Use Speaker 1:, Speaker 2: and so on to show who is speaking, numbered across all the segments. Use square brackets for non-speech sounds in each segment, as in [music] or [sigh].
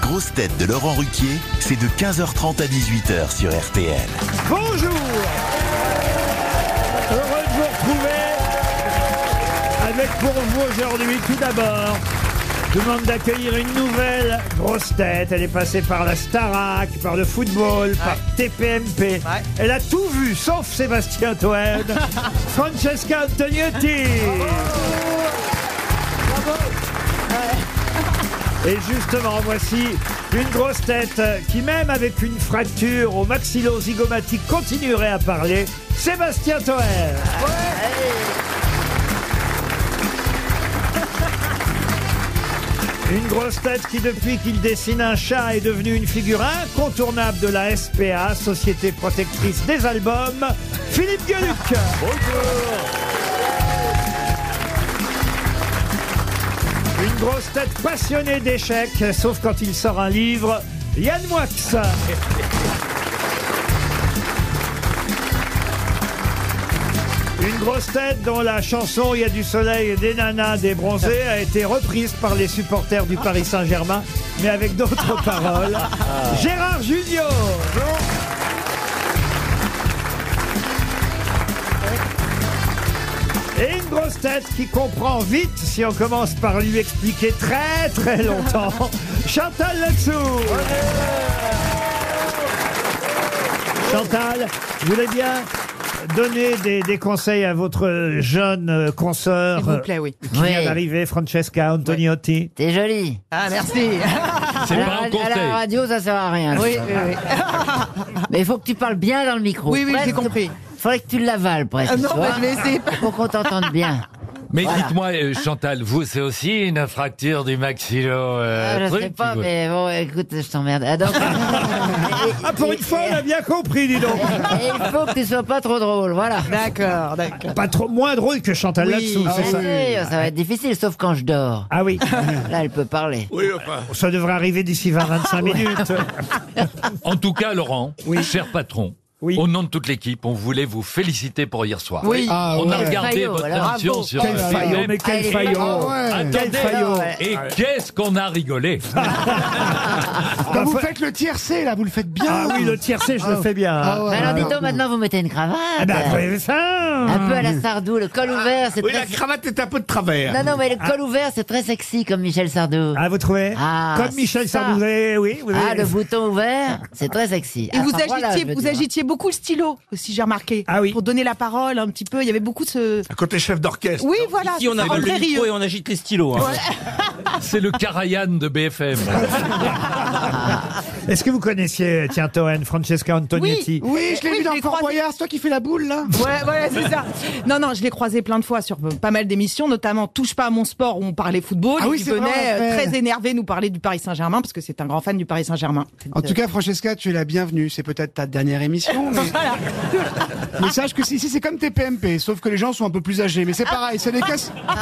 Speaker 1: grosses têtes de Laurent Ruquier, c'est de 15h30 à 18h sur RTL.
Speaker 2: Bonjour Heureux de vous retrouver avec pour vous aujourd'hui tout d'abord. Je vous demande d'accueillir une nouvelle grosse tête. Elle est passée par la Starac, par le football, par TPMP. Elle a tout vu, sauf Sébastien Toen, Francesca Antonietti. Et justement, voici une grosse tête qui, même avec une fracture au maxillo-zygomatique, continuerait à parler. Sébastien Toer. Une grosse tête qui, depuis qu'il dessine un chat, est devenue une figure incontournable de la SPA, Société Protectrice des Albums, Philippe Gueluc. Une grosse tête passionnée d'échecs, sauf quand il sort un livre, Yann Moix. Une grosse tête dont la chanson Il y a du soleil et des nanas des bronzés a été reprise par les supporters du Paris Saint-Germain, mais avec d'autres [laughs] paroles. Gérard Junior. Et une grosse tête qui comprend vite si on commence par lui expliquer très très longtemps. Chantal Latsou. Chantal, vous voulez bien donner des, des conseils à votre jeune euh, consœur
Speaker 3: S'il vous plaît, oui.
Speaker 2: euh, qui vient
Speaker 4: Oui.
Speaker 2: d'arriver, Francesca Antoniotti.
Speaker 4: T'es jolie.
Speaker 3: Ah,
Speaker 2: [laughs]
Speaker 3: merci.
Speaker 4: À la, ra- à la radio, ça sert à rien.
Speaker 3: Oui, oui, oui.
Speaker 4: [laughs] Mais il faut que tu parles bien dans le micro.
Speaker 3: Oui, oui,
Speaker 4: Presque-
Speaker 3: j'ai compris.
Speaker 4: Faudrait que tu l'avales presque.
Speaker 3: Ah non,
Speaker 4: tu
Speaker 3: mais
Speaker 4: vois,
Speaker 3: je vais essayer.
Speaker 4: Pour qu'on t'entende
Speaker 2: [laughs]
Speaker 4: bien.
Speaker 5: Mais
Speaker 4: Voilà.
Speaker 5: dites-moi, euh, Chantal, vous, c'est aussi une fracture du maxillo euh,
Speaker 4: Ah, je
Speaker 5: truc,
Speaker 4: sais pas,
Speaker 5: vous-
Speaker 4: mais bon, écoute, je t'emmerde. Ah,
Speaker 2: [laughs]
Speaker 4: donc-
Speaker 2: Ah, pour une fois, on a bien compris, dis
Speaker 4: [laughs]
Speaker 2: donc.
Speaker 4: Et il faut que tu sois pas trop drôle, voilà.
Speaker 3: D'accord, d'accord.
Speaker 2: Pas trop moins drôle que Chantal
Speaker 3: Oui.
Speaker 2: Latsou,
Speaker 4: Ah,
Speaker 2: c'est ça
Speaker 4: oui, ça va être difficile, sauf quand je dors.
Speaker 2: Ah oui,
Speaker 4: Là, elle peut parler.
Speaker 2: ça devrait arriver d'ici
Speaker 4: [laughs]
Speaker 2: 20-25 minutes.
Speaker 5: En tout cas, Laurent, cher patron,
Speaker 2: Oui.
Speaker 5: au nom de toute l'équipe, on voulait vous féliciter pour hier soir.
Speaker 3: Oui.
Speaker 5: on a
Speaker 4: ouais.
Speaker 5: regardé
Speaker 4: Faillot,
Speaker 5: votre
Speaker 4: alors.
Speaker 5: émission
Speaker 4: Bravo.
Speaker 5: sur
Speaker 2: Quel
Speaker 5: euh,
Speaker 2: faillot,
Speaker 5: BFM.
Speaker 2: mais quel
Speaker 4: Allez, les
Speaker 2: faillot
Speaker 5: Ah
Speaker 4: faillots.
Speaker 2: Quel
Speaker 5: Attendez,
Speaker 2: faillot
Speaker 5: et qu'est-ce qu'on a rigolé
Speaker 2: Bah,
Speaker 6: vous
Speaker 2: fa-
Speaker 6: faites le tiercé, là, vous le faites bien.
Speaker 2: Ah oui, le tiercé, je le fais bien. hein.
Speaker 6: Ah ouais.
Speaker 4: Alors, dis donc, maintenant, vous mettez une cravate.
Speaker 2: Ah bah, vous avez ça
Speaker 4: Un peu à la Sardou, le col ouvert, c'est
Speaker 6: Oui,
Speaker 4: très...
Speaker 6: la cravate est un peu de travers.
Speaker 4: Non, non, mais le col ouvert, c'est très sexy, comme Michel Sardou.
Speaker 2: Ah, vous trouvez
Speaker 4: Ah,
Speaker 2: Comme Michel
Speaker 4: ça.
Speaker 2: Sardou, vous avez- oui. vous
Speaker 4: Ah,
Speaker 2: avez-
Speaker 4: le bouton ouvert, c'est très sexy.
Speaker 3: Et vous,
Speaker 4: Enfin, voilà,
Speaker 3: agitiez,
Speaker 4: je veux
Speaker 3: vous
Speaker 4: dire. hein.
Speaker 3: agitiez beaucoup le stylo, aussi, j'ai remarqué.
Speaker 2: Ah oui.
Speaker 3: Pour donner la parole un petit peu, il y avait beaucoup de ce...
Speaker 6: Côté chef d'orchestre.
Speaker 3: Oui, voilà.
Speaker 7: Si on
Speaker 3: ça
Speaker 7: avale
Speaker 3: rendait
Speaker 7: le micro
Speaker 3: rieux.
Speaker 7: et on agite les stylos. hein.
Speaker 5: [laughs] C'est le Karajan de BFM.
Speaker 2: Est-ce que vous connaissiez, tiens, Toen, Francesca Antonietti
Speaker 6: Oui, je l'ai
Speaker 3: Oui,
Speaker 6: vu
Speaker 3: je
Speaker 6: dans
Speaker 3: l'ai
Speaker 6: Fort
Speaker 3: croisé.
Speaker 6: Boyard, c'est toi qui fais la boule, là
Speaker 3: Ouais, ouais, c'est ça. Non, non, je l'ai croisé plein de fois sur euh, pas mal d'émissions, notamment Touche pas à mon sport où on parlait football.
Speaker 6: Ah
Speaker 3: et
Speaker 6: oui,
Speaker 3: il
Speaker 6: c'est vrai,
Speaker 3: venait
Speaker 6: on
Speaker 3: euh,
Speaker 6: fait.
Speaker 3: très énervé nous parler du Paris Saint-Germain parce que c'est un grand fan du Paris Saint-Germain.
Speaker 4: Ah.
Speaker 3: euh,
Speaker 6: En
Speaker 3: [laughs]
Speaker 6: tout cas, Francesca, tu es la bienvenue. C'est peut-être ta dernière
Speaker 4: [laughs]
Speaker 6: émission. Mais, mais sache que si- ici, c'est comme TPMP, sauf que les gens sont un peu plus âgés. Mais c'est
Speaker 4: Ah.
Speaker 6: pareil, c'est des cas,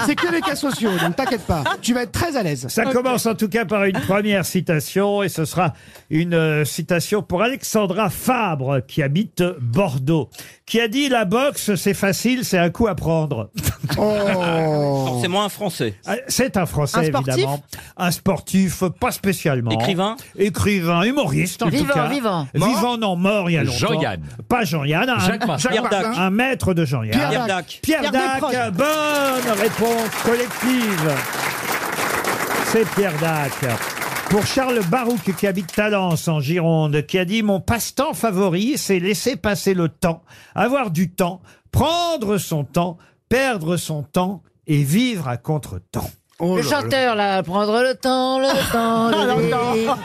Speaker 6: c'est que les cas sociaux, donc t'inquiète pas. Tu vas être très à l'aise.
Speaker 2: Ça commence en tout cas par une première citation et ce sera une euh, citation pour Alexandra Fabre qui habite Bordeaux, qui a dit la boxe c'est facile, c'est un coup à prendre.
Speaker 6: Oh
Speaker 7: Forcément un français.
Speaker 2: Ah, [laughs] C'est un Français
Speaker 3: Un sportif
Speaker 2: évidemment, un sportif pas spécialement.
Speaker 7: Écrivain
Speaker 2: écrivain, humoriste en
Speaker 4: Vivant,
Speaker 2: tout cas.
Speaker 4: vivant.
Speaker 2: vivant, non mort il y a longtemps.
Speaker 5: Jean-Yann.
Speaker 2: Pas Jean-Yann, un,
Speaker 5: Jacques Martin.
Speaker 7: Pierre Dac.
Speaker 2: un maître de
Speaker 6: Pierre
Speaker 2: Jean-Yann.
Speaker 7: Pierre Dac.
Speaker 2: Pierre,
Speaker 3: Pierre
Speaker 2: Dac,
Speaker 3: Desproges.
Speaker 2: bonne réponse collective. C'est Pierre Dac. Pour Charles Barouk, qui habite Talence en Gironde, qui a dit Mon passe-temps favori, c'est laisser passer le temps, avoir du temps, prendre son temps, perdre son temps et vivre à contre-temps.
Speaker 6: Oh
Speaker 4: Le
Speaker 6: là Ah, là.
Speaker 4: chanteur, là, prendre le temps,
Speaker 6: [laughs]
Speaker 4: le temps de vivre.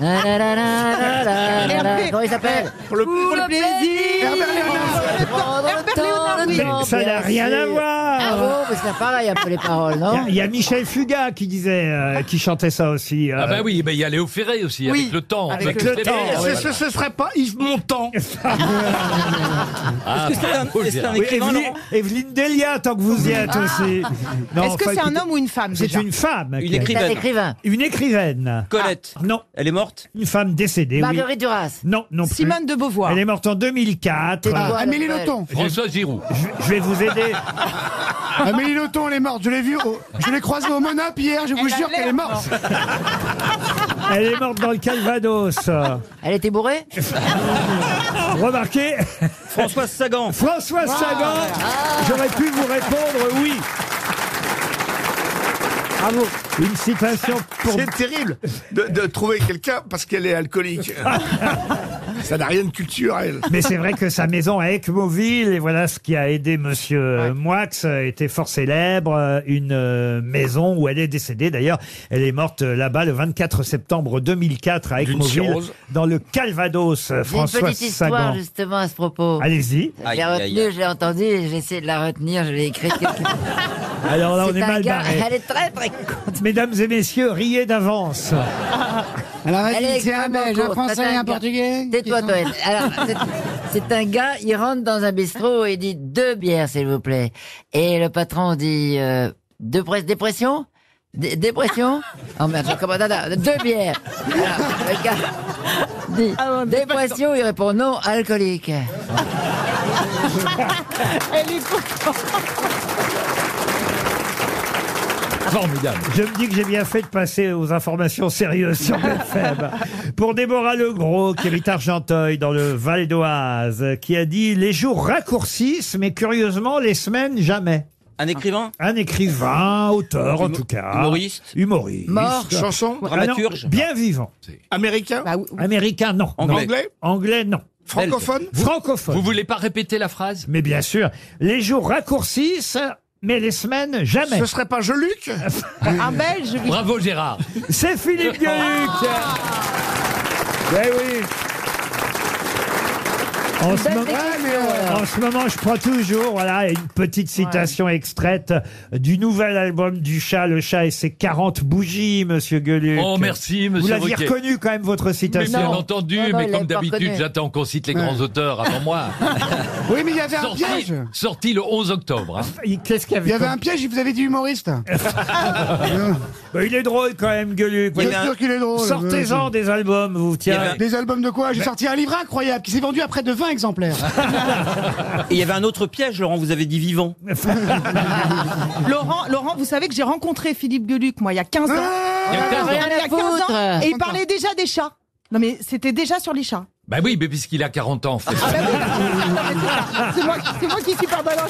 Speaker 4: Na, na, na, na, na, na, na. Comment il s'appelle
Speaker 3: pour le plaisir.
Speaker 6: Herbert Léonard.
Speaker 4: Prendre le temps, le
Speaker 2: Mais
Speaker 4: temps.
Speaker 2: ça n'a
Speaker 4: Ah bien
Speaker 2: rien
Speaker 4: sûr.
Speaker 2: à
Speaker 4: Ah
Speaker 2: voir
Speaker 4: bon, mais c'est pareil un peu les paroles,
Speaker 2: Il y
Speaker 4: non
Speaker 2: a- il y, a Michel Fuga qui disait, euh, qui chantait ça aussi. euh,
Speaker 5: ah bah oui, mais il y a Léo Ferré aussi,
Speaker 3: Oui,
Speaker 5: avec le temps.
Speaker 3: avec
Speaker 5: Bah,
Speaker 3: le
Speaker 5: c'est
Speaker 2: temps,
Speaker 5: bien,
Speaker 2: oui.
Speaker 5: voilà.
Speaker 6: Ce, ce- ce serait pas Yves
Speaker 2: [laughs]
Speaker 6: Montand.
Speaker 5: Ah,
Speaker 7: Est-ce que c'est un,
Speaker 5: faut le
Speaker 7: est-ce que c'est un
Speaker 5: dire.
Speaker 2: oui,
Speaker 7: écrivain
Speaker 2: Evelyne,
Speaker 7: Laurent Ah.
Speaker 2: Evelyne Delia, tant que vous y êtes aussi. Non,
Speaker 3: Est-ce
Speaker 2: enfin,
Speaker 3: que c'est un
Speaker 2: écoutez,
Speaker 3: homme ou une femme
Speaker 2: C'est
Speaker 3: déjà
Speaker 2: une femme.
Speaker 7: Une Ah.
Speaker 2: qui a-
Speaker 4: C'est un écrivain.
Speaker 2: Une écrivaine. Ah,
Speaker 7: Colette.
Speaker 2: Non.
Speaker 7: Elle est morte
Speaker 2: Une femme décédée, oui.
Speaker 4: Marguerite Duras.
Speaker 2: Non, non plus.
Speaker 3: Simone de Beauvoir.
Speaker 2: Elle est morte en 2004.
Speaker 4: Tais-toi,
Speaker 2: Euh,
Speaker 4: alors,
Speaker 6: Amélie
Speaker 4: elle.
Speaker 6: Nothomb.
Speaker 5: François Giroud.
Speaker 2: Je, je vais vous aider.
Speaker 6: Amélie Nothomb, elle est morte. Je l'ai vue. au- Je l'ai croisée au Monop hier. Je vous
Speaker 3: Elle a
Speaker 6: jure qu'elle est
Speaker 3: l'air
Speaker 6: morte.
Speaker 2: Elle est morte dans le
Speaker 3: [laughs]
Speaker 2: Calvados. Euh,
Speaker 4: Elle était bourrée
Speaker 2: [laughs] Remarquez,
Speaker 7: Françoise Sagan
Speaker 2: François Sagan,
Speaker 3: Ah.
Speaker 2: j'aurais pu vous répondre oui.
Speaker 4: Bravo.
Speaker 2: Une citation pour
Speaker 8: C'est terrible de, de trouver quelqu'un parce qu'elle est alcoolique. Ça n'a rien de culturel.
Speaker 2: Mais c'est vrai que sa maison à Ecmoville, et voilà ce qui a aidé Monsieur euh, Moix, euh, était fort célèbre. euh, Une euh, maison où elle est décédée. D'ailleurs, elle est morte euh, là-bas le 24 septembre 2004 à
Speaker 8: D'une
Speaker 2: Ecmoville,
Speaker 8: cirrhose.
Speaker 2: dans le Calvados. euh,
Speaker 4: J'ai une
Speaker 2: François
Speaker 4: petite histoire
Speaker 2: Sagan.
Speaker 4: justement à ce propos.
Speaker 2: Allez-y.
Speaker 4: Je l'ai retenue, je l'ai entendue, et j'ai essayé de la retenir, je l'ai écrite.
Speaker 2: [laughs] Alors là, on est,
Speaker 4: C'est un
Speaker 2: mal
Speaker 4: gars,
Speaker 2: barré.
Speaker 4: elle est très très courte.
Speaker 2: Mesdames et messieurs, riez d'avance.
Speaker 6: Elle a
Speaker 4: Elle est
Speaker 6: raison, c'est un
Speaker 4: extrêmement
Speaker 6: Belge, un
Speaker 4: courte.
Speaker 6: Français,
Speaker 4: Attends,
Speaker 6: un Portugais.
Speaker 4: Tais-toi, Toen. Alors, c'est- c'est un gars, il rentre dans un bistrot et il dit deux bières, s'il vous plaît. Et le patron dit euh, deux pres- dépression Dé-
Speaker 6: [laughs]
Speaker 4: Dépression Oh merde, je recommande. Attends, deux bières. Alors, le gars
Speaker 6: Ah,
Speaker 4: dit dépression, il répond non, alcoolique.
Speaker 7: [laughs]
Speaker 5: Formidable.
Speaker 2: Je me dis que j'ai bien fait de passer aux informations sérieuses sur BFM. Pour Déborah Legros, qui habite Argenteuil, dans le Val d'Oise, qui a dit « Les jours raccourcissent, mais curieusement, les semaines, jamais.
Speaker 7: Un écrivain »
Speaker 2: Un écrivain, auteur en
Speaker 7: Humo-
Speaker 2: tout cas.
Speaker 7: humoriste.
Speaker 2: Humoriste.
Speaker 4: Mort.
Speaker 8: Chanson
Speaker 2: Ah non,
Speaker 7: Dramaturge
Speaker 2: bien vivant.
Speaker 8: Américain
Speaker 3: Bah, ou-
Speaker 2: Américain, non.
Speaker 7: Anglais.
Speaker 2: Non.
Speaker 8: Anglais
Speaker 2: Anglais, non.
Speaker 8: Francophone
Speaker 2: Francophone.
Speaker 5: Vous voulez pas répéter la phrase
Speaker 2: Mais bien sûr, les jours raccourcissent, mais les semaines, jamais.
Speaker 8: Ce serait pas Jeluc
Speaker 3: [laughs] Un belge, oui. Ah.
Speaker 5: Bravo Gérard. Ah.
Speaker 2: C'est Philippe Gueluc Ben oui en ce, moment,
Speaker 4: Euh.
Speaker 2: en ce moment, je prends toujours voilà, une petite citation extraite du nouvel album du chat, Le chat et ses 40 bougies, monsieur Gueluc.
Speaker 5: Oh merci
Speaker 2: Vous
Speaker 5: monsieur
Speaker 2: l'aviez
Speaker 5: Riquet.
Speaker 2: reconnu quand même, votre
Speaker 5: Mais
Speaker 2: citation.
Speaker 5: bien
Speaker 4: Non.
Speaker 5: entendu,
Speaker 4: Non, non, il
Speaker 5: mais comme
Speaker 4: l'avait pas
Speaker 5: d'habitude,
Speaker 4: reconnu.
Speaker 2: [laughs]
Speaker 5: j'attends qu'on cite les grands auteurs avant moi.
Speaker 6: Oui, mais il y avait un
Speaker 5: sorti,
Speaker 6: piège.
Speaker 5: sorti le 11 octobre. hein.
Speaker 2: Il- Qu'est-ce qu'il y avait
Speaker 6: Il y avait
Speaker 2: comme- Ah,
Speaker 6: un piège, il vous avait dit humoriste.
Speaker 2: Ben, Il est drôle quand même, Gueluc.
Speaker 6: Bien
Speaker 7: avait un-
Speaker 6: sûr qu'il est drôle.
Speaker 2: Sortez-en des albums, vous,
Speaker 5: Eh
Speaker 2: tiens.
Speaker 5: ben,
Speaker 2: Bah-
Speaker 6: Des albums de quoi J'ai sorti un livre incroyable qui s'est vendu à près de 20 exemplaires.
Speaker 7: Et il y avait un autre piège, Laurent, vous avez dit
Speaker 2: [laughs]
Speaker 7: vivant.
Speaker 3: Laurent, Laurent, vous savez que j'ai rencontré Philippe Gueluc, moi, il y a 15 ans.
Speaker 6: Ah
Speaker 5: Il y a quinze ans.
Speaker 4: Rien
Speaker 3: Il y a
Speaker 4: à
Speaker 3: 15 ans,
Speaker 4: foutre.
Speaker 3: et il parlait déjà des chats. Non mais c'était déjà sur les chats.
Speaker 5: Bah oui, mais puisqu'il a 40 ans. c'est-
Speaker 9: ben-
Speaker 3: Ah bah oui. C'est moi, c'est moi qui suis pardonnant.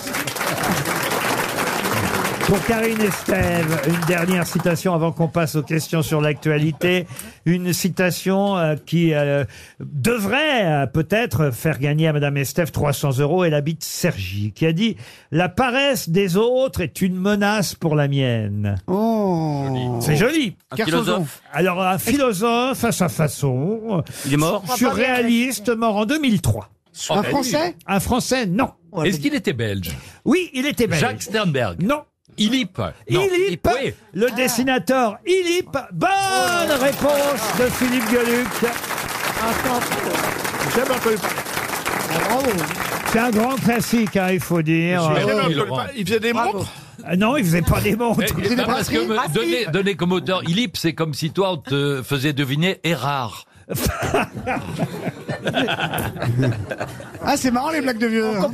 Speaker 2: Pour Karine Estève, une dernière citation avant qu'on passe aux questions sur l'actualité. Une citation euh, qui euh, devrait euh, peut-être faire gagner à Madame Estève 300 euros. Elle habite Cergy, qui a dit « La paresse des autres est une menace pour la mienne
Speaker 6: Oh. ».
Speaker 2: C'est joli
Speaker 7: Un
Speaker 6: Kersozon.
Speaker 7: philosophe.
Speaker 2: alors, un philosophe Ah, à sa façon,
Speaker 7: Il est mort.
Speaker 2: euh, surréaliste, mort en 2003.
Speaker 5: Oh,
Speaker 6: Un
Speaker 5: bah,
Speaker 6: Français
Speaker 2: Un Français, non.
Speaker 5: lui. Est-ce qu'il était belge
Speaker 2: Oui, il était belge.
Speaker 5: Jacques Sternberg.
Speaker 2: Non.
Speaker 5: Ilip. Non,
Speaker 2: Ilip,
Speaker 5: oui.
Speaker 2: le
Speaker 6: Ah.
Speaker 2: dessinateur Ilip. Bonne réponse de Philippe Gueluc.
Speaker 8: Jamais entendu parler.
Speaker 2: C'est un grand classique, hein, il faut dire.
Speaker 8: Jamais
Speaker 5: oui,
Speaker 8: entendu
Speaker 5: Laurent.
Speaker 8: parler. Il faisait des montres
Speaker 2: Euh, Non, il faisait pas des montres.
Speaker 5: Mais- non,
Speaker 6: des
Speaker 5: Eh, parce
Speaker 6: brasseries.
Speaker 5: que me
Speaker 6: Ah, si.
Speaker 5: donner, donner comme auteur Ilip, c'est comme si toi on te faisait deviner Erard.
Speaker 6: Ah, c'est marrant les blagues de vieux. hein.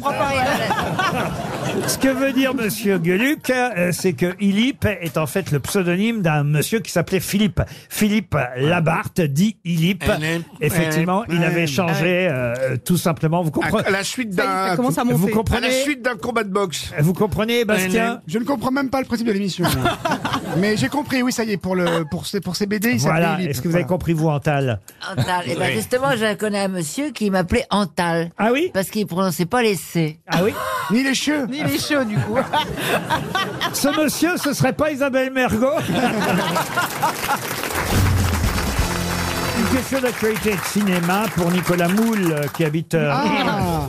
Speaker 2: Ce que veut dire Monsieur Gueluc, euh, c'est que Ilip est en fait le pseudonyme d'un monsieur qui s'appelait Philippe. Philippe Labarthe, dit Ilip.
Speaker 8: Ilip.
Speaker 2: Effectivement, il avait changé euh, tout simplement. Vous
Speaker 8: à, à
Speaker 2: comprenez
Speaker 8: la suite
Speaker 3: Ça y est,
Speaker 8: d'un
Speaker 3: ça commence à
Speaker 2: Vous
Speaker 3: monter.
Speaker 8: à la
Speaker 2: comprenez
Speaker 8: suite d'un combat de boxe.
Speaker 2: Vous comprenez, Eh, Bastien
Speaker 6: Je ne comprends même pas le principe de l'émission. moi. Mais j'ai compris, oui, ça y est, pour, le, pour, ces, pour ces BD, il s'appelait
Speaker 2: Voilà.
Speaker 6: Philippe,
Speaker 2: Est-ce que vous avez
Speaker 6: voilà.
Speaker 2: compris, vous, Antal
Speaker 4: Antal. Et ben justement, je connais un monsieur qui m'appelait Antal.
Speaker 2: Ah oui
Speaker 4: Parce qu'il prononçait pas les C.
Speaker 2: Ah oui
Speaker 6: Ni les cheveux.
Speaker 3: Il est chaud du coup.
Speaker 2: Ce monsieur, ce serait pas Isabelle Mergot Une question d'actualité et de cinéma pour Nicolas Moule euh, qui habite. euh,
Speaker 6: Ah.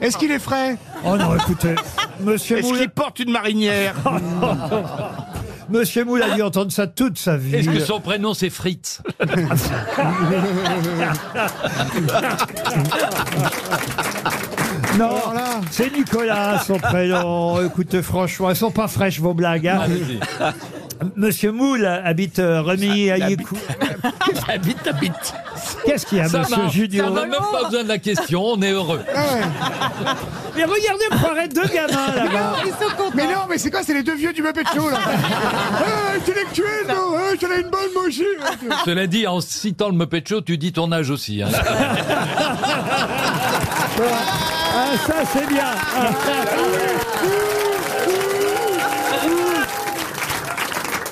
Speaker 6: Est-ce qu'il est frais
Speaker 2: Oh non, écoutez, Monsieur
Speaker 8: Est-ce
Speaker 2: Moule,
Speaker 8: qu'il porte une marinière
Speaker 2: [laughs] Monsieur Moule a dû entendre ça toute sa vie.
Speaker 5: Est-ce que son prénom c'est Fritz
Speaker 2: Non,
Speaker 6: Alors là.
Speaker 2: c'est Nicolas son prénom. écoutez, franchement, elles sont pas fraîches vos blagues. hein.
Speaker 5: Allez-y.
Speaker 2: Monsieur Moule habite euh, Remy à Yécou.
Speaker 8: Habite, [laughs] habite.
Speaker 2: Qu'est-ce qu'il y a,
Speaker 5: Ça
Speaker 2: monsieur
Speaker 5: marche.
Speaker 2: Judio
Speaker 5: On n'a même pas besoin de la question, on est heureux.
Speaker 2: Ah Mais regardez, on croirait deux gamins là-bas.
Speaker 3: Ils sont contents.
Speaker 6: Mais non, mais c'est quoi C'est les deux vieux du Muppet
Speaker 7: [laughs]
Speaker 6: Show, là Ah, Intellectuel, non Ah, J'en ai une bonne, moi aussi
Speaker 5: Cela dit, en citant le Muppet Show, tu dis ton âge aussi. hein.
Speaker 2: Ah, ça, c'est bien.
Speaker 6: Ah,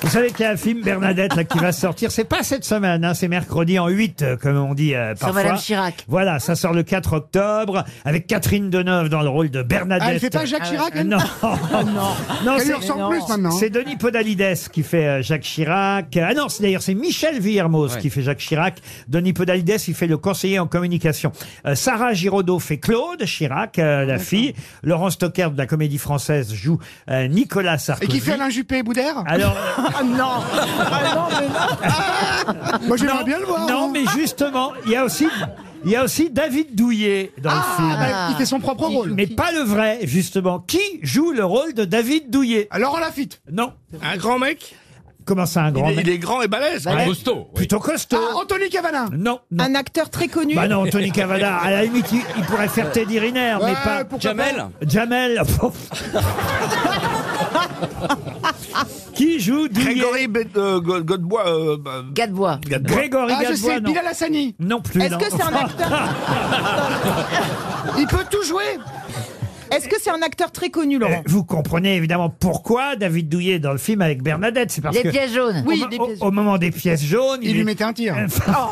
Speaker 2: Vous savez qu'il y a un film Bernadette là, qui va sortir. C'est pas cette semaine, hein, c'est mercredi en 8, euh, comme on dit euh,
Speaker 4: Sur
Speaker 2: parfois.
Speaker 4: Madame Chirac.
Speaker 2: Voilà, ça sort le 4 octobre avec Catherine Deneuve dans le rôle de Bernadette.
Speaker 6: Ah, elle fait pas Jacques Chirac, elle [laughs]
Speaker 2: Non,
Speaker 3: Non.
Speaker 2: non,
Speaker 6: Elle lui
Speaker 2: c'est-
Speaker 6: ressemble
Speaker 3: non.
Speaker 6: plus, maintenant. hein.
Speaker 2: c'est Denis Podalides qui fait euh, Jacques Chirac. Ah non, c'est d'ailleurs c'est Michel Villermoz qui fait Jacques Chirac. Denis Podalides, il fait le conseiller en communication. Euh, Sarah Giraudot fait Claude Chirac, euh, la fille. Laurent Stocker de la Comédie Française joue euh, Nicolas
Speaker 6: Et
Speaker 2: Sarkozy.
Speaker 6: qui fait Alain Juppé et Boudère [laughs]
Speaker 2: Alors,
Speaker 3: Ah non. Ah non, mais non.
Speaker 6: Moi, j'aimerais
Speaker 2: non,
Speaker 6: bien le voir.
Speaker 2: non,
Speaker 6: hein.
Speaker 2: mais justement, il y a aussi il y a aussi David Douillet dans
Speaker 6: Ah,
Speaker 2: le film.
Speaker 6: bah, il fait son propre rôle.
Speaker 2: Mais pas le vrai, justement. Qui joue le rôle de David Douillet
Speaker 6: Alors, on Lafitte.
Speaker 2: Non.
Speaker 8: Un grand mec
Speaker 2: Comment ça, un
Speaker 8: il,
Speaker 2: grand
Speaker 8: est,
Speaker 2: mec
Speaker 8: il est grand et balèze.
Speaker 5: Un costaud. oui.
Speaker 2: Plutôt costaud.
Speaker 6: Ah, Anthony Cavana.
Speaker 2: Non, non.
Speaker 3: Un acteur très connu.
Speaker 2: Bah non, Anthony Cavada, à la limite, il, il pourrait faire Teddy Riner, mais
Speaker 6: Ouais,
Speaker 2: pas
Speaker 6: pourquoi pas.
Speaker 7: Jamel
Speaker 2: Jamel. Qui joue Douillet
Speaker 8: Grégory Be- euh, Go- Godebois. euh, bah,
Speaker 4: Quatre bois.
Speaker 8: Gadebois.
Speaker 2: Grégory
Speaker 6: Ah, je
Speaker 2: Gadebois,
Speaker 6: sais,
Speaker 2: non.
Speaker 6: Bilal Hassani.
Speaker 2: Non plus.
Speaker 3: Est-ce
Speaker 2: non.
Speaker 3: que c'est un acteur
Speaker 6: Il peut tout jouer.
Speaker 3: Est-ce que c'est un acteur très connu,
Speaker 2: Euh,
Speaker 3: Laurent
Speaker 2: Vous comprenez évidemment pourquoi David Douillet est dans le film avec Bernadette, c'est parce
Speaker 4: Les
Speaker 2: que
Speaker 4: pièces jaunes.
Speaker 3: Oui,
Speaker 2: au,
Speaker 3: des
Speaker 2: au-
Speaker 3: pièces-
Speaker 2: au moment des pièces jaunes,
Speaker 6: Il lui
Speaker 2: est-
Speaker 6: mettait un
Speaker 2: [laughs]
Speaker 6: tir. [laughs]
Speaker 2: Ah,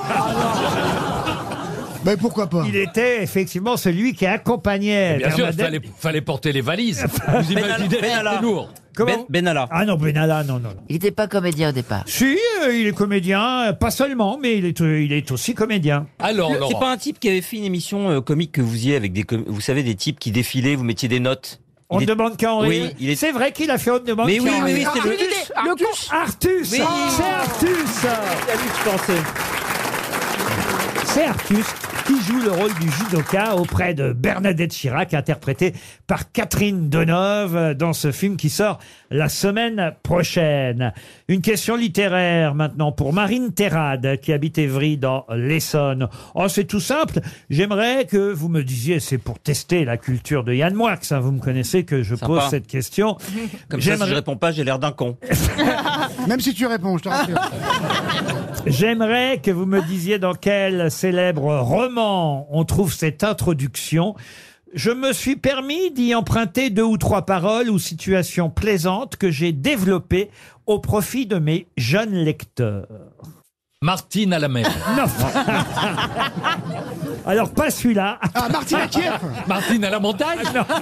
Speaker 6: Bah, pourquoi pas
Speaker 2: il était effectivement celui qui accompagnait
Speaker 5: Bien sûr,
Speaker 2: Bernadette.
Speaker 5: fallait, fallait porter les valises.
Speaker 2: [laughs]
Speaker 5: Vous imaginez,
Speaker 7: Benalla.
Speaker 5: c'est lourd.
Speaker 2: Comment
Speaker 7: Ben- Benalla.
Speaker 2: Ah non, Benalla, non, non. non.
Speaker 4: [laughs] Il n'était pas
Speaker 2: Ah,
Speaker 4: comédien au départ.
Speaker 2: Si, euh, il est comédien, euh, pas seulement, mais il est, euh, il est aussi comédien.
Speaker 5: Alors,
Speaker 7: Le- C'est
Speaker 5: Laurent,
Speaker 7: pas un type qui avait fait une émission euh, comique que vous y avez avec des, com- vous savez, des types qui défilaient, vous mettiez des notes. Il
Speaker 2: On ne
Speaker 7: est-
Speaker 2: demande qu'à en
Speaker 7: Oui,
Speaker 2: rire.
Speaker 7: il est-
Speaker 2: C'est vrai qu'il a fait On ne demande
Speaker 7: Mais
Speaker 2: qu'à Ah.
Speaker 7: oui,
Speaker 2: en
Speaker 7: oui,
Speaker 2: rire.
Speaker 7: oui, c'est le.
Speaker 6: Artus
Speaker 2: Artus
Speaker 7: Oui.
Speaker 2: C'est Artus C'est Artus qui joue le rôle du judoka auprès de Bernadette Chirac, interprétée par Catherine Deneuve euh, dans ce film qui sort la semaine prochaine. Une question littéraire maintenant pour Marine Terrade qui habite Évry dans l'Essonne. Oh, c'est tout simple. J'aimerais que vous me disiez, c'est pour tester la culture de Yann Moix, hein, vous me connaissez que je
Speaker 7: Sympa.
Speaker 2: pose cette question.
Speaker 7: [laughs] Comme ça, si
Speaker 2: J'aimerais-
Speaker 7: je réponds pas, j'ai l'air d'un con.
Speaker 6: Même si tu réponds, je te rassure.
Speaker 2: [laughs] J'aimerais que vous me disiez dans quel célèbre roman on trouve cette introduction. Je me suis permis d'y emprunter deux ou trois paroles ou situations plaisantes que j'ai développées au profit de mes jeunes lecteurs.
Speaker 5: Martine à la mer.
Speaker 2: [laughs] Non. Alors pas celui-là.
Speaker 6: Ah, Martin Akiev.
Speaker 5: Martine à la montagne.
Speaker 2: Ah,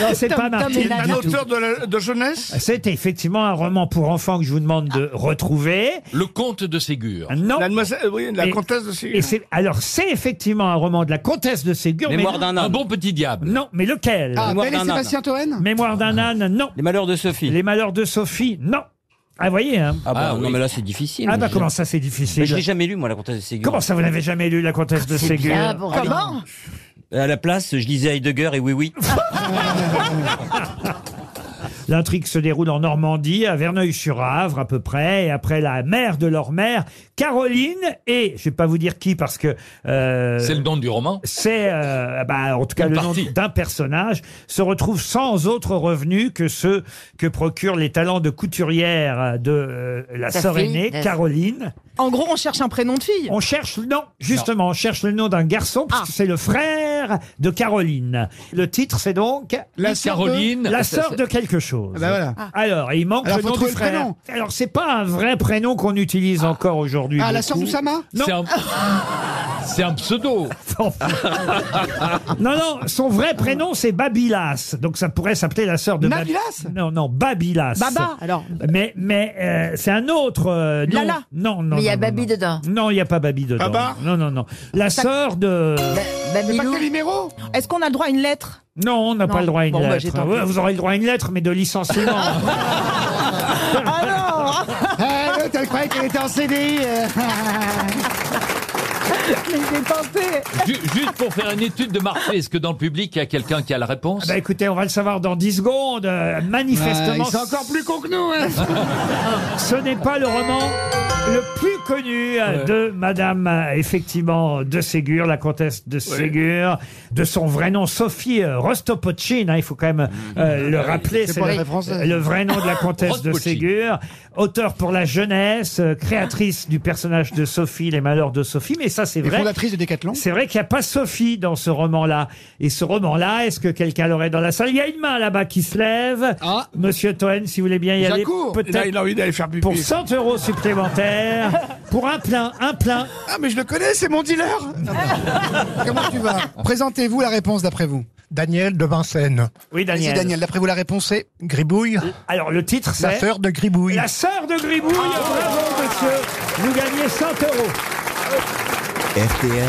Speaker 2: Non, c'est pas Martine.
Speaker 8: Un auteur de, la- de jeunesse
Speaker 2: C'est effectivement un roman pour enfants que je vous demande de retrouver.
Speaker 5: Le comte de Ségur.
Speaker 2: Ah, Non.
Speaker 8: La, demoiselle- euh, oui, la
Speaker 2: Et-
Speaker 8: comtesse de Ségur.
Speaker 2: Et c'est alors c'est effectivement un roman de la comtesse de Ségur. mais
Speaker 7: Mémoire
Speaker 2: non-
Speaker 7: d'un
Speaker 5: Un
Speaker 7: âne.
Speaker 5: bon petit diable.
Speaker 2: Non, mais lequel
Speaker 6: Ah,
Speaker 7: Mémoire
Speaker 6: Belle et
Speaker 7: d'un âne. Ah.
Speaker 6: Sébastien Toen.
Speaker 2: Mémoire d'un âne, non.
Speaker 7: Les malheurs de Sophie.
Speaker 2: Les malheurs de Sophie, non. Ah, vous voyez, hein.
Speaker 7: Ah, bah,
Speaker 5: Ah, oui.
Speaker 7: non, mais là, c'est difficile.
Speaker 2: Ah, bah,
Speaker 7: Je-
Speaker 2: comment ça, c'est
Speaker 7: Mais je l'ai
Speaker 2: difficile.
Speaker 7: jamais lu, moi, la comtesse de Ségur.
Speaker 2: Comment ça, vous n'avez jamais lu La Comtesse de Ségur
Speaker 4: Bien, bon,
Speaker 3: Comment
Speaker 7: À la place, je lisais Heidegger et oui,
Speaker 2: [laughs]
Speaker 7: oui.
Speaker 2: L'intrigue se déroule en Normandie, à Verneuil-sur-Avre, à peu près, et après la mère de leur mère, Caroline, et je vais pas vous dire qui parce que. euh,
Speaker 5: C'est le nom du roman.
Speaker 2: c'est euh, bah, en tout cas
Speaker 5: Une
Speaker 2: le
Speaker 5: partie.
Speaker 2: nom d'un personnage, se retrouve sans autre revenu que ceux que procurent les talents de couturière de euh, la
Speaker 4: Sa
Speaker 2: sœur
Speaker 4: fille,
Speaker 2: aînée,
Speaker 4: la-
Speaker 2: Caroline.
Speaker 3: En gros, on cherche un prénom de fille.
Speaker 2: On cherche, non, justement, on cherche le nom d'un garçon,
Speaker 4: Ah.
Speaker 2: parce que c'est le frère de Caroline. Le titre, c'est donc
Speaker 6: La sœur de-
Speaker 5: Caroline.
Speaker 2: La sœur de quelque chose.
Speaker 6: Ah bah voilà.
Speaker 2: Alors, il manque
Speaker 6: Alors,
Speaker 2: le
Speaker 6: faut
Speaker 2: nom du
Speaker 6: trouver le
Speaker 2: frère.
Speaker 6: prénom.
Speaker 2: Alors, c'est pas un vrai prénom qu'on utilise encore aujourd'hui.
Speaker 6: Ah, la sœur
Speaker 2: beaucoup.
Speaker 6: d'Oussama
Speaker 2: Non.
Speaker 5: C'est un... c'est un pseudo.
Speaker 2: [laughs] Non, non, son vrai prénom, c'est Babylas. Donc, ça pourrait s'appeler la sœur de Bab-
Speaker 6: Nabilas
Speaker 2: Non, non, Babylas.
Speaker 3: Baba, alors.
Speaker 2: Mais, mais euh, c'est un autre euh, nom.
Speaker 3: Lala.
Speaker 2: Non, non.
Speaker 4: Mais il y
Speaker 2: non,
Speaker 4: a
Speaker 2: non,
Speaker 4: Babi
Speaker 2: non.
Speaker 4: dedans.
Speaker 2: Non, il n'y a pas Babi dedans.
Speaker 8: Baba
Speaker 2: Non, non, non. La sœur de.
Speaker 6: C'est pas
Speaker 4: Babylou.
Speaker 6: Calimero
Speaker 3: Bah, Est-ce qu'on a le droit à une lettre
Speaker 2: Non, on n'a
Speaker 3: Non.
Speaker 2: pas le droit à une
Speaker 3: Bon, bah, j'ai
Speaker 2: lettre.
Speaker 3: tenté.
Speaker 2: Ouais, vous aurez le droit à une lettre, mais de licenciement.
Speaker 3: Alors
Speaker 6: [laughs]
Speaker 10: [laughs]
Speaker 6: Ah, l'autre, elle croyait qu'elle était en CDI. euh.
Speaker 3: Je les ai tentés.
Speaker 5: Ju- Juste pour faire une étude de marché, est-ce que dans le public, il y a quelqu'un qui a la réponse
Speaker 2: Ah Bah écoutez, on va le savoir dans 10 secondes. Euh,
Speaker 6: Ouais,
Speaker 2: [laughs] Manifestement,
Speaker 6: ils sont Ah, encore plus cons que nous. hein.
Speaker 2: ce n'est pas le roman le plus connu euh, de Madame, euh, effectivement, de Ségur, la comtesse de Ségur, de son vrai nom, Sophie euh, Rostopchine. hein, il faut quand même euh, le rappeler.
Speaker 6: Mm. C'est pas
Speaker 2: le-
Speaker 6: la vraie française.
Speaker 2: le vrai nom de la comtesse de
Speaker 5: Rostopchine.
Speaker 2: Ségur. Auteur pour la jeunesse, euh, créatrice du personnage de Sophie, les malheurs de Sophie. Mais ça, c'est
Speaker 6: Et
Speaker 2: vrai.
Speaker 6: fondatrice de Decathlon.
Speaker 2: C'est vrai qu'il n'y a pas Sophie dans ce roman-là. Et ce roman-là, est-ce que quelqu'un l'aurait dans la salle Il y a une main là-bas qui se lève.
Speaker 6: Ah.
Speaker 2: Monsieur Toen, si vous voulez bien y aller,
Speaker 6: J'accours.
Speaker 8: Là,
Speaker 2: peut-être
Speaker 8: il a envie d'aller faire pipi.
Speaker 2: pour 100 euros supplémentaires, pour un plein, un plein.
Speaker 6: Ah, mais je le connais, c'est mon dealer. Comment tu vas Présentez-vous la réponse d'après vous.
Speaker 11: Daniel de Vincennes.
Speaker 2: Oui,
Speaker 6: Allez-y,
Speaker 2: Daniel.
Speaker 6: Daniel, d'après vous, la réponse c'est
Speaker 11: Gribouille,
Speaker 2: Alors le titre, c'est
Speaker 11: la sœur de Gribouille.
Speaker 2: La sœur de Gribouille.
Speaker 10: Ah.
Speaker 2: Bravo, monsieur. Vous gagnez 100 euros.
Speaker 1: RTL,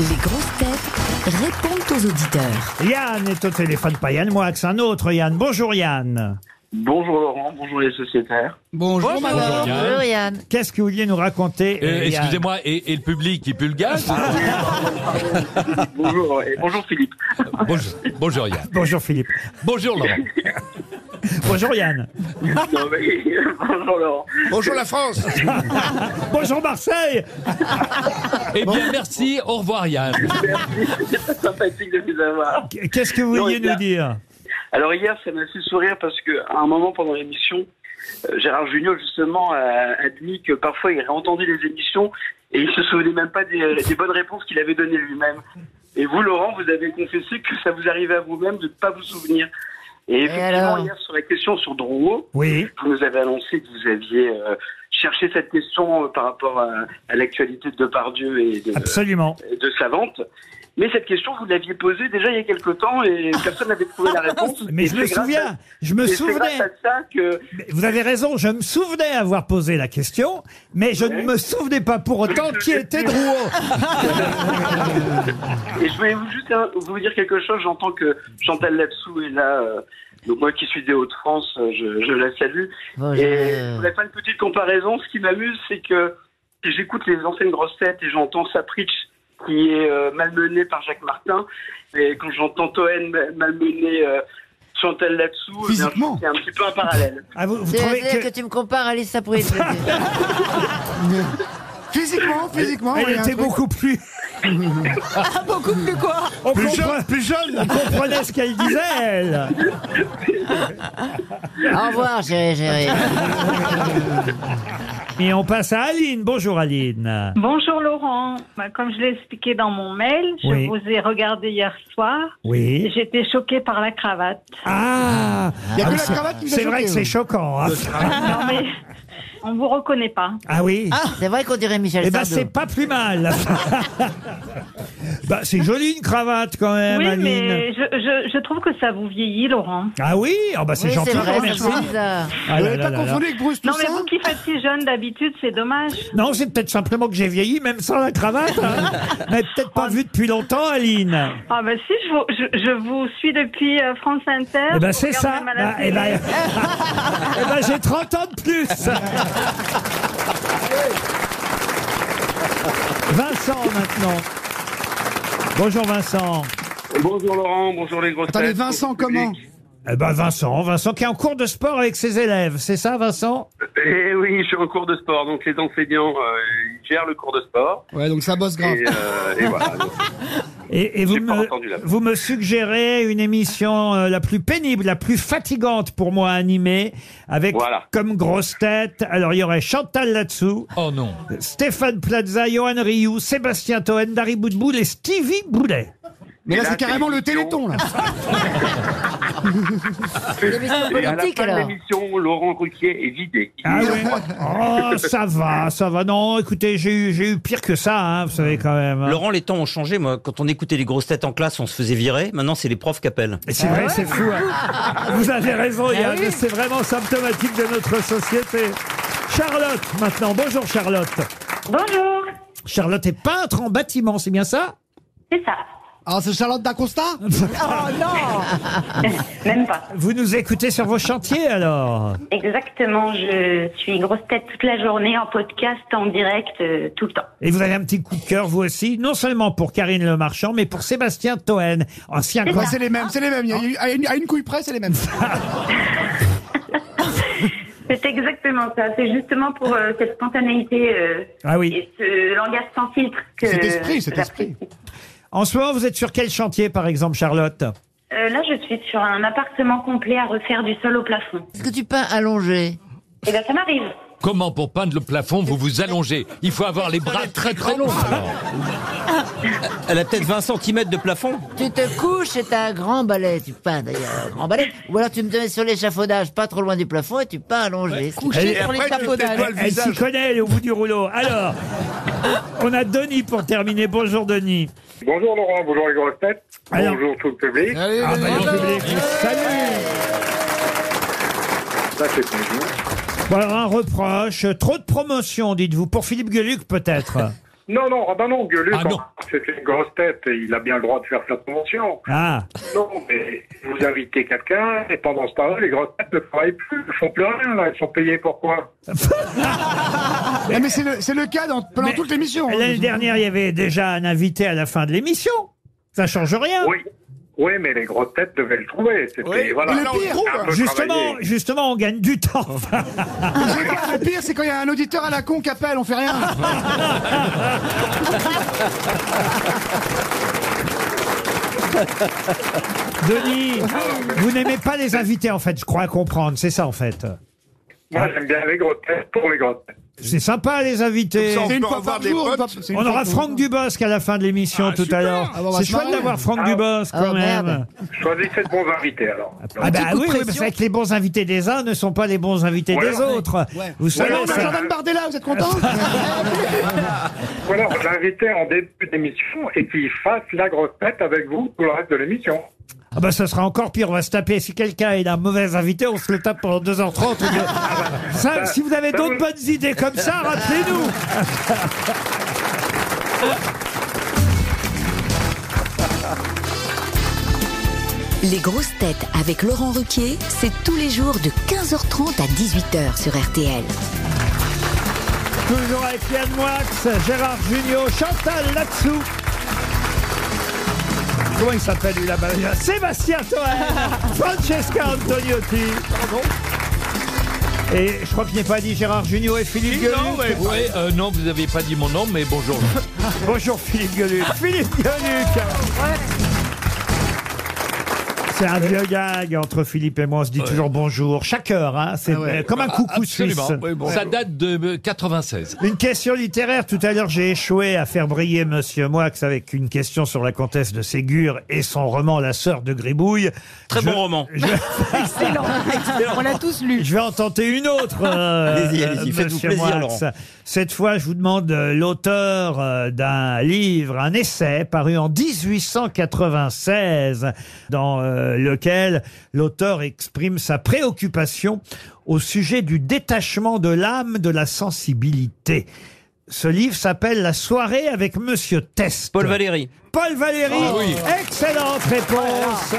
Speaker 12: Les grosses têtes répondent aux auditeurs.
Speaker 2: Yann est au téléphone, pas Yann Moix, un autre Yann. Bonjour Yann.
Speaker 10: Bonjour Laurent, bonjour les sociétaires.
Speaker 6: Bonjour, madame.
Speaker 5: Yann.
Speaker 4: Bonjour Yann.
Speaker 2: Qu'est-ce que vous vouliez nous raconter
Speaker 5: Euh,
Speaker 2: euh, Yann
Speaker 5: Excusez-moi, et, et le public, il pue le gaz
Speaker 2: Ah.
Speaker 10: [laughs] Bonjour, et bonjour Philippe.
Speaker 5: Bonjour, bonjour Yann.
Speaker 2: Bonjour Philippe.
Speaker 5: Bonjour Laurent.
Speaker 2: Bonjour Yann.
Speaker 10: [laughs] Non, mais- bonjour Laurent.
Speaker 8: Bonjour la France.
Speaker 2: [laughs] Bonjour Marseille.
Speaker 5: Eh bien, merci, au revoir Yann.
Speaker 10: C'est [laughs] sympathique de vous avoir.
Speaker 2: Qu'est-ce que vous
Speaker 10: Non,
Speaker 2: vouliez
Speaker 10: il y a-
Speaker 2: nous dire
Speaker 10: Alors hier, ça m'a fait sourire parce que à un moment pendant l'émission, euh, Gérard Junior justement a admis que parfois il avait entendu les émissions et il se souvenait même pas des, des bonnes réponses qu'il avait données lui-même. Et vous Laurent, vous avez confessé que ça vous arrivait à vous-même de ne pas vous souvenir. Et effectivement,
Speaker 4: alors
Speaker 10: hier sur la question sur Drouot,
Speaker 2: Oui.
Speaker 10: Vous nous avez annoncé que vous aviez euh, cherché cette question euh, par rapport à, à l'actualité de Depardieu et de,
Speaker 2: Absolument.
Speaker 10: et de sa vente. Mais cette question, vous l'aviez posée déjà il y a quelque temps et personne n'avait trouvé la réponse.
Speaker 2: [laughs]
Speaker 10: Et
Speaker 2: Mais je me
Speaker 10: c'est grâce
Speaker 2: souviens,
Speaker 10: à-
Speaker 2: je me
Speaker 10: et c'est grâce
Speaker 2: souvenais.
Speaker 10: à ça que
Speaker 2: Mais Vous avez raison, je me souvenais avoir posé la question, mais je ne me souvenais pas pour autant qui était Drouot.
Speaker 10: Et je voulais vous juste hein, vous dire quelque chose. J'entends que Chantal Lapsou est là. euh, donc moi qui suis des Hauts-de-France, euh, je, je la salue.
Speaker 4: Bonjour.
Speaker 10: Et je voudrais faire une petite comparaison. Ce qui m'amuse, c'est que j'écoute les anciennes grosses têtes et j'entends Sapritch qui est euh, malmené par Jacques Martin. Et quand j'entends Toen ma- malmené euh, Chantal Lapsou, eh bien,
Speaker 6: Physiquement.
Speaker 10: c'est un petit peu un parallèle.
Speaker 2: Ah, vous, vous
Speaker 4: Tu veux
Speaker 2: trouvez
Speaker 4: dire
Speaker 2: que...
Speaker 4: que tu me compares à Lisa Pris
Speaker 6: [laughs] Physiquement, Oh, physiquement.
Speaker 2: Elle
Speaker 6: oui, un
Speaker 2: était
Speaker 6: truc. Ah, [laughs]
Speaker 2: beaucoup plus.
Speaker 3: Beaucoup plus quoi
Speaker 2: On,
Speaker 8: Plus
Speaker 2: compre-
Speaker 8: jeune, plus jeune.
Speaker 2: on comprenait ce qu'elle disait, elle.
Speaker 6: Ah,
Speaker 4: Au revoir, chérie, chérie.
Speaker 2: Et on passe à Aline. Bonjour Aline.
Speaker 12: Bonjour Laurent. Bah, Comme je l'ai expliqué dans mon mail, je
Speaker 2: Oui.
Speaker 12: vous ai regardé hier soir. et
Speaker 2: Oui.
Speaker 12: J'étais choquée par la cravate.
Speaker 2: Ah,
Speaker 6: Il y a
Speaker 2: Ah,
Speaker 6: que la
Speaker 2: c'est-
Speaker 6: cravate qui nous a
Speaker 2: c'est vrai
Speaker 6: choqués,
Speaker 2: que c'est
Speaker 6: oui.
Speaker 2: choquant. hein.
Speaker 4: Ah.
Speaker 12: Non mais on vous reconnaît pas.
Speaker 2: Ah oui.
Speaker 4: C'est vrai qu'on dirait Michel
Speaker 2: Eh ben,
Speaker 4: Sardou.
Speaker 2: c'est pas
Speaker 4: [laughs]
Speaker 2: plus mal. [laughs] bah, c'est joli une cravate quand même,
Speaker 12: oui,
Speaker 2: Aline.
Speaker 12: mais je, je, je trouve que ça vous vieillit, Laurent.
Speaker 2: Ah oui, ah bah, c'est
Speaker 4: Oui,
Speaker 2: gentil,
Speaker 4: c'est vrai,
Speaker 2: merci.
Speaker 4: ça me fait bizarre.
Speaker 2: Ah
Speaker 6: Vous
Speaker 2: là
Speaker 6: l'avez
Speaker 2: là
Speaker 6: pas
Speaker 2: là là.
Speaker 6: confondu avec Bruce
Speaker 12: Non, mais
Speaker 6: Toussaint
Speaker 12: vous qui faites si jeune d'habitude, c'est dommage.
Speaker 2: Non, c'est peut-être simplement que j'ai vieilli, même sans la cravate.
Speaker 4: [laughs]
Speaker 2: hein. Mais peut-être pas vu depuis longtemps, Aline.
Speaker 12: Ah ben si, je vous, je, je vous suis depuis euh, France Inter.
Speaker 2: Eh ben,
Speaker 12: je
Speaker 2: c'est
Speaker 12: regarde
Speaker 2: ça.
Speaker 12: même à la
Speaker 2: Bah,
Speaker 12: télé.
Speaker 2: eh ben, eh ben, j'ai 30 ans de [laughs] plus.
Speaker 6: Ah,
Speaker 2: Vincent, maintenant. Bonjour, Vincent.
Speaker 10: Bonjour Laurent, bonjour les grosses
Speaker 6: Attendez,
Speaker 10: têtes.
Speaker 6: Vincent,
Speaker 10: bonjour
Speaker 6: comment
Speaker 10: public.
Speaker 2: Eh ben, Vincent, Vincent qui est en cours de sport avec ses élèves. C'est ça, Vincent
Speaker 10: Eh oui, je suis en cours de sport. Donc les enseignants, euh, ils gèrent le cours de sport.
Speaker 6: Ouais, donc ça bosse grave.
Speaker 10: Et, euh, et voilà. Donc,
Speaker 2: Et, et vous,
Speaker 10: J'ai pas
Speaker 2: me,
Speaker 10: entendu la fin.
Speaker 2: vous me suggérez une émission euh, la plus pénible, la plus fatigante pour moi à animer, avec
Speaker 10: Voilà.
Speaker 2: comme grosse tête. Alors il y aurait Chantal là-dessous,
Speaker 5: Oh non.
Speaker 2: Stéphane Plaza, Johan Rioux, Sébastien Toen, Dari Boudboul et Stevie Boulet.
Speaker 6: Mais là,
Speaker 10: Et
Speaker 6: c'est
Speaker 10: là,
Speaker 6: carrément le
Speaker 10: c'est une
Speaker 6: téléthon, là.
Speaker 4: L'émission
Speaker 10: et à la
Speaker 4: politique,
Speaker 10: fin de
Speaker 4: alors.
Speaker 10: l'émission, Laurent Ruquier est vidé. Il
Speaker 2: Ah oui. Oh, ça va, ça va. Non, écoutez, j'ai eu, j'ai eu pire que ça, hein, vous savez quand même. hein.
Speaker 7: Laurent, les temps ont changé. Moi, quand on écoutait les grosses têtes en classe, on se faisait virer. Maintenant, c'est les profs qui appellent. Ah
Speaker 2: Et C'est vrai, c'est fou. hein. Vous avez raison,
Speaker 6: Ah,
Speaker 2: Yann. C'est vraiment symptomatique de notre société. Charlotte, maintenant. Bonjour, Charlotte.
Speaker 12: Bonjour,
Speaker 2: Charlotte est peintre en bâtiment, c'est bien ça
Speaker 12: c'est ça.
Speaker 6: Ah, c'est Charlotte
Speaker 8: [laughs]
Speaker 6: d'Acosta Oh
Speaker 13: non Même pas.
Speaker 2: Vous nous écoutez sur vos chantiers alors
Speaker 13: Exactement, je suis grosse tête toute la journée, en podcast, en direct, euh, tout le temps.
Speaker 2: Et vous avez un petit coup de cœur, vous aussi, non seulement pour Karine Le Marchand, mais pour Sébastien Toen, ancien
Speaker 6: Ouais,
Speaker 2: grand-
Speaker 6: c'est les mêmes, c'est les mêmes. Il y
Speaker 8: Ah.
Speaker 6: a eu- à une- à une couille près,
Speaker 8: [laughs]
Speaker 6: c'est les mêmes.
Speaker 13: C'est exactement ça. C'est justement pour euh, cette spontanéité euh,
Speaker 2: Ah oui.
Speaker 13: et ce langage sans filtre que.
Speaker 2: Cet esprit, cet
Speaker 13: j'apprécie.
Speaker 2: En ce moment, vous êtes sur quel chantier, par exemple, Charlotte
Speaker 13: Euh, là, je suis sur un appartement complet à refaire du sol au plafond.
Speaker 4: Est-ce que tu peins allongé
Speaker 13: Eh bien, ça m'arrive.
Speaker 5: Comment pour peindre le plafond, vous
Speaker 7: [laughs]
Speaker 5: vous allongez Il faut avoir les bras très très longs. alors.
Speaker 4: Ah,
Speaker 7: Elle a peut-être 20 cm de plafond.
Speaker 4: Tu te couches et t'as un grand balai, tu peins d'ailleurs, un grand balai. Ou alors tu me mets sur l'échafaudage, pas trop loin du plafond, et tu peins allongé.
Speaker 2: Elle- Elle- Elle s'y connaît, elle est au bout du rouleau.
Speaker 6: [laughs]
Speaker 2: Alors, on a Denis pour terminer. Bonjour Denis.
Speaker 14: Bonjour Laurent, bonjour les grosses têtes. Bonjour tout le public.
Speaker 2: Ah, bah, le public, Salut
Speaker 14: Ça c'est bonjour.
Speaker 2: Bon, alors, un reproche, trop de promotion, dites-vous, pour Philippe Gueluc
Speaker 6: [laughs]
Speaker 2: peut-être.
Speaker 14: Non, non, ah bah non, Gueuluc,
Speaker 2: Ah non.
Speaker 14: c'est une grosse tête, et il a bien le droit de faire sa promotion.
Speaker 2: Ah,
Speaker 14: Non, mais vous invitez quelqu'un, et pendant ce temps-là, les grosses têtes ne travaillent plus, ne font plus rien, là, elles sont payées
Speaker 2: [laughs]
Speaker 14: pourquoi
Speaker 6: Ah, mais c'est le, c'est le cas dans, pendant toute l'émission. hein.
Speaker 2: l'année dernière, il y avait déjà un invité à la fin de l'émission. Ça change rien.
Speaker 14: Oui. Oui, mais les grosses têtes devaient le trouver. C'était, voilà,
Speaker 6: Et le pire,
Speaker 14: un peu
Speaker 2: Justement,
Speaker 14: travaillé.
Speaker 2: justement, on gagne
Speaker 6: [laughs]
Speaker 2: du temps.
Speaker 6: Le pire, c'est quand il y a un auditeur à la con qui appelle, on fait rien.
Speaker 2: [laughs] Denis, vous n'aimez pas les invités en fait, je crois comprendre, c'est ça en fait.
Speaker 14: Moi, j'aime bien les grosses têtes pour les grosses têtes.
Speaker 2: C'est sympa les invités.
Speaker 14: Comme ça, on C'est une peut fois avoir par des jour, potes. on va- c'est une
Speaker 2: On
Speaker 14: fois
Speaker 2: aura
Speaker 14: par
Speaker 2: Franck Dubosc à la fin de l'émission tout à l'heure.
Speaker 14: Ah, bah, on va
Speaker 2: c'est
Speaker 14: se
Speaker 2: chouette
Speaker 14: marrer.
Speaker 2: d'avoir Franck
Speaker 14: Ah.
Speaker 2: Dubosc quand même.
Speaker 14: Choisissez de bons invités, alors.
Speaker 2: Ah bah oui, oui, mais c'est vrai que les bons invités des uns ne sont pas les bons invités
Speaker 14: Voilà.
Speaker 2: des autres.
Speaker 14: Ouais.
Speaker 2: Vous savez,
Speaker 14: Voilà, on a
Speaker 2: ça-
Speaker 6: Jordan Bardella, vous
Speaker 8: [laughs]
Speaker 6: êtes content
Speaker 14: Voilà, on l'invitait en début d'émission et qu'il fasse la grosse tête avec vous pour le reste de l'émission.
Speaker 2: Ah bah ça sera encore pire, on va se taper. Si quelqu'un est un mauvais invité, on se le tape pendant 2h30. ça,
Speaker 14: bah,
Speaker 2: si vous avez
Speaker 14: bah,
Speaker 2: d'autres
Speaker 14: oui.
Speaker 2: bonnes idées comme ça, rappelez-nous.
Speaker 12: Les grosses têtes avec Laurent Ruquier, c'est tous les jours de 15h30 à 18h sur RTL.
Speaker 2: Toujours avec Yann Moix, Gérard Junior, Chantal Latsou. Comment il s'appelle lui là-bas Il y a Sébastien
Speaker 5: [laughs]
Speaker 2: Toen, Francesca Antoniotti. Et je crois que je n'ai pas dit Gérard Junior et Philippe Gueluc.
Speaker 5: Ouais, euh, non, vous n'avez pas dit mon nom, mais
Speaker 2: [laughs]
Speaker 5: bonjour.
Speaker 2: Bonjour Philippe Gueluc. [laughs] Philippe Gueluc C'est un vieux gag entre Philippe et moi, on se dit toujours bonjour. Chaque heure, hein, c'est euh, comme un coucou
Speaker 5: Ah Absolument.
Speaker 2: suisse.
Speaker 5: Ça date de euh, 96.
Speaker 2: Une question littéraire. Tout à l'heure, j'ai échoué à faire briller Monsieur Moix avec une question sur la comtesse de Ségur et son roman La sœur de Gribouille.
Speaker 7: Très bon roman.
Speaker 2: Excellent.
Speaker 7: Excellent. On l'a
Speaker 2: tous lu. Je vais en tenter une autre. euh,
Speaker 7: [laughs] Allez-y, allez-y, faites-vous
Speaker 2: Monsieur
Speaker 7: plaisir,
Speaker 2: Moix.
Speaker 7: Laurent.
Speaker 2: Cette fois, je vous demande euh, l'auteur euh, d'un livre, un essai paru en 1896, dans euh, lequel l'auteur exprime sa préoccupation au sujet du détachement de l'âme de la sensibilité. Ce livre s'appelle La soirée avec Monsieur Test.
Speaker 7: Paul Valéry.
Speaker 2: Paul Valéry.
Speaker 7: Ah oui.
Speaker 2: Excellente réponse.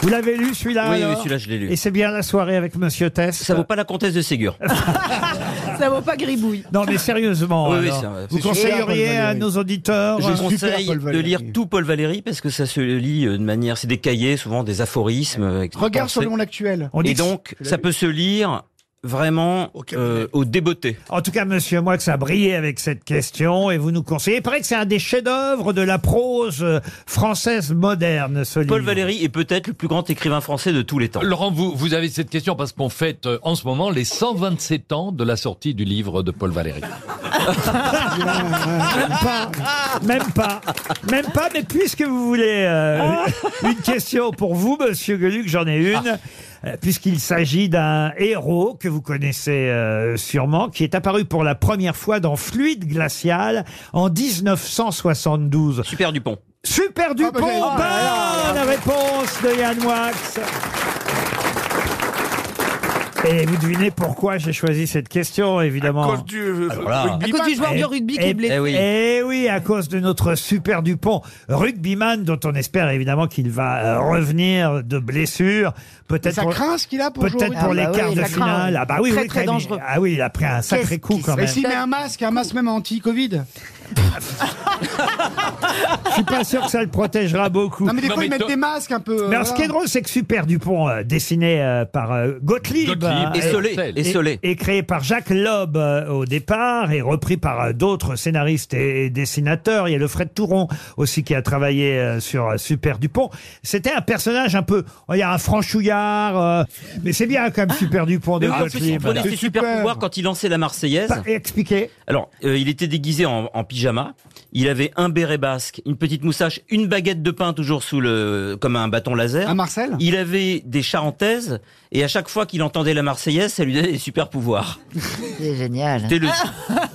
Speaker 2: Vous l'avez lu celui-là
Speaker 7: Oui, oui,
Speaker 2: alors
Speaker 7: celui-là, je l'ai lu.
Speaker 2: Et c'est bien la soirée avec Monsieur Test.
Speaker 7: Ça vaut pas la comtesse de Ségur.
Speaker 3: Ça vaut pas gribouille.
Speaker 2: Euh, Non, mais sérieusement.
Speaker 7: Oui, oui,
Speaker 2: alors,
Speaker 7: ça va. C'est
Speaker 2: vous
Speaker 7: super, Paul
Speaker 2: conseilleriez à
Speaker 7: Valéry.
Speaker 2: nos
Speaker 6: Oh,
Speaker 2: auditeurs
Speaker 7: Je
Speaker 2: euh,
Speaker 7: conseille de lire tout Paul Valéry parce que ça se lit euh, de manière. C'est des cahiers, souvent des aphorismes. euh, avec des
Speaker 6: Regarde
Speaker 7: pensées.
Speaker 6: sur le monde actuel.
Speaker 7: Et donc, ça peut se lire vraiment euh, au débeauté.
Speaker 2: En tout cas, monsieur Moix a brillé avec cette question et vous nous conseillez. Il paraît que c'est un des chefs-d'œuvre de la prose euh, française moderne, ce
Speaker 7: Paul
Speaker 2: livre.
Speaker 7: Valéry est peut-être le plus grand écrivain français de tous les temps.
Speaker 5: Laurent, vous, vous avez cette question parce qu'on fête euh, en ce moment les 127 ans de la sortie du livre de Paul Valéry.
Speaker 2: Même pas, même pas, même pas, mais puisque vous voulez euh, une question pour vous, monsieur Gueluc, j'en ai
Speaker 7: Ah.
Speaker 2: une. euh, Puisqu'il s'agit d'un héros que vous connaissez euh, sûrement, qui est apparu pour la première fois dans Fluide glacial en 1972.
Speaker 7: Super Dupont.
Speaker 6: Ah,
Speaker 2: Super Dupont,
Speaker 7: bah, j'ai- oh là là.
Speaker 2: bonne réponse de Yann Wax. Et vous devinez pourquoi j'ai choisi cette question, évidemment. Ah,
Speaker 8: À cause du, euh,
Speaker 2: Alors
Speaker 8: là.
Speaker 3: rugbyman. À cause du joueur du rugby qui est blessé.
Speaker 2: Eh oui. Eh oui, à cause de notre super Dupont, rugbyman, dont on espère évidemment qu'il va euh, revenir de blessure. Peut-être
Speaker 6: Ça
Speaker 2: pour-
Speaker 6: craint ce qu'il a pour jouer au
Speaker 2: Peut-être
Speaker 6: rugby.
Speaker 2: pour
Speaker 6: Ah
Speaker 2: les
Speaker 6: bah oui,
Speaker 2: quarts de
Speaker 6: ça craint,
Speaker 2: finale.
Speaker 6: oui.
Speaker 2: Ah bah oui,
Speaker 6: Très, très
Speaker 2: oui, quand même.
Speaker 6: dangereux.
Speaker 2: Ah oui, il a pris un sacré coup quand même.
Speaker 6: Mais s'il met un masque, un masque même anti-Covid.
Speaker 2: Je suis pas sûr que ça le protégera beaucoup.
Speaker 6: Non, mais des fois, ils mettent des masques un peu. euh,
Speaker 2: Mais alors, ce qui est
Speaker 6: voilà.
Speaker 2: drôle, c'est que Super Dupont, euh, dessiné euh, par euh, Gottlieb,
Speaker 7: Gottlieb,
Speaker 2: hein,
Speaker 7: et Solé, et Solé.
Speaker 2: et créé par Jacques Loeb euh, au départ, et repris par euh, d'autres scénaristes et, et dessinateurs. Il y a le Fred Touron aussi qui a travaillé euh, sur euh, Super Dupont. C'était un personnage un peu, oh, il y a un franchouillard, euh, mais c'est bien quand même Super Dupont de
Speaker 7: Ah, Mais oui, en plus, il
Speaker 2: Gottlieb.
Speaker 7: prenait ses
Speaker 2: C'est
Speaker 7: super pouvoirs quand il lançait la Marseillaise.
Speaker 6: Bah,
Speaker 2: Expliquez.
Speaker 7: Alors, euh, il était déguisé en, en pyjama. Il avait un béret basque, une petite moustache, une baguette de pain toujours sous le, comme un bâton laser.
Speaker 6: Un Marcel.
Speaker 7: Il avait des charentaises et à chaque fois qu'il entendait la Marseillaise, ça lui donnait des super
Speaker 6: [laughs]
Speaker 7: pouvoirs.
Speaker 4: C'est génial. Ah.
Speaker 7: C'était le,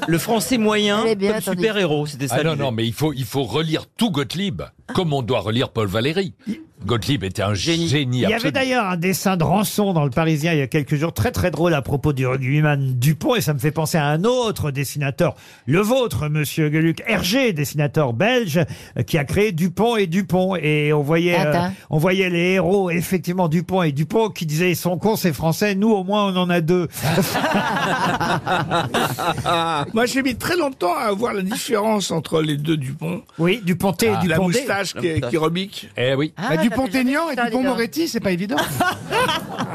Speaker 7: le français moyen
Speaker 4: Elle est Eh bien,
Speaker 7: comme
Speaker 4: attendez.
Speaker 7: super héros. C'était ça.
Speaker 5: Ah non,
Speaker 7: l'idée. Ah.
Speaker 5: non, mais il faut, il faut relire tout Gottlieb, comme on doit relire Paul Valéry. Gottlieb était un génie,
Speaker 2: Il y avait
Speaker 5: absolu.
Speaker 2: d'ailleurs un dessin de Ranson dans le Parisien il y a quelques jours, très très drôle à propos du rugbyman Dupont, et ça me fait penser à un autre dessinateur, le vôtre, monsieur Gueluc, Hergé, dessinateur belge, euh, qui a créé Dupont et Dupont. Et on voyait, euh,
Speaker 4: Attends.
Speaker 2: on voyait les héros, effectivement, Dupont et Dupont, qui disaient ils sont cons, c'est français, nous au moins on en a deux.
Speaker 8: Moi, j'ai mis très longtemps à voir la différence entre les deux Dupont.
Speaker 2: Oui, Duponté
Speaker 8: et La
Speaker 2: Dupondé.
Speaker 8: moustache qui,
Speaker 2: La
Speaker 8: qui rebique.
Speaker 5: Eh oui.
Speaker 6: Bah, Dupont-Aignan et Dupont-Moretti, c'est pas évident.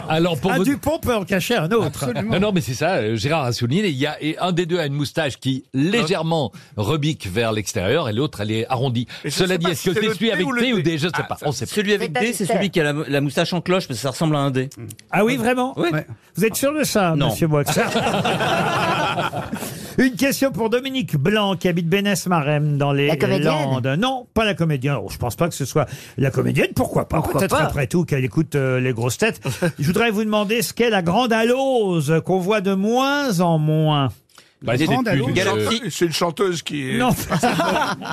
Speaker 5: Alors pour
Speaker 2: un
Speaker 5: vous-
Speaker 2: Dupont peut en cacher un autre.
Speaker 5: Non, non, mais c'est ça, euh, Gérard a souligné, il y a, et un des deux a une moustache qui légèrement rebique vers l'extérieur et l'autre, elle est arrondie.
Speaker 7: Mais je
Speaker 5: Cela
Speaker 7: sais
Speaker 5: dit,
Speaker 7: pas
Speaker 5: est-ce
Speaker 7: si
Speaker 5: que
Speaker 7: c'est
Speaker 5: c'est
Speaker 7: le
Speaker 5: celui
Speaker 7: thé
Speaker 5: avec
Speaker 7: ou le
Speaker 5: thé ou
Speaker 7: thé.
Speaker 5: des, je ne sais
Speaker 7: Ah,
Speaker 5: pas,
Speaker 7: ça-
Speaker 5: on sait pas.
Speaker 7: Celui avec D, c'est celui qui a la, la moustache en cloche parce que ça ressemble à un D.
Speaker 2: Ah oui, vraiment
Speaker 7: Oui.
Speaker 2: Vous êtes sûr de ça,
Speaker 7: Non.
Speaker 2: monsieur Boix [laughs] Une question pour Dominique Blanc, qui habite Bénès-Marem, dans les
Speaker 4: La comédienne
Speaker 2: Landes. Non, pas la comédienne. Alors, je pense pas que ce soit la comédienne. Pourquoi pas Peut-être
Speaker 4: pas
Speaker 2: après tout qu'elle écoute euh, les grosses
Speaker 3: [laughs]
Speaker 2: têtes. je voudrais vous demander ce qu'est la grande alose qu'on voit de moins en moins.
Speaker 5: Bah, c'est
Speaker 8: Grande
Speaker 5: une-
Speaker 8: allonge.
Speaker 5: Galaxie.
Speaker 8: C'est une chanteuse qui est...
Speaker 2: [laughs] Non.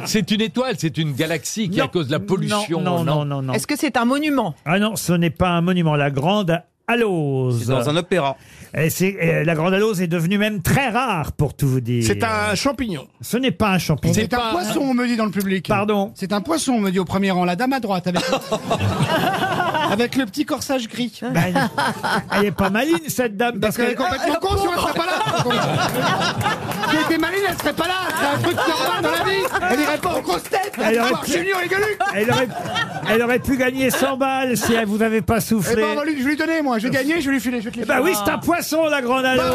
Speaker 5: C'est une étoile, c'est une galaxie qui, à cause de la pollution,
Speaker 2: non, non, non, non.
Speaker 3: Est-ce que c'est un monument
Speaker 2: Ah non, ce n'est pas un monument. La grande alose.
Speaker 7: C'est dans un opéra.
Speaker 2: Et c'est- et la grande alose est devenue même très rare, pour tout vous dire.
Speaker 8: C'est un champignon.
Speaker 2: euh, Ce n'est pas un champignon.
Speaker 6: C'est un poisson, on me dit dans le public.
Speaker 2: Pardon
Speaker 6: C'est un poisson, on me dit au premier rang. La dame à droite, avec,
Speaker 2: [laughs]
Speaker 6: avec le petit corsage gris.
Speaker 2: Bah, elle, elle est pas maline cette dame parce
Speaker 6: Parce qu'elle est
Speaker 2: que Ah,
Speaker 6: complètement con,
Speaker 2: euh,
Speaker 6: sinon elle serait pas
Speaker 2: [laughs]
Speaker 6: là. Si elle était maline, elle serait pas là. C'est un truc normal dans la vie. Elle irait pas aux grosses têtes. Elle
Speaker 2: Elle
Speaker 6: irait
Speaker 2: aurait
Speaker 6: voir
Speaker 2: pu-
Speaker 6: Junior et Gueuluc.
Speaker 2: elle aurait, elle aurait pu gagner 100 balles si elle vous avait pas
Speaker 6: Eh
Speaker 2: soufflé.
Speaker 6: ben, on va lui- je vais lui donner, moi. Je vais gagner, je vais lui filer. Je vais te les
Speaker 2: Bah
Speaker 6: filer. Bah
Speaker 2: oui, c'est un poisson la grande alose.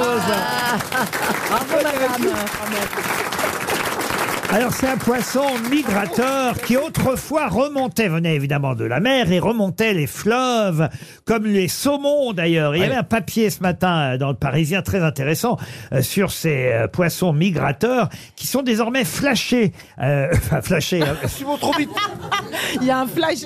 Speaker 2: Alors c'est un poisson migrateur qui autrefois remontait, venait évidemment de la mer et remontait les fleuves, comme les saumons d'ailleurs. Il y avait un papier ce matin euh, dans le Parisien très intéressant euh, sur ces euh, poissons migrateurs qui sont désormais flashés. Euh, [laughs] Enfin flashés. hein.
Speaker 8: Ils vont trop vite.
Speaker 3: [laughs] Il y a un flash.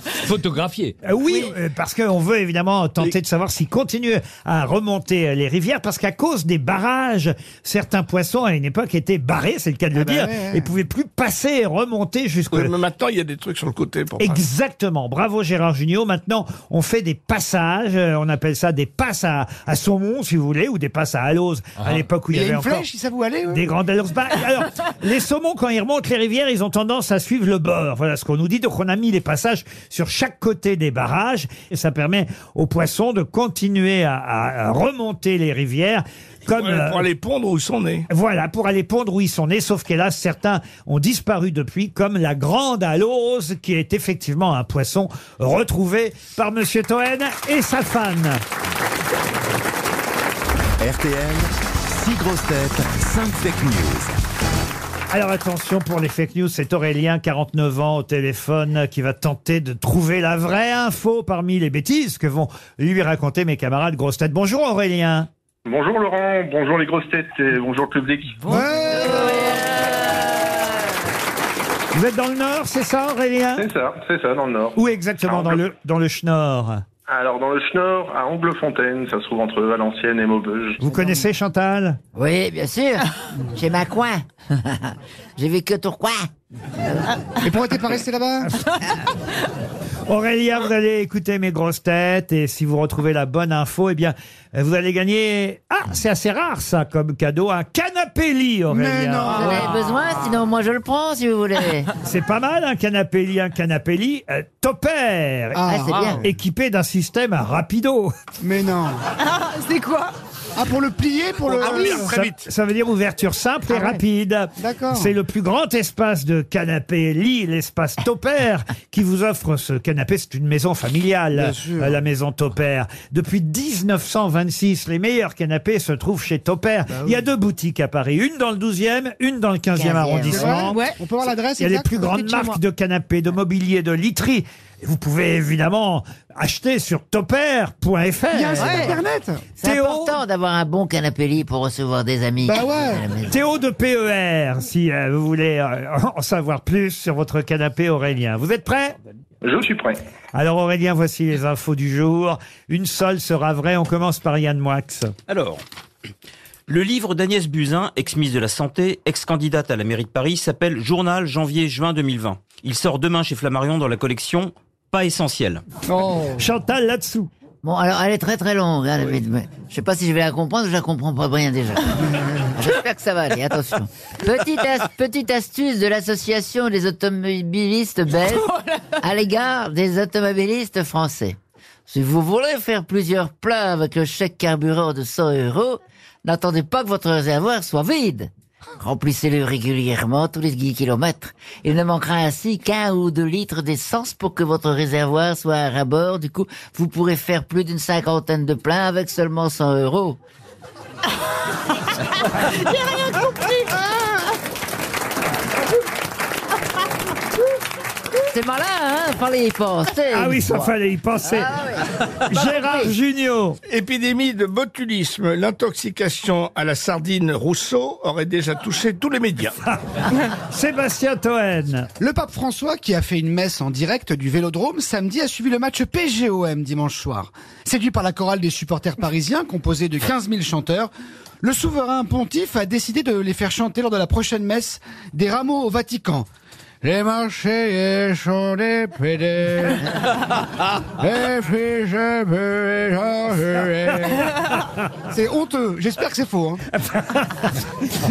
Speaker 3: [laughs]
Speaker 5: photographié.
Speaker 2: Euh, oui, euh, parce qu'on veut évidemment tenter de savoir s'ils continuent à remonter euh, les rivières, parce qu'à cause des barrages, certains poissons à une époque étaient barrés, c'est le cas de le
Speaker 6: bah
Speaker 2: dire,
Speaker 6: ouais, ouais.
Speaker 2: et pouvaient plus passer et remonter jusqu'au...
Speaker 8: Mais maintenant, il y a des trucs sur le côté pour pas-
Speaker 2: Exactement. Bravo Gérard Junior. Maintenant, on fait des passages. euh, On appelle ça des passes à, à saumon, si vous voulez, ou des passes à alose.
Speaker 6: ah.
Speaker 2: À l'époque où il y,
Speaker 6: Il y
Speaker 2: avait
Speaker 6: a une
Speaker 2: encore
Speaker 6: flèche, si ça vous allait. ouais.
Speaker 2: des grandes aloses. Bah,
Speaker 6: [laughs]
Speaker 2: alors, les saumons, quand ils remontent les rivières, ils ont tendance à suivre le bord. Voilà ce qu'on nous dit. Donc, on a mis les passages sur chaque côté des barrages. Et ça permet aux poissons de continuer à, à- à remonter les rivières. Comme,
Speaker 8: pour, aller- pour
Speaker 2: euh,
Speaker 8: aller pondre où ils sont nés.
Speaker 2: voilà, pour aller pondre où ils sont nés, sauf qu'hélas, certains ont disparu depuis, comme la grande alose, qui est effectivement un poisson retrouvé par Monsieur Toen et sa femme.
Speaker 1: RTL, 6 grosses têtes, 5 fake news.
Speaker 2: Alors attention pour les fake news, c'est Aurélien, 49 ans, au téléphone, qui va tenter de trouver la vraie info parmi les bêtises que vont lui raconter mes camarades grosses têtes. Bonjour Aurélien.
Speaker 14: Bonjour Laurent, bonjour les grosses têtes et bonjour le public.
Speaker 2: Vous êtes dans le Nord, c'est ça Aurélien
Speaker 14: C'est ça, c'est ça, dans le Nord.
Speaker 2: Où exactement dans le, dans le Schnorr
Speaker 14: Alors dans le Schnorr, à Anglefontaine, ça se trouve entre Valenciennes et Maubeuge.
Speaker 2: Vous connaissez Chantal
Speaker 4: Oui, bien
Speaker 2: [laughs]
Speaker 4: sûr. J'ai ma [laughs] coin. J'ai vécu Tourcoing. [laughs]
Speaker 2: Ah,
Speaker 6: Et pourquoi t'es pas resté là-bas
Speaker 2: Aurélia, vous allez écouter mes grosses têtes et si vous retrouvez la bonne info, eh bien, euh, vous allez gagner. Ah, c'est assez rare ça comme cadeau, un canapé lit, Aurélia.
Speaker 4: Vous en avez besoin, sinon moi je le prends si vous
Speaker 2: [laughs]
Speaker 4: voulez.
Speaker 2: C'est pas mal un canapé lit, un canapé lit euh, topper,
Speaker 4: Ah, Ah, c'est bien.
Speaker 2: équipé d'un système à rapido. Mais non.
Speaker 6: C'est quoi Ah, pour le plier, pour
Speaker 8: Ah
Speaker 6: le.
Speaker 2: ça, ça veut dire ouverture simple et rapide.
Speaker 6: D'accord.
Speaker 2: C'est le plus grand espace de canapé lit, l'espace Topper, qui vous offre ce canapé. C'est une maison familiale,
Speaker 6: Bien sûr.
Speaker 2: euh, la maison Topper. Depuis 1926, les meilleurs canapés se trouvent chez Topper. Il y a deux boutiques à Paris, une dans le 12e, une dans le 15e, arrondissement.
Speaker 6: Ouais. On peut avoir l'adresse
Speaker 2: Il y a les
Speaker 6: exacte
Speaker 2: plus
Speaker 6: Au
Speaker 2: grandes
Speaker 6: pied de chez moi.
Speaker 2: marques de canapés, de mobilier, de literie. Et Vous pouvez évidemment acheter sur topper.fr.
Speaker 4: Il y a un site Ouais. internet. C'est important d'avoir un bon canapé lit pour recevoir des amis. À la maison.
Speaker 2: Bah Théo de PER, si euh, vous voulez euh, [laughs] en savoir plus sur votre canapé Aurélien. Vous êtes prêt
Speaker 14: Je suis prêt.
Speaker 2: Alors Aurélien, voici les infos du jour. Une seule sera vraie. On commence par Yann Moix.
Speaker 7: Alors, le livre d'Agnès Buzyn, ex-ministre de la Santé, ex-candidate à la mairie de Paris, s'appelle Journal janvier-juin 2020. Il sort demain chez Flammarion dans la collection Pas essentiel.
Speaker 2: Chantal là-dessous.
Speaker 4: Bon, alors elle est très très longue. hein, mais- mais je sais pas si je vais la comprendre, je la comprends pas bien
Speaker 2: [laughs]
Speaker 4: déjà. Ah, J'espère que ça va aller, attention. Petite, as- petite astuce de l'association des automobilistes belges à l'égard des automobilistes français. Si vous voulez faire plusieurs plats avec le chèque carburant de 100 euros, n'attendez pas que votre réservoir soit vide. Remplissez-le régulièrement tous les 10 kilomètres. Il ne manquera ainsi qu'un ou deux litres d'essence pour que votre réservoir soit à ras bord. Du coup, vous pourrez faire plus d'une cinquantaine de plats avec seulement 100 euros.
Speaker 15: J'ai rien compris.
Speaker 4: C'est malin, hein Fallait y penser. Ah
Speaker 2: Ah oui, ça fallait y penser. [laughs] Gérard Junior.
Speaker 8: Épidémie de botulisme, l'intoxication à la sardine Rousseau aurait déjà touché tous les
Speaker 2: [laughs]
Speaker 8: médias.
Speaker 2: Sébastien Toen.
Speaker 6: Le pape François, qui a fait une messe en direct du Vélodrome samedi, a suivi le match PGOM dimanche soir. Séduit par la chorale des supporters parisiens, composée de 15 000 chanteurs, le souverain pontife a décidé de les faire chanter lors de la prochaine messe des rameaux au Vatican. Les marchés sont des
Speaker 2: [laughs]
Speaker 6: pédés. Les filles, je veux les enlever. C'est honteux. J'espère que c'est faux. hein.
Speaker 2: [laughs]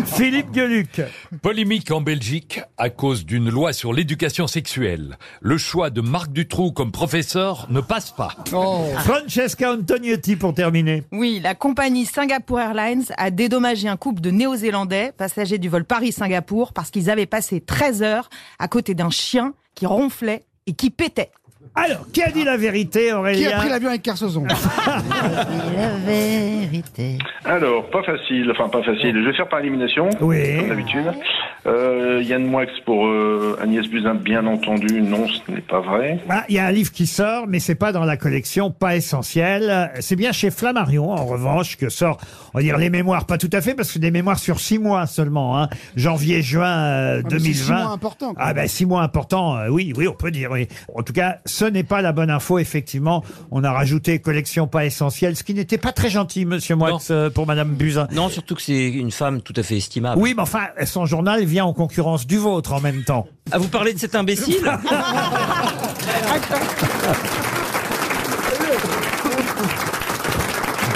Speaker 2: Philippe Gueluc.
Speaker 5: Polémique en Belgique à cause d'une loi sur l'éducation sexuelle. Le choix de Marc Dutroux comme professeur ne passe pas.
Speaker 4: Oh.
Speaker 2: Francesca Antonietti pour terminer.
Speaker 3: Oui, la compagnie Singapore Airlines a dédommagé un couple de Néo-Zélandais passagers du vol Paris-Singapour parce qu'ils avaient passé 13 heures à côté d'un chien qui ronflait et qui pétait.
Speaker 2: Alors, qui a dit la vérité, Aurélien
Speaker 6: Qui a pris l'avion avec
Speaker 2: [laughs]
Speaker 6: Carsozon
Speaker 4: La vérité.
Speaker 14: Alors, pas facile, enfin pas facile. Je vais faire par élimination, comme d'habitude. Euh, Yann Moix pour euh, Agnès Buzyn, bien entendu. Non, ce n'est pas vrai.
Speaker 2: Ah, Il y a un livre qui sort, mais c'est pas dans la collection, pas essentiel. C'est bien chez Flammarion, en revanche, que sort, on va dire, les mémoires, pas tout à fait, parce que des mémoires sur six mois seulement, hein. janvier, juin euh,
Speaker 6: Ah, mais c'est
Speaker 2: 2020.
Speaker 6: six mois importants, quoi.
Speaker 2: Ah ben six mois importants, euh, oui, oui, on peut dire. Oui. En tout cas, ce n'est pas la bonne info, effectivement. On a rajouté collection pas essentielle, ce qui n'était pas très gentil, Monsieur Moix, euh, pour Madame Buzyn.
Speaker 7: Non, surtout que c'est une femme tout à fait estimable.
Speaker 2: Oui, mais enfin, son journal vient en concurrence du vôtre en même temps.
Speaker 7: Ah, vous parlez de cet
Speaker 2: [laughs]
Speaker 7: imbécile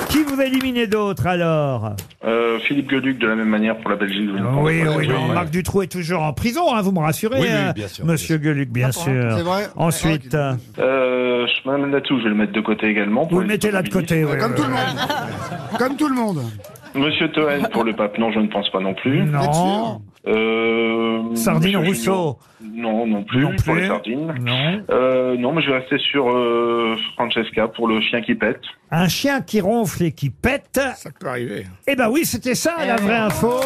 Speaker 2: Qui vous éliminez d'autres alors
Speaker 14: Euh, Philippe Gueduc, de la même manière pour la Belgique. je ne pense
Speaker 2: Oui,
Speaker 14: pas.
Speaker 2: oui, non, Marc Dutroux est toujours en prison, hein, vous me rassurez,
Speaker 14: Oui, oui,
Speaker 2: euh,
Speaker 14: bien sûr,
Speaker 2: monsieur Gueluc, bien sûr.
Speaker 14: C'est vrai
Speaker 2: Ensuite, euh,
Speaker 14: Euh, Madame Latou, je vais le mettre de côté également.
Speaker 2: vous le mettez là de côté. oui, oui.
Speaker 6: Comme tout le monde.
Speaker 14: Monsieur
Speaker 2: [laughs]
Speaker 14: Toen pour le pape, non, je ne pense pas non plus.
Speaker 2: Non. Bien sûr.
Speaker 14: Euh,
Speaker 2: Sardine
Speaker 14: Monsieur
Speaker 2: Rousseau.
Speaker 14: Gignot, Non, non plus.
Speaker 2: Non
Speaker 14: Pour
Speaker 2: plus.
Speaker 14: les sardines.
Speaker 2: Non.
Speaker 14: Euh, non, mais je vais rester sur euh, Francesca pour le chien qui pète.
Speaker 2: Un chien qui ronfle et qui pète.
Speaker 8: peut arriver.
Speaker 2: Eh ben oui, c'était ça la vraie info.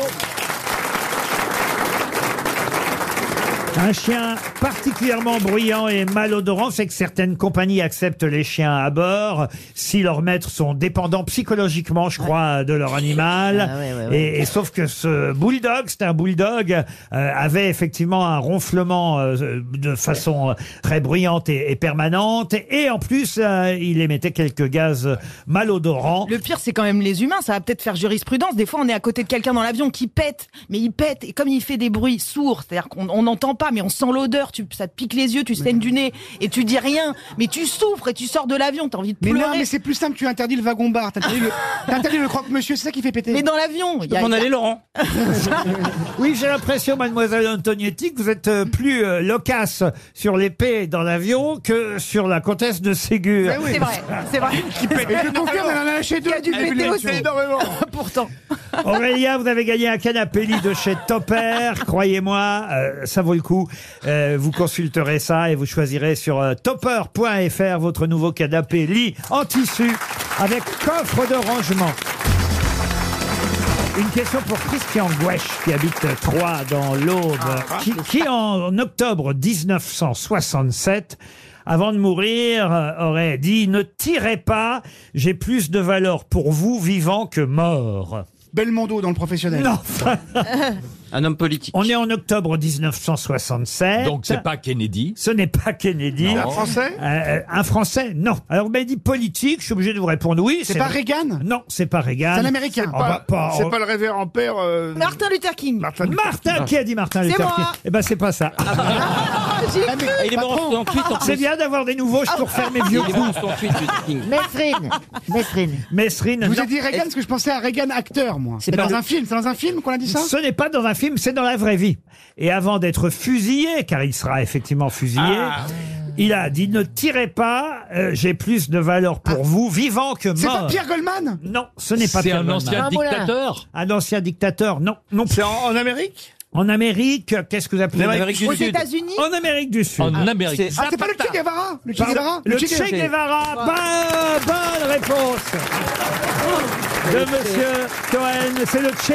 Speaker 2: Un chien particulièrement bruyant et malodorant, c'est que certaines compagnies acceptent les chiens à bord si leurs maîtres sont dépendants psychologiquement, je crois, de leur animal.
Speaker 4: Ah ouais, ouais, ouais.
Speaker 2: Et, et sauf que ce bulldog, c'était un bulldog, euh, avait effectivement un ronflement euh, de façon euh, très bruyante et, et permanente. Et en plus, euh, il émettait quelques gaz malodorants.
Speaker 3: Le pire, c'est quand même les humains, ça va peut-être faire jurisprudence. Des fois, on est à côté de quelqu'un dans l'avion qui pète, mais il pète, et comme il fait des bruits sourds, c'est-à-dire qu'on on n'entend pas, pas, mais on sent l'odeur, tu, ça te pique les yeux, tu saignes du nez, et tu dis rien, mais tu souffres et tu sors de l'avion, t'as envie de
Speaker 6: Mais
Speaker 3: pleurer.
Speaker 6: non, mais c'est plus simple, tu interdis le wagon-bar, t'interdis le, t'interdis le croque-monsieur, c'est ça qui fait péter.
Speaker 3: Mais dans l'avion,
Speaker 6: il
Speaker 2: y a- M'en aller,
Speaker 7: Laurent.
Speaker 2: Oui, j'ai l'impression, mademoiselle Antonietti, que vous êtes euh, plus euh, loquace sur l'épée dans l'avion que sur la comtesse de Ségur.
Speaker 3: Ben C'est vrai, c'est vrai.
Speaker 6: Et je confirme, elle en a lâché deux.
Speaker 3: Il y a du
Speaker 6: Elle a
Speaker 3: pété
Speaker 6: lâché
Speaker 3: aussi.
Speaker 6: énormément.
Speaker 3: Pourtant.
Speaker 2: [laughs] Aurélia, vous avez gagné un canapé lit de chez Topper. Croyez-moi, euh, ça vaut le coup. Euh, vous consulterez ça et vous choisirez sur euh, topper.fr votre nouveau canapé lit en tissu avec coffre de rangement. Une question pour Christian Gouesch, qui habite Troyes, dans l'Aube, qui, qui, en octobre 1967, avant de mourir, euh, aurait dit « Ne tirez pas, j'ai plus de valeur pour vous vivant que mort ».
Speaker 6: Belmondo dans le professionnel.
Speaker 2: Non.
Speaker 7: [laughs] Un homme politique.
Speaker 2: On est en octobre 1967.
Speaker 5: Donc c'est pas Kennedy.
Speaker 2: Ce n'est pas Kennedy.
Speaker 5: Non. Un Français
Speaker 2: Euh, Un Français, non. Alors, vous m'avez dit politique, je suis obligé de vous répondre oui.
Speaker 6: C'est pas
Speaker 2: vrai.
Speaker 6: Reagan
Speaker 2: Non, c'est pas Reagan.
Speaker 6: C'est un Américain.
Speaker 2: On va pas- oh,
Speaker 8: C'est pas le révérend père. euh,
Speaker 3: Martin Luther King.
Speaker 8: Martin,
Speaker 6: Ah.
Speaker 2: Martin, qui a dit Martin
Speaker 8: C'est
Speaker 2: Luther
Speaker 8: moi.
Speaker 2: King Eh ben, c'est pas ça.
Speaker 6: bah.
Speaker 3: Ah,
Speaker 6: Ah,
Speaker 7: Il est mort en 68 en
Speaker 2: C'est
Speaker 7: plus.
Speaker 2: bien d'avoir des nouveaux, je peux refaire mes vieux
Speaker 7: Il est mort en
Speaker 2: coups.
Speaker 7: 68, Luther King.
Speaker 4: Mesrine. Mesrine.
Speaker 2: [laughs] Mesrine.
Speaker 6: Je vous
Speaker 2: non.
Speaker 6: ai dit Reagan parce que je pensais à Reagan acteur, moi.
Speaker 2: C'est
Speaker 6: C'est
Speaker 2: pas
Speaker 6: dans
Speaker 2: le-
Speaker 6: un film, c'est dans un film qu'on a dit ça
Speaker 2: Ce n'est pas dans un film, c'est dans la vraie vie. Et avant d'être fusillé, car il sera effectivement fusillé, il a dit ne tirez pas, euh, j'ai plus de valeur pour vous, vivant que mort.
Speaker 6: C'est pas Pierre Goldman
Speaker 2: Non, ce n'est pas
Speaker 5: C'est
Speaker 2: Pierre
Speaker 5: un
Speaker 2: Goldman. Ah,
Speaker 5: ancien dictateur
Speaker 2: Un ancien dictateur, non. non
Speaker 8: C'est en, en Amérique
Speaker 2: En Amérique, qu'est-ce que vous appelez
Speaker 5: En Amérique du Aux Sud.
Speaker 3: États-Unis
Speaker 2: En Amérique du Sud.
Speaker 5: En Ah, Amérique. c'est-
Speaker 6: Ah, c'est pas le Che Guevara Le Che
Speaker 2: Pardon
Speaker 6: Guevara
Speaker 2: Le Che Guevara. Bonne, Ah, bonne réponse de Monsieur Cohen. C'est le Che.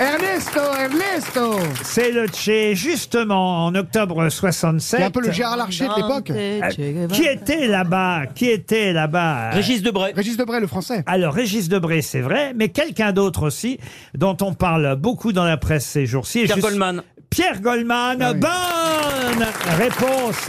Speaker 6: Ernesto, Ernesto
Speaker 2: C'est le Che, justement, en octobre 67.
Speaker 6: C'est un peu le Gérard Larcher de l'époque.
Speaker 2: Euh, Qui était là-bas Qui était là-bas
Speaker 7: Régis Debray.
Speaker 6: Régis Debray, le français.
Speaker 2: Alors, Régis Debray, c'est vrai, mais quelqu'un d'autre aussi, dont on parle beaucoup dans la presse ces jours-ci. et
Speaker 7: Pierre
Speaker 2: je suis-
Speaker 7: Goldman.
Speaker 2: Pierre Goldman,
Speaker 6: Ah
Speaker 2: bonne réponse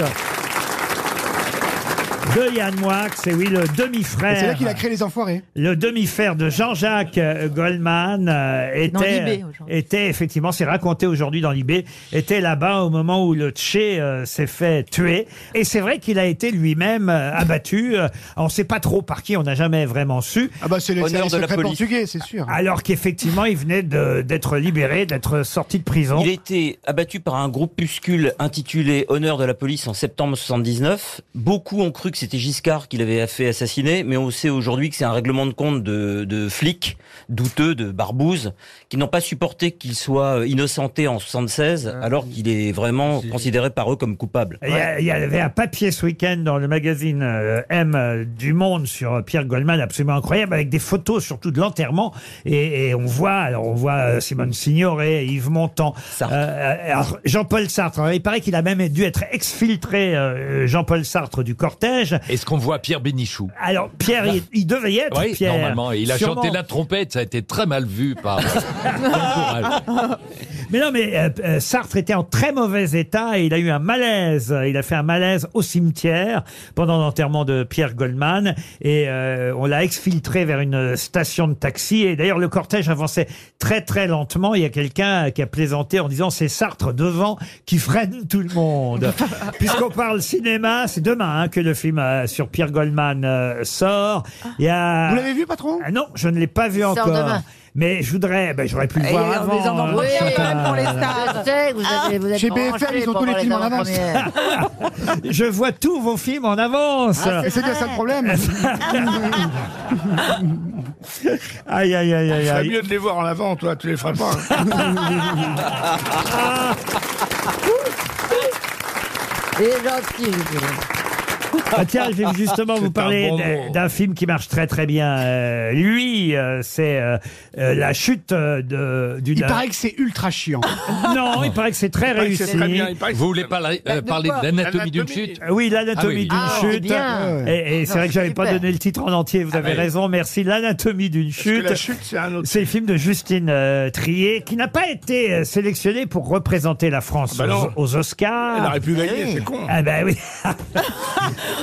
Speaker 2: de Yann Moix, et oui, le
Speaker 6: Et
Speaker 2: demi-frère.
Speaker 6: C'est là qu'il a créé les enfoirés.
Speaker 2: Le demi-frère de Jean-Jacques euh, Goldman euh,
Speaker 3: Dans
Speaker 2: était,
Speaker 3: l'IB, aujourd'hui.
Speaker 2: était effectivement, c'est raconté aujourd'hui dans l'IB, était là-bas au moment où le Tché euh, s'est fait tuer. Et c'est vrai qu'il a été lui-même euh, abattu. Euh, on ne sait pas trop par qui, on n'a jamais vraiment su.
Speaker 6: Ah bah c'est les,
Speaker 7: Honneur
Speaker 6: c'est les
Speaker 7: de la
Speaker 6: secrets
Speaker 7: police.
Speaker 6: portugais, c'est sûr.
Speaker 2: Alors qu'effectivement, il venait de- d'être libéré, d'être sorti de prison.
Speaker 7: Il a été abattu par un groupuscule intitulé Honneur de la police en septembre 79. Beaucoup ont cru que c'était Giscard qui l'avait fait assassiner, mais on sait aujourd'hui que c'est un règlement de compte de, de flics douteux, de barbouzes, qui n'ont pas supporté qu'il soit innocenté en 76, alors qu'il est vraiment considéré par eux comme coupable.
Speaker 2: Ah. Il y, a- il y avait un papier ce week-end dans le magazine euh, M euh, du Monde sur euh, Pierre Goldman, absolument incroyable, avec des photos surtout de l'enterrement. Et, et on voit, alors on voit euh, Simone Signoret, Yves Montand,
Speaker 7: Sartre.
Speaker 2: euh, alors, Jean-Paul Sartre. Alors, il paraît qu'il a même dû être exfiltré, euh, Jean-Paul Sartre, du cortège.
Speaker 5: Est-ce qu'on voit Pierre Bénichou
Speaker 2: Alors Pierre, il, il devait y être.
Speaker 5: Oui,
Speaker 2: Pierre.
Speaker 5: normalement. Il a
Speaker 2: Sûrement.
Speaker 5: chanté la trompette, ça a été très mal vu par
Speaker 2: [laughs]
Speaker 5: l'entourage.
Speaker 2: Mais non, mais euh, euh, Sartre était en très mauvais état et il a eu un malaise. Il a fait un malaise au cimetière pendant l'enterrement de Pierre Goldman et euh, on l'a exfiltré vers une station de taxi. Et d'ailleurs, le cortège avançait très très lentement. Il y a quelqu'un qui a plaisanté en disant c'est Sartre devant qui freine tout
Speaker 6: [laughs]
Speaker 2: le monde. Puisqu'on parle cinéma, c'est demain hein, que le film euh, sur Pierre Goldman euh, sort. Il y a...
Speaker 6: Vous l'avez vu, patron
Speaker 2: Ah non, je ne l'ai pas vu
Speaker 4: sort
Speaker 2: encore.
Speaker 4: demain.
Speaker 2: Mais je voudrais, ben, j'aurais pu le
Speaker 4: Et
Speaker 2: voir
Speaker 4: en
Speaker 2: avant.
Speaker 4: disant,
Speaker 2: hein,
Speaker 4: oui,
Speaker 2: Chantal.
Speaker 4: même pour les stars. Ah, Je sais [laughs] que vous
Speaker 2: [laughs]
Speaker 3: [laughs]
Speaker 4: êtes, vous êtes
Speaker 6: Ah, Chez BFM,
Speaker 4: branchés
Speaker 6: ils ont tous
Speaker 4: pendant
Speaker 6: les films en avance.
Speaker 4: avant-premières.
Speaker 2: [laughs] Je vois tous vos films en avance.
Speaker 4: Ah,
Speaker 6: Et c'est bien ça le problème.
Speaker 2: [laughs] aïe, aïe, aïe, aïe,
Speaker 8: C'est
Speaker 2: aïe.
Speaker 8: mieux de les voir en avant, toi, tu les feras pas. hein.
Speaker 4: Il est gentil. je dirais.
Speaker 2: Ah, tiens, je vais
Speaker 8: [laughs]
Speaker 2: justement vous parler
Speaker 8: bon
Speaker 2: d'un-
Speaker 8: mot.
Speaker 2: d'un film qui marche très très bien. Euh, lui, euh, c'est euh, euh, la chute euh, de, d'une.
Speaker 6: Il paraît que c'est ultra
Speaker 2: [laughs]
Speaker 6: chiant.
Speaker 2: Non, il paraît que c'est très
Speaker 8: paraît que c'est
Speaker 2: réussi.
Speaker 8: très bien, il paraît que
Speaker 5: Vous
Speaker 8: c'est
Speaker 5: voulez
Speaker 8: très bien.
Speaker 5: parler, euh, parler de l'anatomie d'une
Speaker 8: L'anatomie.
Speaker 5: chute
Speaker 2: Euh, Oui, l'anatomie
Speaker 5: Ah oui.
Speaker 2: d'une
Speaker 4: Ah, c'est
Speaker 2: chute.
Speaker 4: bien.
Speaker 2: Et, et c'est vrai que j'avais pas
Speaker 4: Super.
Speaker 2: donné le titre en entier. Vous avez
Speaker 5: oui.
Speaker 2: raison. Merci. L'anatomie d'une
Speaker 8: Parce que
Speaker 2: chute.
Speaker 8: la chute, c'est un autre.
Speaker 2: C'est le film de Justine euh, Trier qui n'a pas été euh, sélectionné pour représenter la France
Speaker 8: Ah bah non.
Speaker 2: aux, aux Oscars.
Speaker 8: Elle aurait pu gagner, c'est con.
Speaker 2: Ah ben oui.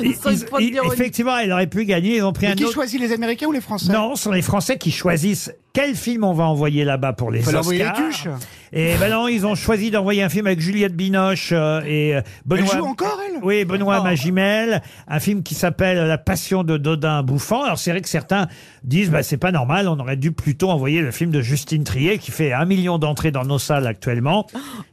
Speaker 2: Ils-
Speaker 3: Sans
Speaker 2: ils-
Speaker 3: point de
Speaker 2: ils-
Speaker 3: l'ironie.
Speaker 2: effectivement, elle aurait pu gagner. Ils ont pris
Speaker 6: Et
Speaker 2: un
Speaker 6: qui
Speaker 2: autre.
Speaker 6: choisit les Américains ou les Français
Speaker 2: Non, ce sont les Français qui choisissent quel film on va envoyer là-bas pour les
Speaker 6: Faut l'envoyer
Speaker 2: Oscars.
Speaker 6: les tuches.
Speaker 2: Et ben non, ils ont choisi d'envoyer un film avec Juliette Binoche euh, et euh, Benoît.
Speaker 6: joue encore, elle
Speaker 2: Oui, Benoît Magimel. Un film qui s'appelle La Passion de Dodin Bouffant. Alors c'est vrai que certains disent, bah c'est pas normal, on aurait dû plutôt envoyer le film de Justine Trier qui fait un million d'entrées dans nos salles actuellement.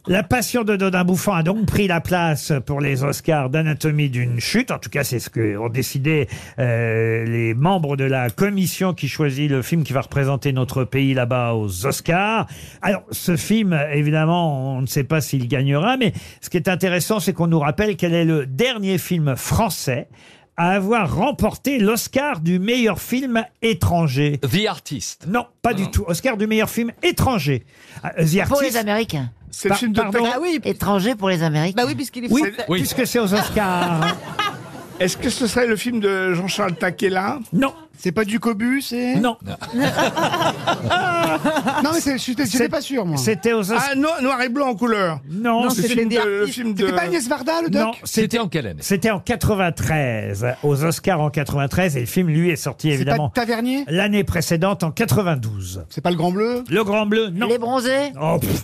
Speaker 2: La Passion de Dodin Bouffant a donc pris la place pour les Oscars d'Anatomie d'une chute. En tout cas, c'est ce que ont décidé euh, les membres de la commission qui choisit le film qui va représenter notre pays là-bas aux Oscars. Alors, ce film, évidemment, on ne sait pas s'il gagnera, mais ce qui est intéressant, c'est qu'on nous rappelle quel est le dernier film français à avoir remporté l'Oscar du meilleur film étranger.
Speaker 5: The Artist.
Speaker 2: Non, pas du tout. Oscar du meilleur film étranger. Ah, The Artist.
Speaker 4: Pour les Américains.
Speaker 2: C'est le Par- film de pardon Tac-
Speaker 4: Étranger pour les Américains. Bah oui, puisqu'il
Speaker 2: Oui, puisque c'est aux Oscars.
Speaker 8: [laughs] Est-ce que ce serait le film de Jean-Charles Taquella
Speaker 2: Non.
Speaker 6: C'est pas du Cobu, c'est
Speaker 2: Non.
Speaker 8: [laughs]
Speaker 6: non, mais c'est- j'étais j'étais pas sûr, moi.
Speaker 2: C'était aux
Speaker 8: Ah, no- noir et blanc en couleur.
Speaker 2: Non,
Speaker 8: le
Speaker 2: c'était
Speaker 8: film
Speaker 2: des
Speaker 8: de- le
Speaker 2: artistes.
Speaker 8: film de.
Speaker 6: C'était pas Agnès Varda, le doc
Speaker 2: Non, c'était en quelle année C'était en 93, aux Oscars en 93, et le film, lui, est sorti évidemment
Speaker 6: Tavernier
Speaker 2: l'année précédente en 92.
Speaker 6: C'est pas le Grand Bleu
Speaker 2: Le Grand Bleu, non.
Speaker 4: Les bronzés
Speaker 2: Oh, pff,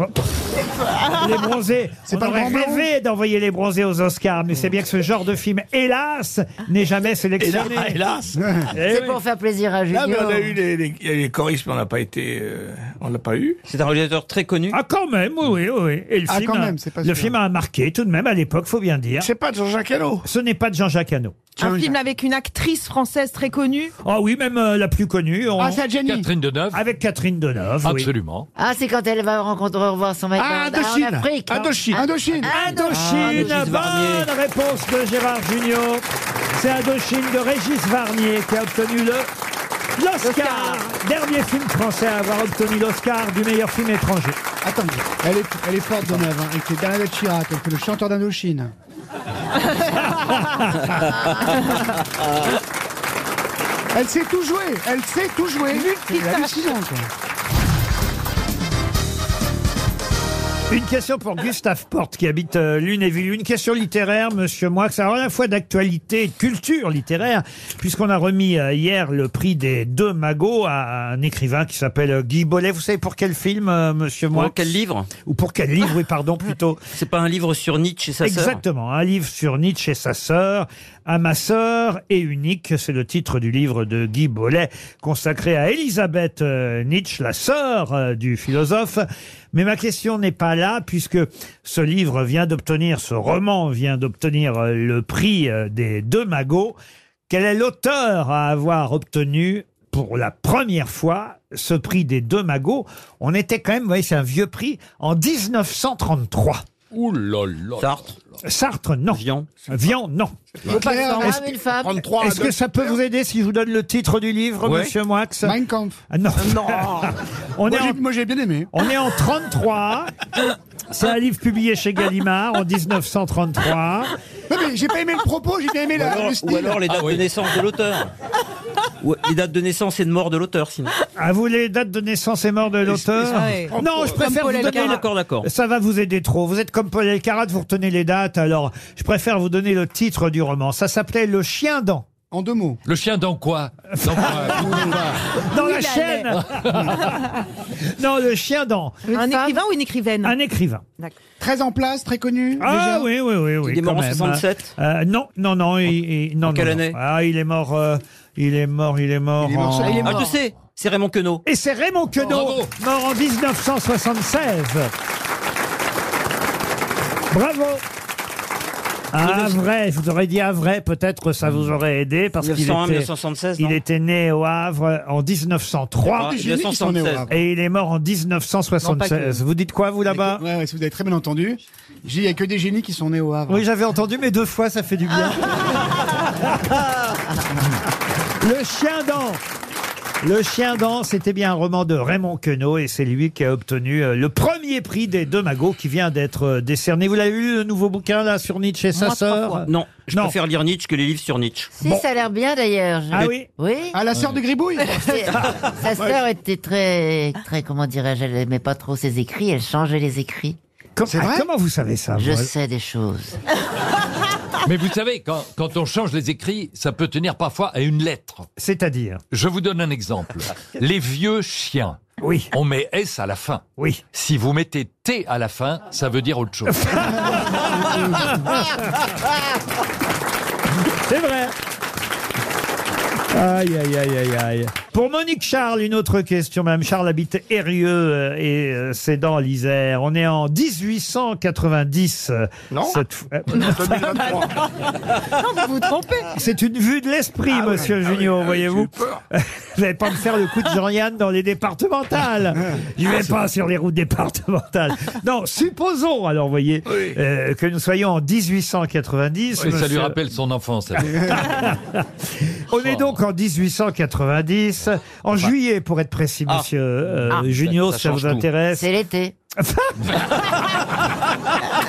Speaker 2: les bronzés,
Speaker 6: [laughs] C'est
Speaker 2: on
Speaker 6: pas le
Speaker 2: aurait
Speaker 6: Grand Bleu
Speaker 2: rêvé d'envoyer les bronzés aux Oscars, mais c'est bien que ce genre de film, hélas, n'est jamais sélectionné.
Speaker 6: [laughs]
Speaker 8: Hélas,
Speaker 2: Eh
Speaker 4: C'est
Speaker 2: oui.
Speaker 4: pour faire plaisir à Julien.
Speaker 8: Non, mais Ah, ben, on
Speaker 2: euh,
Speaker 8: a eu les, les, il y a eu les choristes, mais on n'a pas été. euh, on l'a pas eu.
Speaker 7: C'est un réalisateur très connu.
Speaker 2: Ah, quand même, oui, oui, oui. Et le
Speaker 8: Ah,
Speaker 2: film,
Speaker 8: quand
Speaker 2: a-
Speaker 8: même, c'est pas
Speaker 2: le
Speaker 8: sûr.
Speaker 2: film a marqué tout de même à l'époque, faut bien dire.
Speaker 8: C'est pas de Jean-Jacques Hano.
Speaker 2: Ce n'est pas de Jean-Jacques Hano.
Speaker 3: Un film avec une actrice française
Speaker 6: [laughs]
Speaker 3: très connue.
Speaker 2: Ah oui, même euh, la plus connue. on-
Speaker 6: Ah, c'est à Jenny.
Speaker 5: Catherine Deneuve.
Speaker 2: Avec Catherine Deneuve. oui.
Speaker 5: Absolument.
Speaker 4: Ah, c'est quand elle va rencontrer, revoir son mec
Speaker 6: Ah,
Speaker 4: en-
Speaker 6: Indochine.
Speaker 4: en Afrique. Ah,
Speaker 8: Indochine.
Speaker 6: Indochine
Speaker 2: Indochine,
Speaker 7: Ah, Régis Varnier.
Speaker 2: bonne réponse de Gérard Junior. C'est Indochine de Régis Varnier qui a obtenu le l'Oscar. Dernier film français à avoir obtenu l'Oscar du meilleur film étranger.
Speaker 6: Attendez, elle est, elle est forte, Deneuve, hein, et c'est Bernadette Chirac, elle fait le chanteur d'Indochine. elle sait tout jouer, elle sait tout jouer. C'est hallucinant, quoi.
Speaker 2: Une question pour Gustave Porte qui habite euh, Lunéville. Une question littéraire, monsieur Moix, alors à la fois d'actualité et de culture littéraire, puisqu'on a remis euh, hier le prix des deux magots à un écrivain qui s'appelle euh, Guy Bollet. Vous savez pour quel film, euh, monsieur Moix
Speaker 7: Pour quel livre
Speaker 2: Ou pour quel livre, oui, pardon, plutôt.
Speaker 7: [laughs] C'est pas un livre sur Nietzsche et sa sœur
Speaker 2: Exactement, un livre sur Nietzsche et sa sœur, à ma sœur et unique, c'est le titre du livre de Guy Bollet, consacré à Elisabeth euh, Nietzsche, la sœur euh, du philosophe. Mais ma question n'est pas là, puisque ce livre vient d'obtenir, ce roman vient d'obtenir euh, le prix euh, des deux magots. Quel est l'auteur à avoir obtenu pour la première fois ce prix des deux magots On était quand même, vous voyez, c'est un vieux prix, en 1933.
Speaker 5: Ouh là là.
Speaker 7: Sartre
Speaker 2: Sartre, non.
Speaker 7: Vian
Speaker 2: Vian, non.
Speaker 4: Un homme, une femme.
Speaker 8: 33.
Speaker 2: Est-ce que ça peut vous aider si je vous donne le titre du livre,
Speaker 8: Ouais.
Speaker 2: monsieur Moix
Speaker 6: Mein Kampf.
Speaker 2: Ah, Non. [laughs] on, est
Speaker 6: Moi,
Speaker 2: en,
Speaker 6: j'ai- Moi, j'ai bien aimé.
Speaker 2: on est en
Speaker 6: [laughs]
Speaker 2: 33. C'est un livre publié chez Gallimard en 1933.
Speaker 6: Non, mais j'ai pas aimé le propos, j'ai bien aimé
Speaker 7: Ou
Speaker 6: la,
Speaker 7: alors,
Speaker 6: le
Speaker 7: ou
Speaker 6: style.
Speaker 7: alors les dates
Speaker 5: Ah oui.
Speaker 7: de naissance de
Speaker 5: [laughs]
Speaker 7: l'auteur. Ou les dates de naissance et de mort de l'auteur, sinon.
Speaker 2: À vous les dates de naissance et mort de l'auteur
Speaker 3: Ah ouais.
Speaker 2: Non, je préfère vous
Speaker 3: Paul
Speaker 2: donner...
Speaker 3: Elkarat.
Speaker 7: D'accord, d'accord.
Speaker 2: Ça va vous aider trop. Vous êtes comme Paul Elkarat, vous retenez les dates. Alors, je préfère vous donner le titre du roman. Ça s'appelait Le chien d'an.
Speaker 6: En deux mots.
Speaker 5: Le chien dans quoi Dans quoi Où on va
Speaker 2: [laughs] Dans la
Speaker 8: bah,
Speaker 3: Il
Speaker 7: Ah,
Speaker 2: chaîne Non, Le chien d'an.
Speaker 3: Un écrivain ou une écrivaine
Speaker 2: Un écrivain.
Speaker 6: Très en place, très connu. déjà.
Speaker 2: Ah oui, oui, oui, oui.
Speaker 7: Il est mort
Speaker 2: quand
Speaker 7: en
Speaker 2: même.
Speaker 7: 67?
Speaker 2: Euh, Non, non, non. il- il- non, non,
Speaker 7: quelle
Speaker 2: non.
Speaker 7: année
Speaker 2: Ah, il est mort. euh, il est mort, il est mort.
Speaker 6: Il est mort
Speaker 2: en-
Speaker 6: sur-
Speaker 7: Ah, je sais, c'est Raymond Queneau.
Speaker 2: Et c'est Raymond Queneau,
Speaker 5: Bravo.
Speaker 2: mort en 1976. Bravo ah, vrai, je vous aurais dit à vrai, peut-être ça vous aurait aidé parce qu'il
Speaker 7: 1901,
Speaker 2: était,
Speaker 7: 1976, non
Speaker 2: il était né au Havre en 1903
Speaker 7: Ah,
Speaker 6: J'ai mis qu'ils sont nés au Havre.
Speaker 2: et il est mort en 1976. Vous dites quoi, vous, là-bas
Speaker 6: Ouais, ouais, si vous avez très bien entendu, j'ai dit, il n'y a que des génies qui sont nés au Havre. Ah.
Speaker 2: Oui, j'avais entendu, mais deux fois, ça fait du bien. Le chien d'an. Le chien d'an, c'était bien un roman de Raymond Queneau et c'est lui qui a obtenu euh, le premier prix des deux magots qui vient d'être euh, décerné. Vous l'avez lu, le nouveau bouquin là sur Nietzsche et sa
Speaker 3: Moi, trois
Speaker 2: sœur
Speaker 3: fois.
Speaker 7: Non, je
Speaker 2: Non.
Speaker 7: préfère lire Nietzsche que les livres sur Nietzsche.
Speaker 4: Si,
Speaker 2: Bon.
Speaker 4: ça a l'air bien d'ailleurs.
Speaker 2: Ah oui
Speaker 4: Oui.
Speaker 6: Ah, la sœur de Gribouille
Speaker 4: C'est-
Speaker 2: Ah,
Speaker 4: Sa sœur était très, très, comment dirais-je, elle aimait pas trop ses écrits, elle changeait les écrits.
Speaker 2: Com-
Speaker 6: C'est vrai
Speaker 2: ah, Comment vous savez ça
Speaker 4: Je
Speaker 2: vous
Speaker 4: sais des choses.
Speaker 5: Mais vous savez, quand, quand on change les écrits, ça peut tenir parfois à une lettre.
Speaker 2: C'est-à-dire [laughs]
Speaker 5: Je vous donne un exemple. Les vieux chiens.
Speaker 2: Oui.
Speaker 5: On met S à la fin.
Speaker 2: Oui.
Speaker 5: Si vous mettez T à la fin, ça veut dire autre
Speaker 2: [laughs]
Speaker 5: chose.
Speaker 2: C'est vrai. Aïe, aïe, aïe, aïe, aïe. Pour Monique Charles, une autre question. Madame Charles habite Hérieux euh, et euh, c'est dans l'Isère. On est en 1890. euh,
Speaker 8: Non.
Speaker 2: cette fois-
Speaker 15: non, vous vous trompez.
Speaker 2: C'est une vue de l'esprit,
Speaker 15: Ah ouais.
Speaker 2: monsieur
Speaker 15: Ah
Speaker 2: Junio,
Speaker 15: oui, ah oui,
Speaker 2: voyez-vous.
Speaker 15: j'ai eu peur.
Speaker 2: [laughs] Vous n'allez pas me faire le coup de Jean-Yann dans les départementales. Je vais pas sur les routes départementales. Non, supposons, alors, voyez, euh, que nous soyons en 1890.
Speaker 5: Oui, ça lui
Speaker 2: monsieur-
Speaker 5: rappelle son enfance. elle.
Speaker 2: [laughs] On
Speaker 5: Oh.
Speaker 2: est donc en 1890, en juillet pour être précis,
Speaker 5: Ah.
Speaker 2: monsieur euh,
Speaker 5: Ah.
Speaker 2: Junio,
Speaker 5: Ça- ça
Speaker 2: ça,
Speaker 5: change
Speaker 2: vous
Speaker 5: tout.
Speaker 2: intéresse.
Speaker 4: C'est
Speaker 6: [laughs]
Speaker 4: l'été.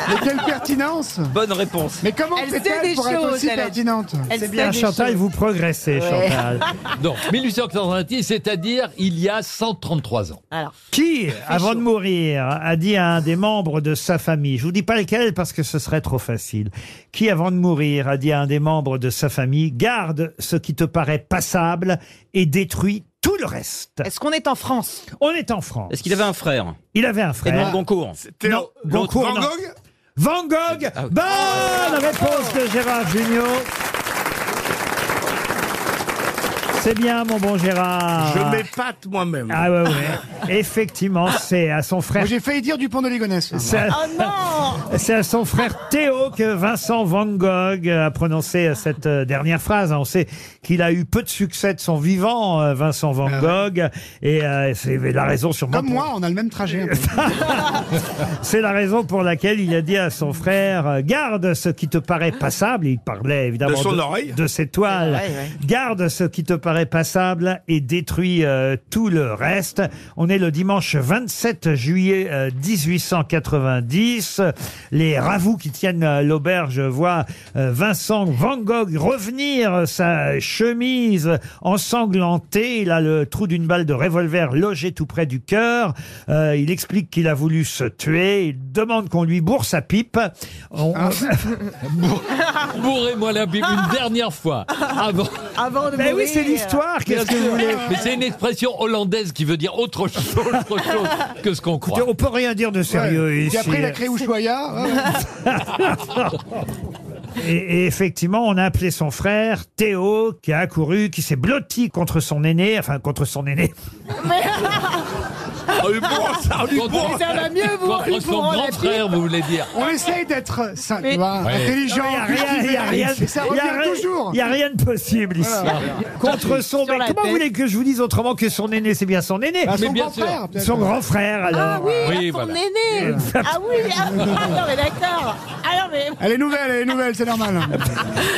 Speaker 6: Mais quelle pertinence
Speaker 7: Bonne réponse.
Speaker 6: Mais comment
Speaker 15: Elle sait
Speaker 6: fait-elle
Speaker 15: des
Speaker 6: pour être
Speaker 15: choses,
Speaker 6: aussi
Speaker 15: elle est-
Speaker 6: pertinente
Speaker 15: elle
Speaker 2: C'est bien, Ah, Chantal, vous progressez, Chantal.
Speaker 5: Donc, 1890, c'est-à-dire il y a 133 ans.
Speaker 2: Alors. Qui, avant de mourir, a dit à un des membres de sa famille, je vous dis pas lequel parce que ce serait trop facile, qui, avant de mourir, a dit à un des membres de sa famille, garde ce qui te paraît passable et détruis tout le reste. Est-ce qu'on est en France On est en France.
Speaker 7: Est-ce qu'il avait un frère
Speaker 2: Il avait un frère.
Speaker 7: Et non Goncourt.
Speaker 2: Non,
Speaker 7: L'autre,
Speaker 2: Goncourt,
Speaker 7: Van
Speaker 2: non.
Speaker 7: Gogh
Speaker 2: Van Gogh Bonne réponse de Gérard Junior. C'est bien, mon bon Gérard.
Speaker 8: Je m'épate moi-même.
Speaker 2: Ah ouais, ouais. Effectivement, c'est à son frère.
Speaker 6: Moi, J'ai failli dire hein. du pont de Ligonnès.
Speaker 2: C'est à... C'est à son frère Théo que Vincent Van Gogh a prononcé cette euh, dernière phrase. On sait qu'il a eu peu de succès de son vivant, euh, Vincent Van Gogh, et euh, c'est la raison sûrement.
Speaker 6: Ah Comme
Speaker 2: pour-
Speaker 6: moi, on a le même trajet.
Speaker 2: [laughs] C'est la raison pour laquelle il a dit à son frère euh, Garde ce qui te paraît passable. Il parlait évidemment
Speaker 8: De son oreille.
Speaker 2: de ses toiles.
Speaker 8: C'est vrai, ouais.
Speaker 2: Garde ce qui te paraît passable et détruis euh, tout le reste. On est le dimanche 27 juillet euh, 1890. Les ravous qui tiennent euh, l'auberge voient euh, Vincent Van Gogh revenir euh, sa chemise ensanglantée. Il a le trou d'une balle de revolver logé tout près du cœur. Euh, il explique qu'il a voulu se tuer. Il demande qu'on lui bourre sa pipe. On-
Speaker 6: Ah.
Speaker 2: [laughs]
Speaker 5: Bour- Bourrez-moi la Bible une dernière fois. Avant.
Speaker 15: Avant de
Speaker 2: Mais oui,
Speaker 15: mourir.
Speaker 2: c'est l'histoire, qu'est-ce
Speaker 5: Bien
Speaker 2: que
Speaker 5: sûr.
Speaker 2: vous voulez
Speaker 5: Mais c'est une expression hollandaise qui veut dire autre chose, [laughs] autre chose que ce qu'on croit.
Speaker 2: On peut rien dire de sérieux
Speaker 6: Et
Speaker 2: ici.
Speaker 6: après, il a créé Ushuaïa. ouais, ouais.
Speaker 2: Et, et effectivement, on a appelé son frère Théo, qui a accouru, qui s'est blotti contre son aîné, enfin contre son aîné. Ah,
Speaker 5: Ah,
Speaker 15: Mais-
Speaker 2: [laughs]
Speaker 15: Mais ça va mieux, vous, en lui
Speaker 5: Contre son
Speaker 15: bourrant la
Speaker 5: grand
Speaker 15: pipe.
Speaker 5: frère, vous voulez dire.
Speaker 6: On essaye d'être sain, tu vois,
Speaker 5: Ouais.
Speaker 6: Ah, intelligent,
Speaker 2: Il y a rien, il y a
Speaker 6: cultivé.
Speaker 2: rien,
Speaker 6: Et ça
Speaker 2: il y a
Speaker 6: revient
Speaker 2: rien-
Speaker 6: toujours.
Speaker 2: il y a rien de possible ici.
Speaker 6: Voilà.
Speaker 2: Contre son.
Speaker 15: Sur
Speaker 2: mais
Speaker 15: la
Speaker 2: comment
Speaker 15: tête.
Speaker 2: vous voulez que je vous dise autrement que son aîné, c'est bien son aîné
Speaker 6: Bah, son Mais bien grand-frère, sûr. peut-être.
Speaker 2: Son grand frère, alors.
Speaker 15: Ah oui,
Speaker 5: Oui,
Speaker 15: à son
Speaker 5: voilà.
Speaker 15: aîné. Ah oui, ah, ah, non, mais d'accord. Alors, mais.
Speaker 6: Elle est nouvelle, elle est nouvelle, c'est normal.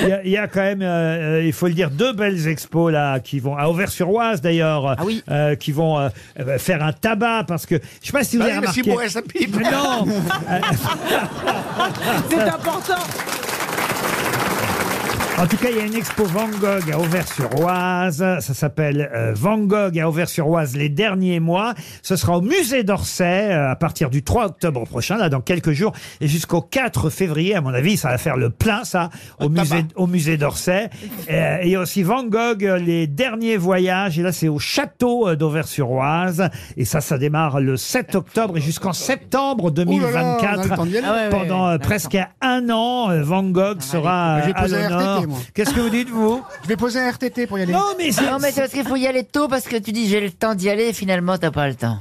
Speaker 2: Il y, a, il y a quand même, euh, euh, il faut le dire, deux belles expos là qui vont à Auvers-sur-Oise d'ailleurs,
Speaker 8: Ah
Speaker 2: euh, euh, qui vont euh, euh, faire un tabac parce que je sais pas si vous
Speaker 8: Bah
Speaker 2: avez
Speaker 8: oui, mais
Speaker 2: remarqué.
Speaker 8: s'il bourrait sa pipe.
Speaker 2: Mais non.
Speaker 8: [laughs]
Speaker 15: C'est important.
Speaker 2: En tout cas, il y a une expo Van Gogh à Auvers-sur-Oise. Ça s'appelle euh, Van Gogh à Auvers-sur-Oise les derniers mois. Ce sera au musée d'Orsay euh, à partir du 3 octobre prochain, là, dans quelques jours, et jusqu'au 4 février. À mon avis, ça va faire le plein, ça, au musée, au musée d'Orsay. Euh, et il y a aussi Van Gogh, euh, les derniers voyages. Et là, c'est au château euh, d'Auvers-sur-Oise. Et ça, ça démarre le 7 octobre et jusqu'en septembre
Speaker 6: Ouh là là, on a le
Speaker 2: 2024.
Speaker 6: temps d'y aller. Ah
Speaker 2: Pendant euh, presque un an, euh, Van Gogh
Speaker 3: Ah,
Speaker 2: sera
Speaker 6: Je vais
Speaker 2: euh, à
Speaker 6: poser un
Speaker 2: l'honneur.
Speaker 6: RTT, moi.
Speaker 2: Qu'est-ce que vous dites, vous
Speaker 6: Je vais poser un RTT pour y aller.
Speaker 2: Non, mais c'est.
Speaker 4: Non, mais c'est parce qu'il faut y aller tôt parce que tu dis j'ai le temps d'y aller et finalement t'as pas le temps.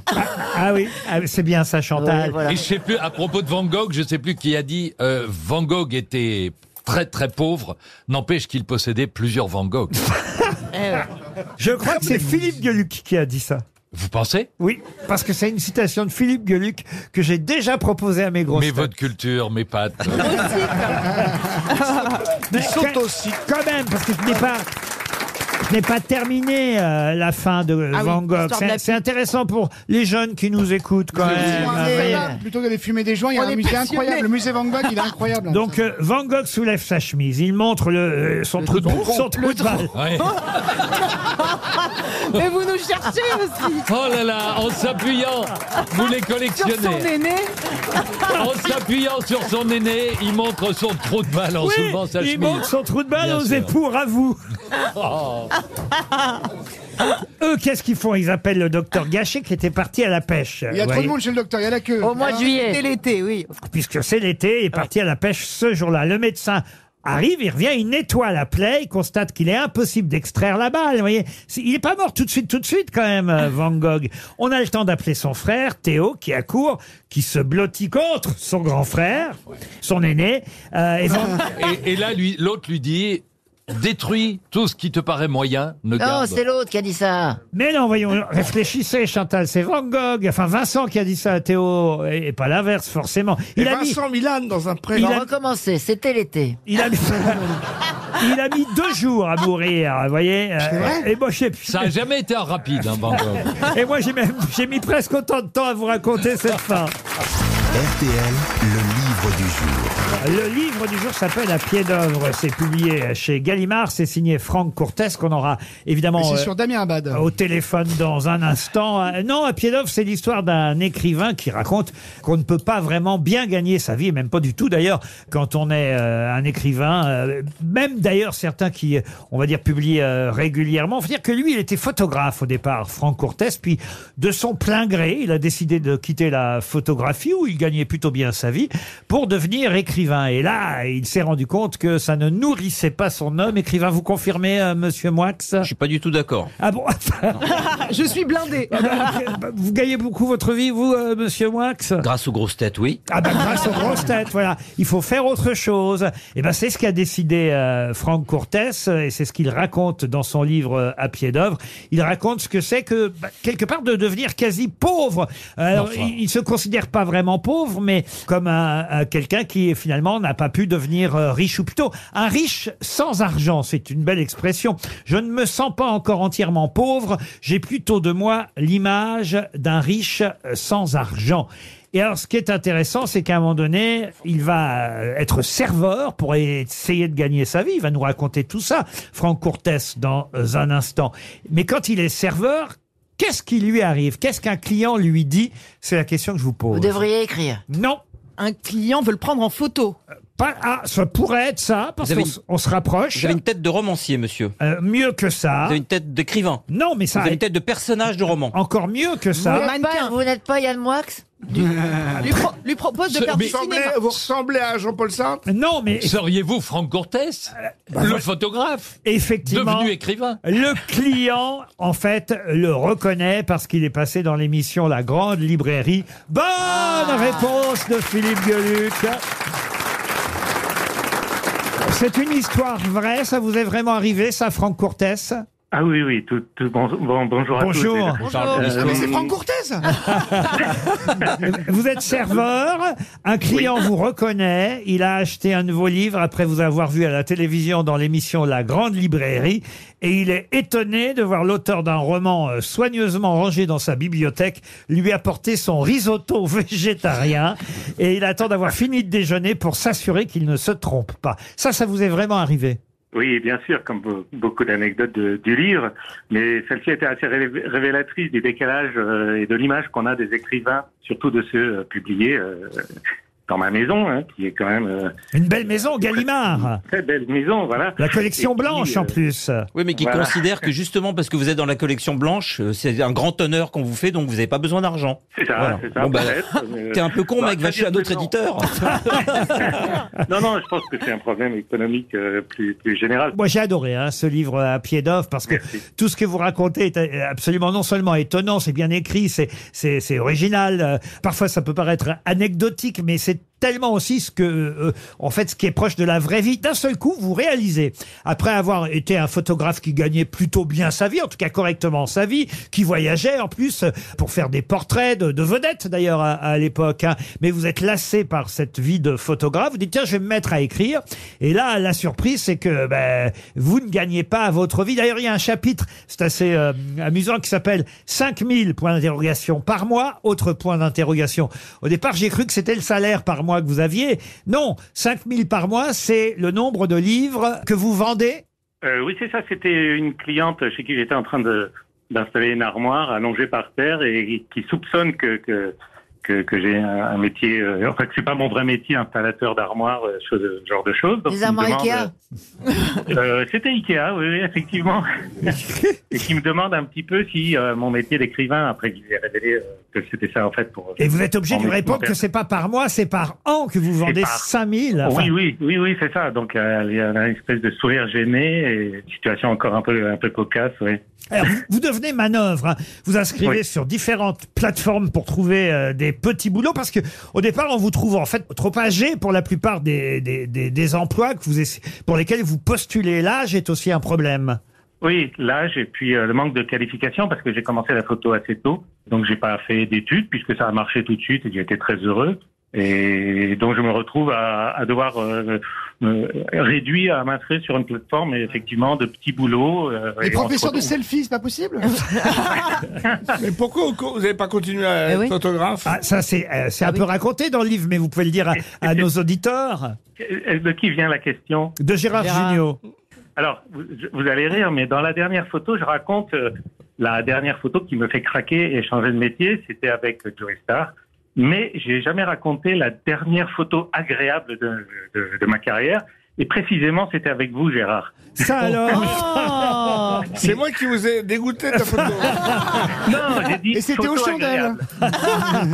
Speaker 2: Ah oui, ah, c'est bien ça, Chantal.
Speaker 5: Et je sais plus, à propos de Van Gogh, je sais plus qui a dit euh, Van Gogh était très très pauvre, n'empêche qu'il possédait plusieurs Van Gogh.
Speaker 2: [laughs] Je crois que c'est Philippe Gueluc qui a dit ça.
Speaker 5: Vous pensez
Speaker 2: Oui, parce que c'est une citation de Philippe Gueluc que j'ai déjà proposée à mes grosses
Speaker 5: Mes
Speaker 2: têtes.
Speaker 5: votes culture, mes pattes. euh,
Speaker 2: Ah, Mais quand- Quand même, parce que je n'ai pas. Je n'ai pas terminé euh, la fin de
Speaker 3: Ah oui,
Speaker 2: Van Gogh.
Speaker 3: l'histoire de la
Speaker 2: C'est c'est intéressant pour les jeunes qui nous écoutent quand même.
Speaker 6: Plutôt
Speaker 2: hein,
Speaker 6: que d'aller-
Speaker 2: voyez.
Speaker 6: Plutôt que d'aller fumer des joints, il y a
Speaker 3: On est
Speaker 6: un musée
Speaker 3: passionné.
Speaker 6: incroyable. Le musée Van Gogh, il est incroyable. hein,
Speaker 2: Donc euh, Van Gogh soulève sa chemise, il montre le, euh, son, trou de, son trou de balle.
Speaker 5: [laughs]
Speaker 2: Hein
Speaker 15: [laughs]
Speaker 5: Ouais.
Speaker 15: Mais vous nous cherchez aussi.
Speaker 5: Oh là là, en s'appuyant, vous les
Speaker 15: Sur son
Speaker 5: collectionnez.
Speaker 15: aîné.
Speaker 5: En s'appuyant sur son aîné, il montre son trou de balle en
Speaker 2: Oui,
Speaker 5: soulevant sa
Speaker 2: il
Speaker 5: chemise.
Speaker 2: montre son trou de balle
Speaker 5: Bien
Speaker 2: aux
Speaker 5: sûr.
Speaker 2: [laughs] époux, à vous. Eux, qu'est-ce qu'ils font Ils appellent le docteur Gachet qui était parti à la pêche.
Speaker 6: Il y a trop de
Speaker 2: voyez.
Speaker 6: monde chez le docteur, il y a la queue.
Speaker 2: Au mois de
Speaker 6: Ah.
Speaker 2: juillet. Dès
Speaker 3: l'été, oui.
Speaker 2: puisque c'est l'été, il est parti à la pêche ce jour-là. Le médecin arrive, il revient, il nettoie la plaie, il constate qu'il est impossible d'extraire la balle. Vous voyez, C'est- il n'est pas mort tout de suite, tout de suite quand même, euh, Van Gogh. On a le temps d'appeler son frère, Théo, qui accourt, qui se blottit contre son grand frère, son aîné. euh, et [laughs] Van-
Speaker 5: Et, et là, lui, l'autre lui dit détruis tout ce qui te paraît moyen, ne
Speaker 4: Non,
Speaker 5: garde.
Speaker 4: c'est l'autre qui a dit ça.
Speaker 2: Mais non, voyons, réfléchissez, Chantal, c'est Van Gogh, enfin Vincent qui a dit ça à Théo, et, et pas l'inverse forcément. Il a mis...
Speaker 4: Milan dans un
Speaker 2: pré-
Speaker 4: Il
Speaker 2: Il a-
Speaker 4: a recommencé, c'était l'été.
Speaker 2: Il a mis, il a mis deux jours à mourir, vous voyez. euh, et moi, j'ai-
Speaker 5: Ça a jamais été un rapide, hein, Van Gogh.
Speaker 2: Et moi, j'ai même- j'ai mis presque autant de temps à vous raconter cette fin.
Speaker 1: RTL, le livre du jour.
Speaker 2: Le livre du jour s'appelle À pied d'œuvre. C'est publié chez Gallimard. C'est signé Franck Courtès, qu'on aura évidemment
Speaker 6: Mais c'est
Speaker 2: euh,
Speaker 6: sur Damien Abad.
Speaker 2: au téléphone dans un instant. Euh, Non, à pied d'œuvre, c'est l'histoire d'un écrivain qui raconte qu'on ne peut pas vraiment bien gagner sa vie, et même pas du tout d'ailleurs, quand on est euh, un écrivain. euh, même d'ailleurs, certains qui, euh, on va dire, publient euh, régulièrement. Faut dire que lui, il était photographe au départ, Franck Courtès, puis de son plein gré, il a décidé de quitter la photographie où il gagnait plutôt bien sa vie pour devenir écrivain. Et là, il s'est rendu compte que ça ne nourrissait pas son homme. Écrivain, vous confirmez, euh, monsieur Moix
Speaker 7: Je suis pas du tout d'accord.
Speaker 2: ah bon
Speaker 3: Ah,
Speaker 2: Je suis blindé.
Speaker 6: Ah bah.
Speaker 2: vous gagnez beaucoup votre vie, vous, euh, monsieur Moix
Speaker 7: Grâce aux grosses têtes, oui.
Speaker 2: Ah ben grâce aux grosses têtes, voilà. Il faut faire autre chose. Et ben c'est ce qu'a décidé euh, Franck Courtès euh, et c'est ce qu'il raconte dans son livre euh, À pied d'œuvre. Il raconte ce que c'est que bah, quelque part de devenir quasi pauvre. Euh, Alors,
Speaker 9: Enfin.
Speaker 2: il, il se considère pas vraiment pauvre, mais comme un, un quelqu'un qui finalement n'a pas pu devenir euh, riche ou plutôt un riche sans argent. C'est une belle expression. Je ne me sens pas encore entièrement pauvre. J'ai plutôt de moi l'image d'un riche euh, sans argent. Et alors, ce qui est intéressant, c'est qu'à un moment donné, il va euh, être serveur pour essayer de gagner sa vie. Il va nous raconter tout ça, Franck Courtès, dans euh, un instant. Mais quand il est serveur, qu'est-ce qui lui arrive Qu'est-ce qu'un client lui dit C'est la question que je vous pose.
Speaker 4: Vous devriez écrire.
Speaker 2: Non.
Speaker 3: Un client veut le prendre en photo.
Speaker 2: Pas, ah, ça pourrait être ça, parce
Speaker 7: Vous avez
Speaker 2: qu'on
Speaker 7: une-
Speaker 2: s- on se rapproche.
Speaker 7: Vous avez une tête de romancier, monsieur.
Speaker 2: Euh, mieux que ça.
Speaker 7: Vous avez une tête d'écrivain.
Speaker 2: Non, mais ça-
Speaker 7: Vous avez une tête de personnage de roman.
Speaker 2: Encore mieux que
Speaker 4: Vous
Speaker 2: ça.
Speaker 4: n'êtes pas- Vous n'êtes pas Yann Moix
Speaker 2: [laughs] Ah,
Speaker 15: lui, pro- lui propose de
Speaker 5: Ce-
Speaker 15: faire du
Speaker 5: mais-
Speaker 15: cinéma.
Speaker 8: Vous ressemblez à Jean-Paul Sartre
Speaker 2: Non, mais. Euh,
Speaker 5: Seriez-vous Franck Cortès Le photographe
Speaker 2: Effectivement.
Speaker 5: Devenu écrivain
Speaker 2: Le client, en fait, le reconnaît parce qu'il est passé dans l'émission La Grande Librairie. Bonne réponse de Philippe Gueluc. C'est une histoire vraie, ça vous est vraiment arrivé, ça, Franck Courtès
Speaker 16: Ah oui, oui, tout, tout- bon, bon- bonjour à tous.
Speaker 2: Bonjour.
Speaker 16: déjà. Euh,
Speaker 6: Mais c'est Franck
Speaker 2: Ah
Speaker 6: Courtès
Speaker 2: Vous êtes serveur, un client vous reconnaît, il a acheté un de vos livres après vous avoir vu à la télévision dans l'émission La Grande Librairie et il est étonné de voir l'auteur d'un roman euh, soigneusement rangé dans sa bibliothèque lui apporter son risotto [laughs] végétarien et il attend d'avoir fini de déjeuner pour s'assurer qu'il ne se trompe pas. Ça, ça vous est vraiment arrivé
Speaker 16: Oui, bien sûr, comme be- beaucoup d'anecdotes de- du livre, mais celle-ci était assez révé- révélatrice du décalage euh, et de l'image qu'on a des écrivains, surtout de ceux euh, publiés euh, dans ma maison, hein, qui est quand même euh,
Speaker 2: Une belle maison, Gallimard
Speaker 16: très belle maison, voilà.
Speaker 2: La collection
Speaker 16: Et puis,
Speaker 2: blanche
Speaker 16: euh,
Speaker 2: en plus
Speaker 7: Oui, mais qui
Speaker 16: Voilà.
Speaker 7: considère que justement parce que vous êtes dans la collection blanche, euh, c'est un grand honneur qu'on vous fait, donc vous n'avez pas besoin d'argent.
Speaker 16: C'est ça,
Speaker 7: Voilà.
Speaker 16: c'est ça.
Speaker 7: Bon, bah, [laughs]
Speaker 16: peut-être, mais-
Speaker 7: T'es un peu con,
Speaker 16: Bah,
Speaker 7: mec, va chez un
Speaker 16: c'est-à-dire que
Speaker 7: autre
Speaker 16: non.
Speaker 7: éditeur.
Speaker 16: non, non, je pense que c'est un problème économique euh, plus, plus général.
Speaker 2: Moi, j'ai adoré hein, ce livre à pied d'œuvre parce que tout ce que vous racontez est euh, absolument non seulement étonnant, c'est bien écrit, c'est c'est c'est original. euh, Parfois, ça peut paraître anecdotique, mais c'est tellement aussi ce que, euh, en fait, ce qui est proche de la vraie vie. D'un seul coup, vous réalisez, après avoir été un photographe qui gagnait plutôt bien sa vie, en tout cas correctement sa vie, qui voyageait en plus euh, pour faire des portraits de, de vedettes d'ailleurs à, à l'époque, hein. mais vous êtes lassé par cette vie de photographe, vous dites tiens, je vais me mettre à écrire. Et là, la surprise, c'est que ben, vous ne gagnez pas votre vie. D'ailleurs, il y a un chapitre, c'est assez euh, amusant, qui s'appelle 5000 points d'interrogation par mois, autre point d'interrogation. Au départ, j'ai cru que c'était le salaire par mois que vous aviez. Non, 5000 par mois, c'est le nombre de livres que vous vendez.
Speaker 16: Euh, oui, c'est ça. C'était une cliente chez qui j'étais en train de d'installer une armoire allongée par terre et qui soupçonne que, que que, que j'ai un, un métier. euh, en fait, c'est pas mon vrai métier, installateur d'armoires, euh, chose- ce genre de choses. Donc,
Speaker 9: Des
Speaker 16: il me
Speaker 9: armoires
Speaker 16: demande,
Speaker 9: Ikea
Speaker 16: euh, C'était Ikea, oui, oui,
Speaker 2: [laughs]
Speaker 16: effectivement. et qui me demande un petit peu si euh, mon métier d'écrivain, après qu'il ait révélé euh, que c'était ça en fait pour.
Speaker 2: Et vous êtes obligé
Speaker 16: en
Speaker 2: de lui répondre
Speaker 16: documentaire.
Speaker 2: que c'est pas par mois, c'est par an que vous vendez
Speaker 16: par-
Speaker 2: 5000.
Speaker 16: Oui, oui, oui, oui, c'est ça. Donc, euh, il y a une espèce de sourire gêné et situation encore un peu, un peu cocasse, oui.
Speaker 2: Alors, vous, vous devenez manœuvre. hein. Vous inscrivez
Speaker 16: Oui.
Speaker 2: sur différentes plateformes pour trouver euh, des petits boulots parce que au départ, on vous trouve en fait trop âgé pour la plupart des, des, des- des emplois que vous essa- pour lesquels vous postulez. L'âge est aussi un problème.
Speaker 16: Oui, l'âge et puis euh, le manque de qualification parce que j'ai commencé la photo assez tôt, donc j'ai pas fait d'études puisque ça a marché tout de suite et j'ai été très heureux. Et donc je me retrouve à, à devoir euh, me réduire à m'inscrire sur une plateforme et effectivement de petits boulots. euh,
Speaker 6: Les
Speaker 16: et on se
Speaker 6: professeurs de
Speaker 16: retrouve.
Speaker 6: selfie, c'est pas possible
Speaker 8: [laughs] Mais pourquoi vous- vous n'avez pas continué à être photographe
Speaker 2: Ah, ça, c'est euh, c'est un peu raconté dans le livre, mais vous pouvez le dire à, à nos auditeurs.
Speaker 16: Euh, De qui vient la question
Speaker 2: De Gérard,
Speaker 16: Gérard.
Speaker 2: Jugnot.
Speaker 16: Alors, vous, je- vous allez rire, mais dans la dernière photo, je raconte euh, la dernière photo qui me fait craquer et changer de métier. C'était avec euh, Joey Star. Mais j'ai jamais raconté la dernière photo agréable de, de- de ma carrière. Et précisément, c'était avec vous, Gérard.
Speaker 2: [laughs]
Speaker 16: [laughs]
Speaker 6: [laughs]
Speaker 2: Ça
Speaker 8: alors C'est moi qui vous ai dégoûté de la photo.
Speaker 16: Non, j'ai dit
Speaker 6: Et c'était
Speaker 8: photo
Speaker 6: aux chandelles.
Speaker 8: agréable.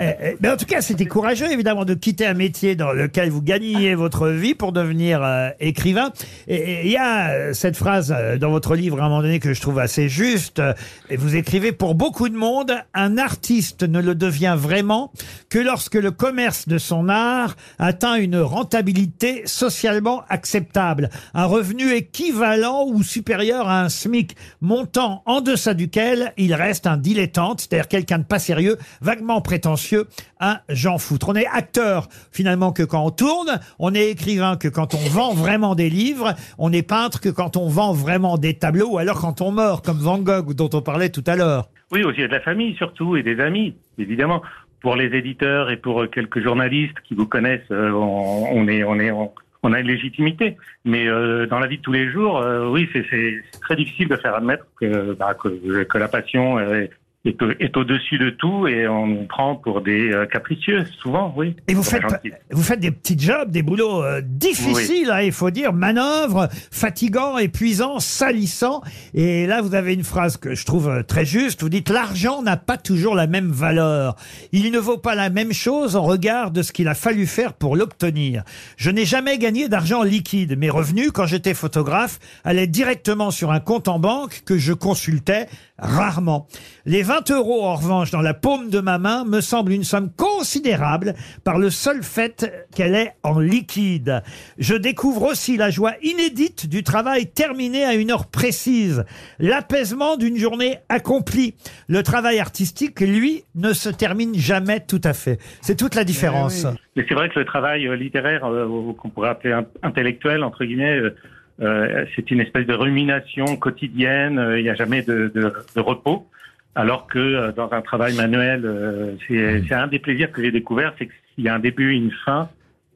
Speaker 2: Eh, eh, Mais en tout cas, c'était courageux, évidemment, de quitter un métier dans lequel vous gagniez votre vie pour devenir euh, écrivain. Et- Et il y a euh, cette phrase euh, dans votre livre, à un moment donné, que je trouve assez juste. euh, Et vous écrivez, pour beaucoup de monde, un artiste ne le devient vraiment que lorsque le commerce de son art atteint une rentabilité socialement acceptable, un revenu équivalent ou supérieur à un SMIC, montant en deçà duquel il reste un dilettante, c'est-à-dire quelqu'un de pas sérieux, vaguement prétentieux, un j'en foutre. On est acteur finalement que quand on tourne, on est écrivain que quand on vend vraiment des livres, on est peintre que quand on vend vraiment des tableaux, ou alors quand on meurt, comme Van Gogh dont on parlait tout à l'heure.
Speaker 16: Oui, aussi de la famille surtout et des amis, évidemment. Pour les éditeurs et pour euh, quelques journalistes qui vous connaissent, euh, on, on est, on est, on, on a une légitimité. Mais euh, dans la vie de tous les jours, euh, oui, c'est- c'est c'est très difficile de faire admettre que, bah, que, que la passion euh, est, au- est au-dessus de tout et on nous prend pour des euh, capricieux souvent, oui.
Speaker 2: Et vous
Speaker 16: Pour la
Speaker 2: faites, pas-
Speaker 16: gentille.
Speaker 2: vous faites des petits jobs, des boulots euh, difficiles, hein, il faut dire, manœuvres, fatigants, épuisants, salissants. Et là, vous avez une phrase que je trouve euh, très juste. Vous dites, l'argent n'a pas toujours la même valeur. Il ne vaut pas la même chose en regard de ce qu'il a fallu faire pour l'obtenir. Je n'ai jamais gagné d'argent liquide. Mes revenus, quand j'étais photographe, allaient directement sur un compte en banque que je consultais rarement. Les 20 euros, en revanche, dans la paume de ma main, me semble une somme considérable par le seul fait qu'elle est en liquide. Je découvre aussi la joie inédite du travail terminé à une heure précise, l'apaisement d'une journée accomplie. Le travail artistique, lui, ne se termine jamais tout à fait. C'est toute la différence.
Speaker 16: Mais c'est vrai que le travail euh, littéraire, euh, qu'on pourrait appeler in- intellectuel, entre guillemets, euh, euh, c'est une espèce de rumination quotidienne, euh, il n'y a jamais de, de- de repos. Alors que euh, dans un travail manuel, euh, c'est c'est un des plaisirs que j'ai découvert, c'est qu'il y a un début, une fin,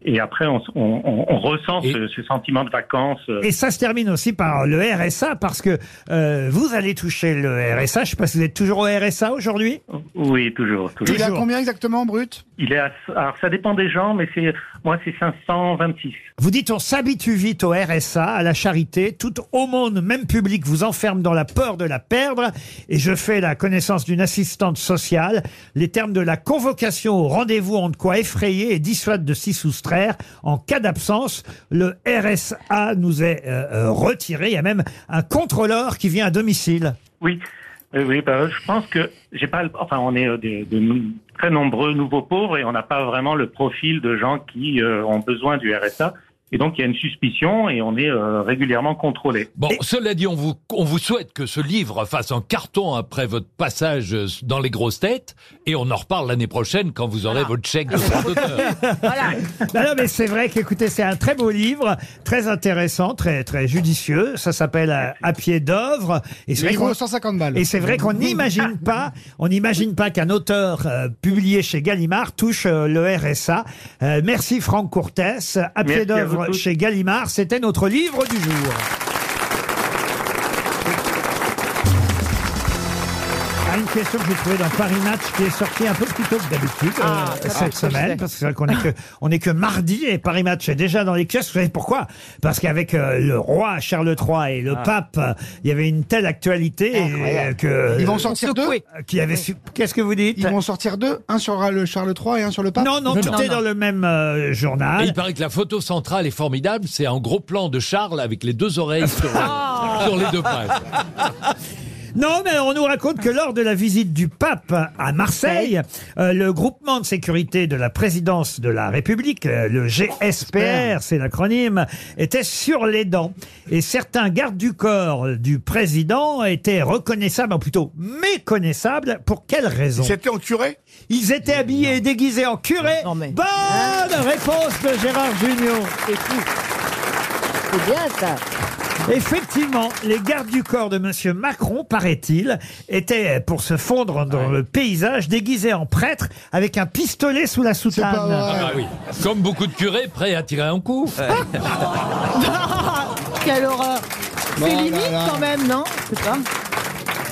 Speaker 16: et après on, s- on- on- on ressent ce, ce sentiment de vacances. euh,
Speaker 2: Et ça se termine aussi par le RSA, parce que euh, vous allez toucher le RSA. Je ne sais pas si vous êtes toujours au RSA aujourd'hui.
Speaker 16: Oui, toujours. toujours.
Speaker 6: [laughs] Il a combien exactement en brut
Speaker 16: Il est à- alors ça dépend des gens, mais c'est moi c'est 526.
Speaker 2: Vous dites on s'habitue vite au RSA, à la charité, toute aumône, même public, vous enferme dans la peur de la perdre. Et je fais la connaissance d'une assistante sociale. Les termes de la convocation au rendez-vous ont de quoi effrayer et dissuade de s'y soustraire. En cas d'absence, le RSA nous est euh, euh, retiré. Il y a même un contrôleur qui vient à domicile.
Speaker 16: Oui, oui, oui, bah, je pense que j'ai pas. le- Enfin, on est euh, de, de nou- très nombreux nouveaux pauvres et on n'a pas vraiment le profil de gens qui euh, ont besoin du RSA. Et donc, il y a une suspicion et on est euh, régulièrement contrôlé.
Speaker 5: Bon, cela dit, on vous, on vous souhaite que ce livre fasse un carton après votre passage euh, dans les grosses têtes, et on en reparle l'année prochaine quand vous aurez votre chèque de droit d'auteur.
Speaker 2: Non, non, mais c'est vrai qu'écoutez, c'est un très beau livre, très intéressant, très, très judicieux. Ça s'appelle euh, À pied d'œuvre. Et c'est vrai
Speaker 6: Il vaut
Speaker 2: qu'on-
Speaker 6: 150 balles.
Speaker 2: Et c'est vrai qu'on n'imagine pas, on n'imagine pas qu'un auteur euh, publié chez Gallimard touche euh, le RSA. Euh, merci Franck Courtès. À
Speaker 16: Merci à
Speaker 2: pied
Speaker 16: vous
Speaker 2: d'œuvre
Speaker 16: tous.
Speaker 2: chez Gallimard, c'était notre livre du jour. Ah, une question que j'ai trouvée dans Paris Match qui est sortie un peu plus tôt que d'habitude
Speaker 9: Ah,
Speaker 2: euh,
Speaker 9: ça
Speaker 2: cette
Speaker 9: va, je
Speaker 2: semaine,
Speaker 9: sais.
Speaker 2: parce que c'est vrai qu'on est que, [laughs] on est que mardi et Paris Match est déjà dans les kiosques. Vous savez pourquoi Parce qu'avec euh, le roi Charles III et le
Speaker 9: Ah.
Speaker 2: pape, euh, il y avait une telle actualité euh,
Speaker 6: Incroyable.
Speaker 2: que
Speaker 6: Ils vont sortir deux
Speaker 2: Qui Euh, avait su- Qu'est-ce que vous dites
Speaker 6: Ils vont sortir deux, un sur le Charles III et un sur le pape
Speaker 2: Non, non, tout est dans le même euh,
Speaker 5: Et
Speaker 2: journal.
Speaker 5: il paraît que la photo centrale est formidable, c'est un gros plan de Charles avec les deux oreilles
Speaker 3: [laughs]
Speaker 5: sur,
Speaker 3: Ah.
Speaker 5: [laughs] sur les deux pages.
Speaker 2: [laughs] Non, mais on nous raconte que lors de la visite du pape à Marseille, euh, le groupement de sécurité de la présidence de la République, euh, le GSPR, c'est l'acronyme, était sur les dents. Et certains gardes du corps du président étaient reconnaissables, ou plutôt méconnaissables. Pour quelle raison Ils étaient en curé Ils étaient habillés et déguisés en curé. Bonne réponse de Gérard Junior. C'est bien ça. Effectivement, les gardes du corps de M. Macron, paraît-il, étaient, pour se fondre dans le paysage, déguisés en prêtres avec un pistolet sous la soutane.
Speaker 5: Ah bah oui. Comme beaucoup de curés, prêts à tirer un coup.
Speaker 15: Quelle horreur C'est
Speaker 2: Oh là
Speaker 15: limite
Speaker 2: là.
Speaker 15: quand même, non C'est pas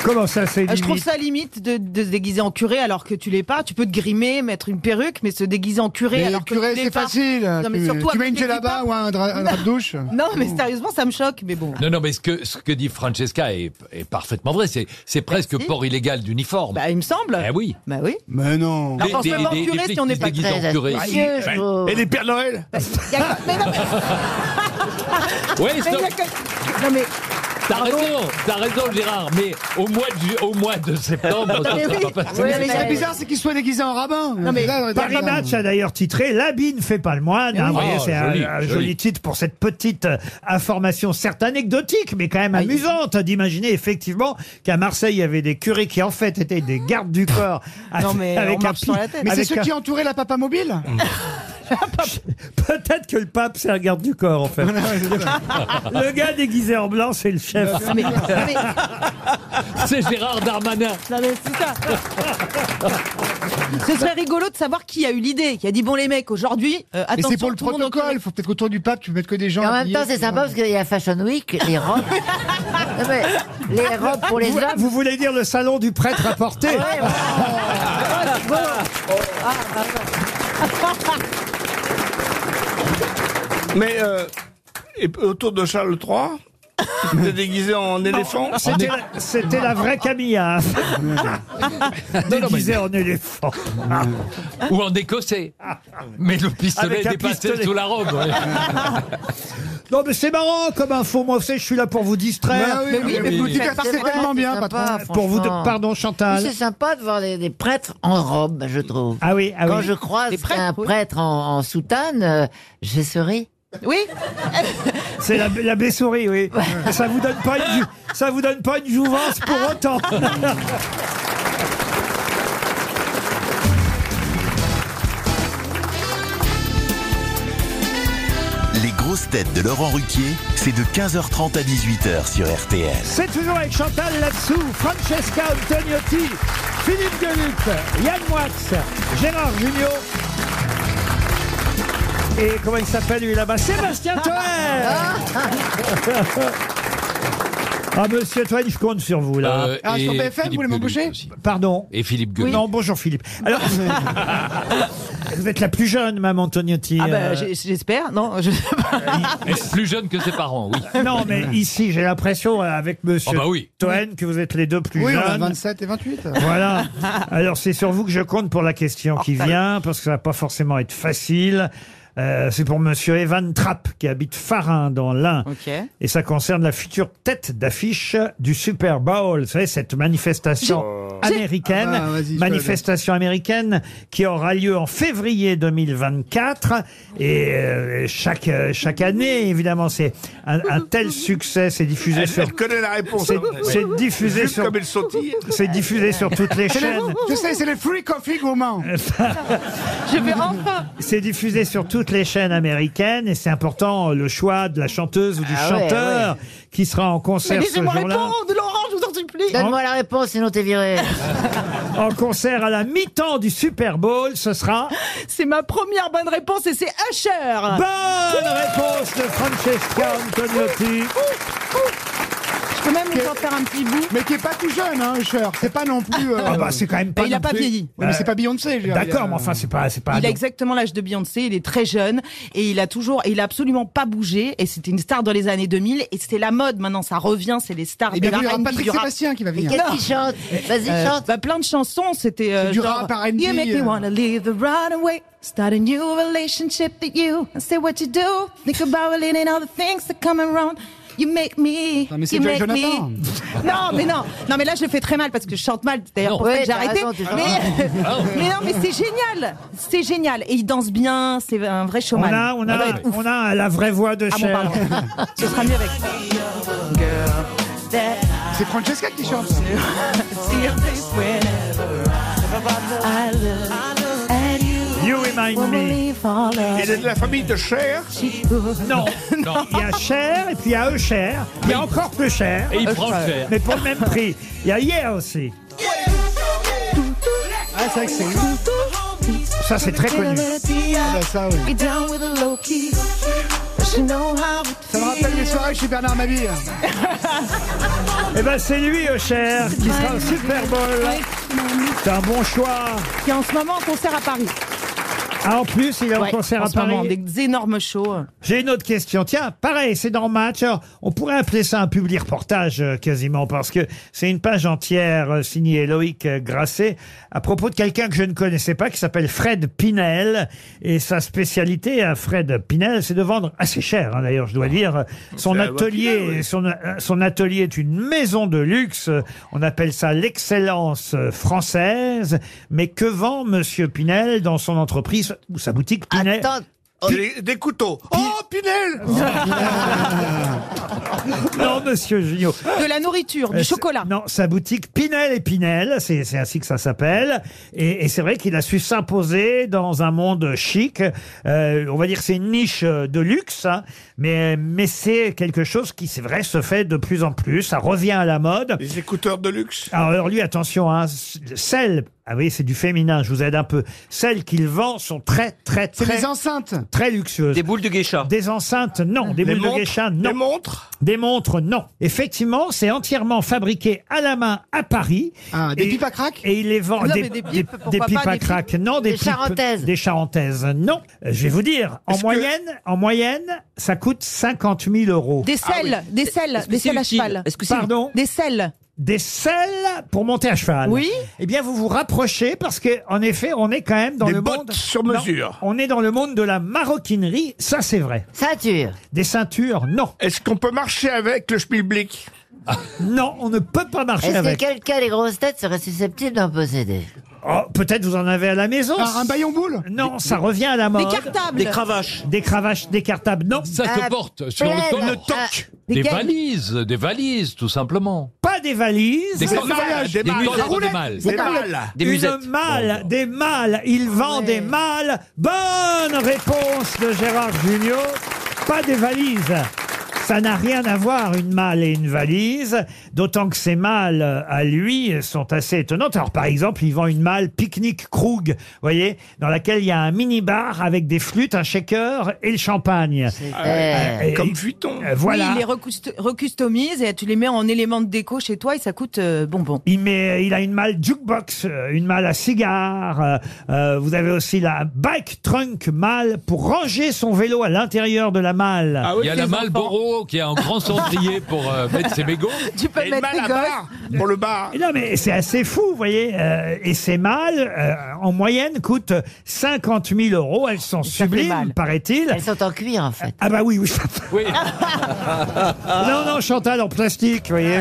Speaker 2: Comment ça, c'est
Speaker 6: Ah,
Speaker 3: Euh, Je trouve
Speaker 2: limite
Speaker 3: ça limite de, de se déguiser en curé alors que tu l'es pas. Tu peux te grimer, mettre une perruque, mais se déguiser en curé
Speaker 6: Mais
Speaker 3: alors que
Speaker 6: curé,
Speaker 3: tu l'es
Speaker 6: c'est
Speaker 3: pas.
Speaker 6: facile.
Speaker 3: Non, mais
Speaker 6: Tu-
Speaker 3: surtout
Speaker 6: tu mets
Speaker 3: avec
Speaker 6: une
Speaker 3: les
Speaker 6: djellaba
Speaker 3: kippas.
Speaker 6: ou un dra- un drap de douche
Speaker 3: [laughs] Non, mais sérieusement, ça me choque.
Speaker 6: [laughs]
Speaker 3: Mais bon.
Speaker 5: [laughs] Non, non, mais ce que, ce que dit Francesca est, est parfaitement vrai. C'est, c'est presque
Speaker 3: Merci.
Speaker 5: port illégal d'uniforme.
Speaker 3: Bah, il me semble.
Speaker 5: Eh oui.
Speaker 3: Bah oui.
Speaker 6: Mais non.
Speaker 3: Alors, on se met pas en curé si on n'est pas très astucieux, je trouve.
Speaker 8: Et les Pères Noël
Speaker 5: euh,
Speaker 3: Y a- mais non, mais-
Speaker 5: Oui,
Speaker 3: Mais
Speaker 5: stop.
Speaker 3: y a que- Non, mais.
Speaker 5: T'as raison, t'as raison, Gérard. Mais au mois de, ju- au mois de
Speaker 3: [laughs]
Speaker 5: septembre, ça
Speaker 6: Mais
Speaker 2: [laughs]
Speaker 5: sera
Speaker 6: Eh oui.
Speaker 5: pas passé.
Speaker 6: Mais Ce qui est bizarre, c'est qu'il soit déguisé en rabbin.
Speaker 2: Non, mais
Speaker 6: Là,
Speaker 2: Paris
Speaker 6: là, là.
Speaker 2: Match a d'ailleurs titré L'habit ne fait pas le moine. hein,
Speaker 6: Oui.
Speaker 2: vous voyez,
Speaker 5: Oh,
Speaker 6: Ah,
Speaker 2: c'est un,
Speaker 6: joli,
Speaker 2: un
Speaker 6: joli.
Speaker 2: joli titre pour cette petite euh, information, certes anecdotique, mais quand même amusante d'imaginer effectivement qu'à Marseille, il y avait des curés qui en fait étaient des gardes du corps.
Speaker 6: Non,
Speaker 2: mais
Speaker 6: on marche sur la tête. Mais c'est ceux qui entouraient la papa mobile
Speaker 2: Peut-être que le pape, c'est un garde du corps, en fait. le gars déguisé en blanc, c'est le chef.
Speaker 6: Ah,
Speaker 9: Non, mais-
Speaker 5: C'est Gérard Darmanin.
Speaker 3: Non, mais c'est ça. Ce serait rigolo de savoir qui a eu l'idée, qui a dit bon les mecs aujourd'hui. euh,
Speaker 6: Mais
Speaker 3: attention,
Speaker 6: c'est pour le
Speaker 3: tout monde en
Speaker 6: protocole. Faut peut-être qu'autour du pape, tu mettes que des gens.
Speaker 4: en même
Speaker 6: habillés,
Speaker 4: temps, c'est
Speaker 6: etc.
Speaker 4: sympa parce qu'il y a Fashion Week, les robes. Non, mais les
Speaker 9: Ah,
Speaker 4: robes pour les
Speaker 2: vous,
Speaker 4: hommes.
Speaker 2: vous voulez dire le salon du prêtre à porter
Speaker 8: [laughs]
Speaker 9: ah,
Speaker 8: Mais euh, et autour de Charles III,
Speaker 6: [laughs]
Speaker 8: il était déguisé en éléphant.
Speaker 2: C'était la- C'était la vraie Camilla. Déguisée en éléphant.
Speaker 5: Ou en écossais. Mais le pistolet
Speaker 2: Avec un
Speaker 5: dépassait
Speaker 2: pistolet.
Speaker 5: sous la robe.
Speaker 2: [laughs]
Speaker 5: ouais.
Speaker 2: Non, mais c'est marrant comme info. Moi, vous savez, je suis là pour vous distraire.
Speaker 6: Bah oui, Mais oui, mais mais vous oui. divertissez
Speaker 4: C'est vrai,
Speaker 6: tellement bien,
Speaker 4: c'est
Speaker 6: patron.
Speaker 4: sympa,
Speaker 2: Pour vous, de-
Speaker 4: franchement.
Speaker 2: pardon, Chantal.
Speaker 4: Oui, C'est sympa de voir des, des prêtres en robe, je trouve.
Speaker 2: Ah oui, ah
Speaker 4: Quand
Speaker 2: oui.
Speaker 4: je croise
Speaker 2: Des prêtres,
Speaker 4: un
Speaker 2: oui.
Speaker 4: prêtre en, en soutane, euh, je souris.
Speaker 3: Oui.
Speaker 2: C'est la, la baie-souris, oui. Mais Ça vous donne pas une, ju- ça vous donne pas une jouvence pour
Speaker 6: [laughs]
Speaker 2: autant.
Speaker 1: Les grosses têtes de Laurent Ruquier, c'est de 15h30 à 18h sur RTL.
Speaker 2: C'est toujours avec Chantal Latsou, Francesca Antoniotti, Philippe Deluc, Yann Moix, Gérard Junior. Et comment il s'appelle lui
Speaker 9: [laughs]
Speaker 2: là-bas Sébastien
Speaker 3: Ah.
Speaker 2: Toen Ah, monsieur Toen, je compte sur vous là.
Speaker 5: Euh, Ah, sur et BFM, vous Philippe voulez m'embaucher Gueluc aussi.
Speaker 2: Pardon
Speaker 5: Et Philippe Gueluc.
Speaker 2: Non, bonjour [laughs] Philippe. Alors, vous êtes la plus jeune, Mme Antoniotti.
Speaker 3: Ah bah,
Speaker 2: euh,
Speaker 3: j'ai- j'espère. Non, je [laughs]
Speaker 5: Mais Plus jeune que ses parents, oui.
Speaker 2: Non, mais
Speaker 5: [laughs]
Speaker 2: ici, j'ai l'impression, euh, avec monsieur
Speaker 5: Ah bah oui.
Speaker 2: Toen, que vous êtes les deux plus
Speaker 6: [laughs] Oui, on a
Speaker 2: jeunes.
Speaker 6: 27 et 28.
Speaker 2: [laughs] Voilà. Alors c'est sur vous que je compte pour la question qui vient, parce que ça va pas forcément être facile. Euh, c'est pour Monsieur Evan Trapp qui habite Farin dans l'Ain. Et ça concerne la future tête d'affiche du Super Bowl. Vous savez, cette manifestation
Speaker 6: Si.
Speaker 2: américaine,
Speaker 6: Ah bah, vas-y, je connais.
Speaker 2: manifestation américaine qui aura lieu en février 2024. Et euh, chaque, euh, chaque année, évidemment, c'est un, un tel succès. C'est diffusé
Speaker 8: Elle,
Speaker 2: sur...
Speaker 8: elle connaît la réponse.
Speaker 2: C'est-
Speaker 8: hein.
Speaker 2: c'est diffusé
Speaker 8: Juste
Speaker 2: sur-
Speaker 8: comme elle sautille.
Speaker 2: C'est diffusé sur toutes les
Speaker 6: C'est
Speaker 2: chaînes.
Speaker 6: le- Je sais, c'est les free coffee gourmands.
Speaker 3: je vais enfin.
Speaker 2: C'est diffusé sur toutes les chaînes américaines et c'est important euh, le choix de la chanteuse ou du
Speaker 4: Ah ouais,
Speaker 2: chanteur qui sera en
Speaker 3: Mais
Speaker 2: concert ce
Speaker 3: laissez-moi
Speaker 2: jour-là.
Speaker 3: répondre, Laurent, je vous en supplie.
Speaker 4: Donne-moi la réponse, sinon t'es viré.
Speaker 2: En concert à la mi-temps du Super Bowl, ce sera
Speaker 3: C'est ma première bonne réponse et c'est Usher.
Speaker 2: bonne réponse de Francesca Antoniotti.
Speaker 3: Je connais même nous en faire un petit bout.
Speaker 6: Mais qui est pas tout jeune, hein, Usher. C'est pas non plus. euh,
Speaker 2: Ah bah, c'est quand même pas.
Speaker 3: Mais il a
Speaker 2: non
Speaker 3: pas
Speaker 2: plus- Euh,
Speaker 3: vieilli.
Speaker 6: Ouais, mais c'est pas Beyoncé. je veux dire, il y
Speaker 2: D'accord,
Speaker 6: a-
Speaker 2: mais enfin, c'est pas, c'est pas.
Speaker 3: Il a
Speaker 2: non.
Speaker 3: exactement l'âge de Beyoncé, il est très jeune et il a toujours, et il a absolument pas bougé et c'était une star dans les années 2000 et c'était la mode maintenant, ça revient, c'est les stars.
Speaker 6: Eh
Speaker 3: de
Speaker 6: bien, il y
Speaker 3: la
Speaker 6: aura Patrick Sébastien qui va venir. Eh, euh,
Speaker 4: qu'est-ce qu'il chante Vas-y, chante.
Speaker 3: Bah, plein de chansons, c'était euh,
Speaker 6: C'est du
Speaker 3: genre,
Speaker 6: rap R&B,
Speaker 3: You make me
Speaker 6: euh.
Speaker 3: wanna leave the right away, start a new relationship to you, and say what you do, think about it and all the things that come around. You make me,
Speaker 6: mais c'est
Speaker 3: you make
Speaker 6: Joy Jonathan.
Speaker 3: me. [laughs] Non, mais non, non, mais là je le fais très mal parce que je chante mal. C'est D'ailleurs, pour ça
Speaker 4: Ouais,
Speaker 3: que j'ai
Speaker 4: t'as
Speaker 3: arrêté.
Speaker 4: raison, Ah tu chantes
Speaker 3: mais, [laughs]
Speaker 4: mal.
Speaker 3: mais non, mais c'est génial, c'est génial. Et il danse bien, c'est un vrai
Speaker 2: On
Speaker 3: showman.
Speaker 2: a, on a, on a la vraie voix de
Speaker 3: Ah bon,
Speaker 2: Cher.
Speaker 3: pardon. Ce sera mieux avec.
Speaker 6: C'est Francesca qui chante.
Speaker 9: Ah,
Speaker 2: You remind me.
Speaker 8: Il est de la famille de Cher.
Speaker 2: [laughs] Non, il y a Cher et puis il y a eux Cher. Il y a encore plus Cher.
Speaker 5: Et il prend le fer.
Speaker 2: Mais pour le même prix. Il y a hier aussi.
Speaker 6: Ah, c'est vrai que c'est lui.
Speaker 2: Ça, c'est très connu.
Speaker 6: Ah, bah, ça, oui. Ça me rappelle les soirées chez Bernard Mabille.
Speaker 2: Eh ben, c'est lui, eux Cher, qui sera au Super Bowl. C'est un bon choix.
Speaker 3: Qui est en ce moment en concert à Paris.
Speaker 2: Ah, en plus, il est en
Speaker 3: Ouais,
Speaker 2: concert
Speaker 3: en
Speaker 2: à
Speaker 3: ce moment,
Speaker 2: Paris.
Speaker 3: des énormes shows.
Speaker 2: J'ai une autre question. Tiens, pareil, c'est dans Match. Alors, on pourrait appeler ça un public reportage euh, quasiment parce que c'est une page entière euh, signée Loïc euh, Grasset à propos de quelqu'un que je ne connaissais pas qui s'appelle Fred Pinel. Et sa spécialité à Fred Pinel, c'est de vendre assez cher, hein, d'ailleurs, je dois dire. Son
Speaker 8: C'est la
Speaker 2: atelier,
Speaker 8: voiture, oui.
Speaker 2: son, euh, son atelier est une maison de luxe. On appelle ça l'excellence euh, française. Mais que vend Monsieur Pinel dans son entreprise ou sa boutique Pinel?
Speaker 4: Attends,
Speaker 8: Des, des couteaux. Oh, Pinel
Speaker 2: [laughs] Non, Monsieur Junio.
Speaker 3: De la nourriture,
Speaker 2: Euh,
Speaker 3: du
Speaker 2: c'est-
Speaker 3: chocolat.
Speaker 2: Non, sa boutique Pinel et Pinel, c'est c'est ainsi que ça s'appelle. Et, et c'est vrai qu'il a su s'imposer dans un monde chic. Euh, on va dire que c'est une niche euh, de luxe, hein, mais, mais c'est quelque chose qui, c'est vrai, se fait de plus en plus. Ça revient à la mode.
Speaker 8: Des écouteurs de luxe.
Speaker 2: Alors, alors lui, attention, hein, c- celles, ah oui, c'est du féminin, je vous aide un peu, celles qu'il vend sont très, très,
Speaker 6: C'est
Speaker 2: très,
Speaker 6: les enceintes.
Speaker 2: très luxueuses.
Speaker 7: Des
Speaker 2: Des,
Speaker 7: boules de geisha.
Speaker 2: enceintes, non. Des
Speaker 8: Les
Speaker 2: boules
Speaker 8: montres,
Speaker 2: de geisha, non.
Speaker 8: Des montres.
Speaker 2: Des montres, non. Effectivement, c'est entièrement fabriqué à la main à Paris.
Speaker 6: Ah, des
Speaker 2: Et-
Speaker 6: pipes à crack
Speaker 2: Et il les vend.
Speaker 3: Non,
Speaker 2: des,
Speaker 3: mais
Speaker 2: des-
Speaker 3: des pipes,
Speaker 2: des
Speaker 3: pourquoi pas
Speaker 2: pipes à
Speaker 3: des pipes
Speaker 2: crack. Non, des,
Speaker 4: Des
Speaker 2: pipes-
Speaker 4: charentaises.
Speaker 2: Des charentaises, non. Euh, Je vais vous dire, en
Speaker 8: Est-ce que-
Speaker 2: moyenne, en moyenne, ça coûte 50 000 euros.
Speaker 3: Des selles, des selles,
Speaker 7: Est-ce que
Speaker 3: des
Speaker 7: c'est
Speaker 3: selles à
Speaker 7: utile
Speaker 3: cheval.
Speaker 7: Est-ce que c'est
Speaker 2: Pardon
Speaker 3: Des selles.
Speaker 2: Des selles pour monter à cheval.
Speaker 3: Oui.
Speaker 2: Eh bien, vous vous rapprochez parce que, en effet, on est quand même dans
Speaker 8: Des
Speaker 2: le
Speaker 8: bottes
Speaker 2: monde.
Speaker 8: sur
Speaker 2: Non,
Speaker 8: mesure.
Speaker 2: on est dans le monde de la maroquinerie. Ça, c'est vrai.
Speaker 4: Ceinture.
Speaker 2: Des ceintures, non.
Speaker 8: Est-ce qu'on peut marcher avec le Spielblick
Speaker 2: [laughs] Non, on ne peut pas marcher
Speaker 4: Est-ce que
Speaker 2: avec.
Speaker 4: quelqu'un des grosses têtes serait susceptible d'en posséder
Speaker 2: Oh, peut-être vous en avez à la maison.
Speaker 6: Ah, Un, un baillon boule
Speaker 2: Non, ça revient à la mode.
Speaker 3: Des cartables.
Speaker 7: Des cravaches.
Speaker 2: Des cravaches décartables, non.
Speaker 5: Ça
Speaker 4: Ah,
Speaker 5: se porte sur le
Speaker 4: pleine.
Speaker 5: corps.
Speaker 4: Euh, Le toc.
Speaker 5: Des
Speaker 3: Des
Speaker 5: valises, des valises, tout simplement.
Speaker 2: Pas des valises.
Speaker 5: Des cordes-
Speaker 8: mariages,
Speaker 5: des
Speaker 8: des mariages.
Speaker 5: cordes-
Speaker 8: La roulette.
Speaker 5: des malles.
Speaker 8: Des balles.
Speaker 7: Des
Speaker 2: une
Speaker 7: musettes.
Speaker 2: malle, des malles. Il vend des malles. Bonne réponse de Gérard Junior. Pas des valises. Ça n'a rien à voir, une malle et une valise, d'autant que ces malles euh, à lui euh, sont assez étonnantes. Alors par exemple, il vend une malle Picnic Krug, vous voyez, dans laquelle il y a un mini-bar avec des flûtes, un shaker et le champagne.
Speaker 4: Euh,
Speaker 6: Eh.
Speaker 2: Et-
Speaker 8: Comme fuiton.
Speaker 2: euh, voilà.
Speaker 3: Oui, il les recusto- recustomise et tu les mets en éléments de déco chez toi et ça coûte euh, bonbon.
Speaker 2: Il, met, il a une malle jukebox, euh, une malle à cigares. euh, euh, vous avez aussi la bike trunk malle pour ranger son vélo à l'intérieur de la malle.
Speaker 8: Ah oui,
Speaker 5: Il y a
Speaker 8: les
Speaker 5: la
Speaker 8: enfants.
Speaker 5: Malboro qui a un grand cendrier pour
Speaker 2: [laughs]
Speaker 5: euh, mettre ses mégots.
Speaker 3: Tu peux
Speaker 8: Et le
Speaker 3: mettre
Speaker 8: mal
Speaker 3: tes
Speaker 8: à
Speaker 3: gosses.
Speaker 8: barre pour le bar.
Speaker 2: Et non, mais c'est assez fou, vous voyez. euh, et ces malles, euh, en moyenne, coûtent 50 000 euros. Elles sont
Speaker 3: Ça fait
Speaker 2: sublimes,
Speaker 3: mal.
Speaker 2: paraît-il.
Speaker 4: Elles sont en cuir, en fait.
Speaker 2: Ah bah oui, oui.
Speaker 3: [laughs]
Speaker 5: Oui.
Speaker 2: non, non, Chantal, en plastique, vous voyez.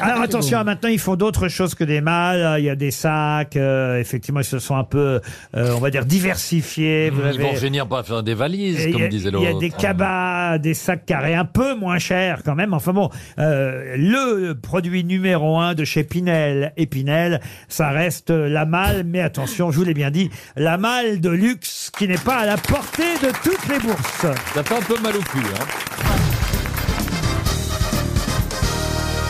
Speaker 2: Alors attention, maintenant, ils font d'autres choses que des malles. Il y a des sacs. euh, effectivement, ils se sont un peu, euh, on va dire, diversifiés. Vous
Speaker 5: Ils
Speaker 2: avez-
Speaker 5: vont finir par faire des valises,
Speaker 2: Et il y
Speaker 5: comme
Speaker 2: a-
Speaker 5: disait
Speaker 2: Il
Speaker 5: l'autre.
Speaker 2: y a des cabas, des sacs carrés un peu moins chers quand même. Enfin bon, euh, le produit numéro un de chez Pinel et Pinel, ça reste la malle, mais attention, je vous l'ai bien dit, la malle de luxe qui n'est pas à la portée de toutes les bourses.
Speaker 5: Ça fait un peu mal au cul. Hein.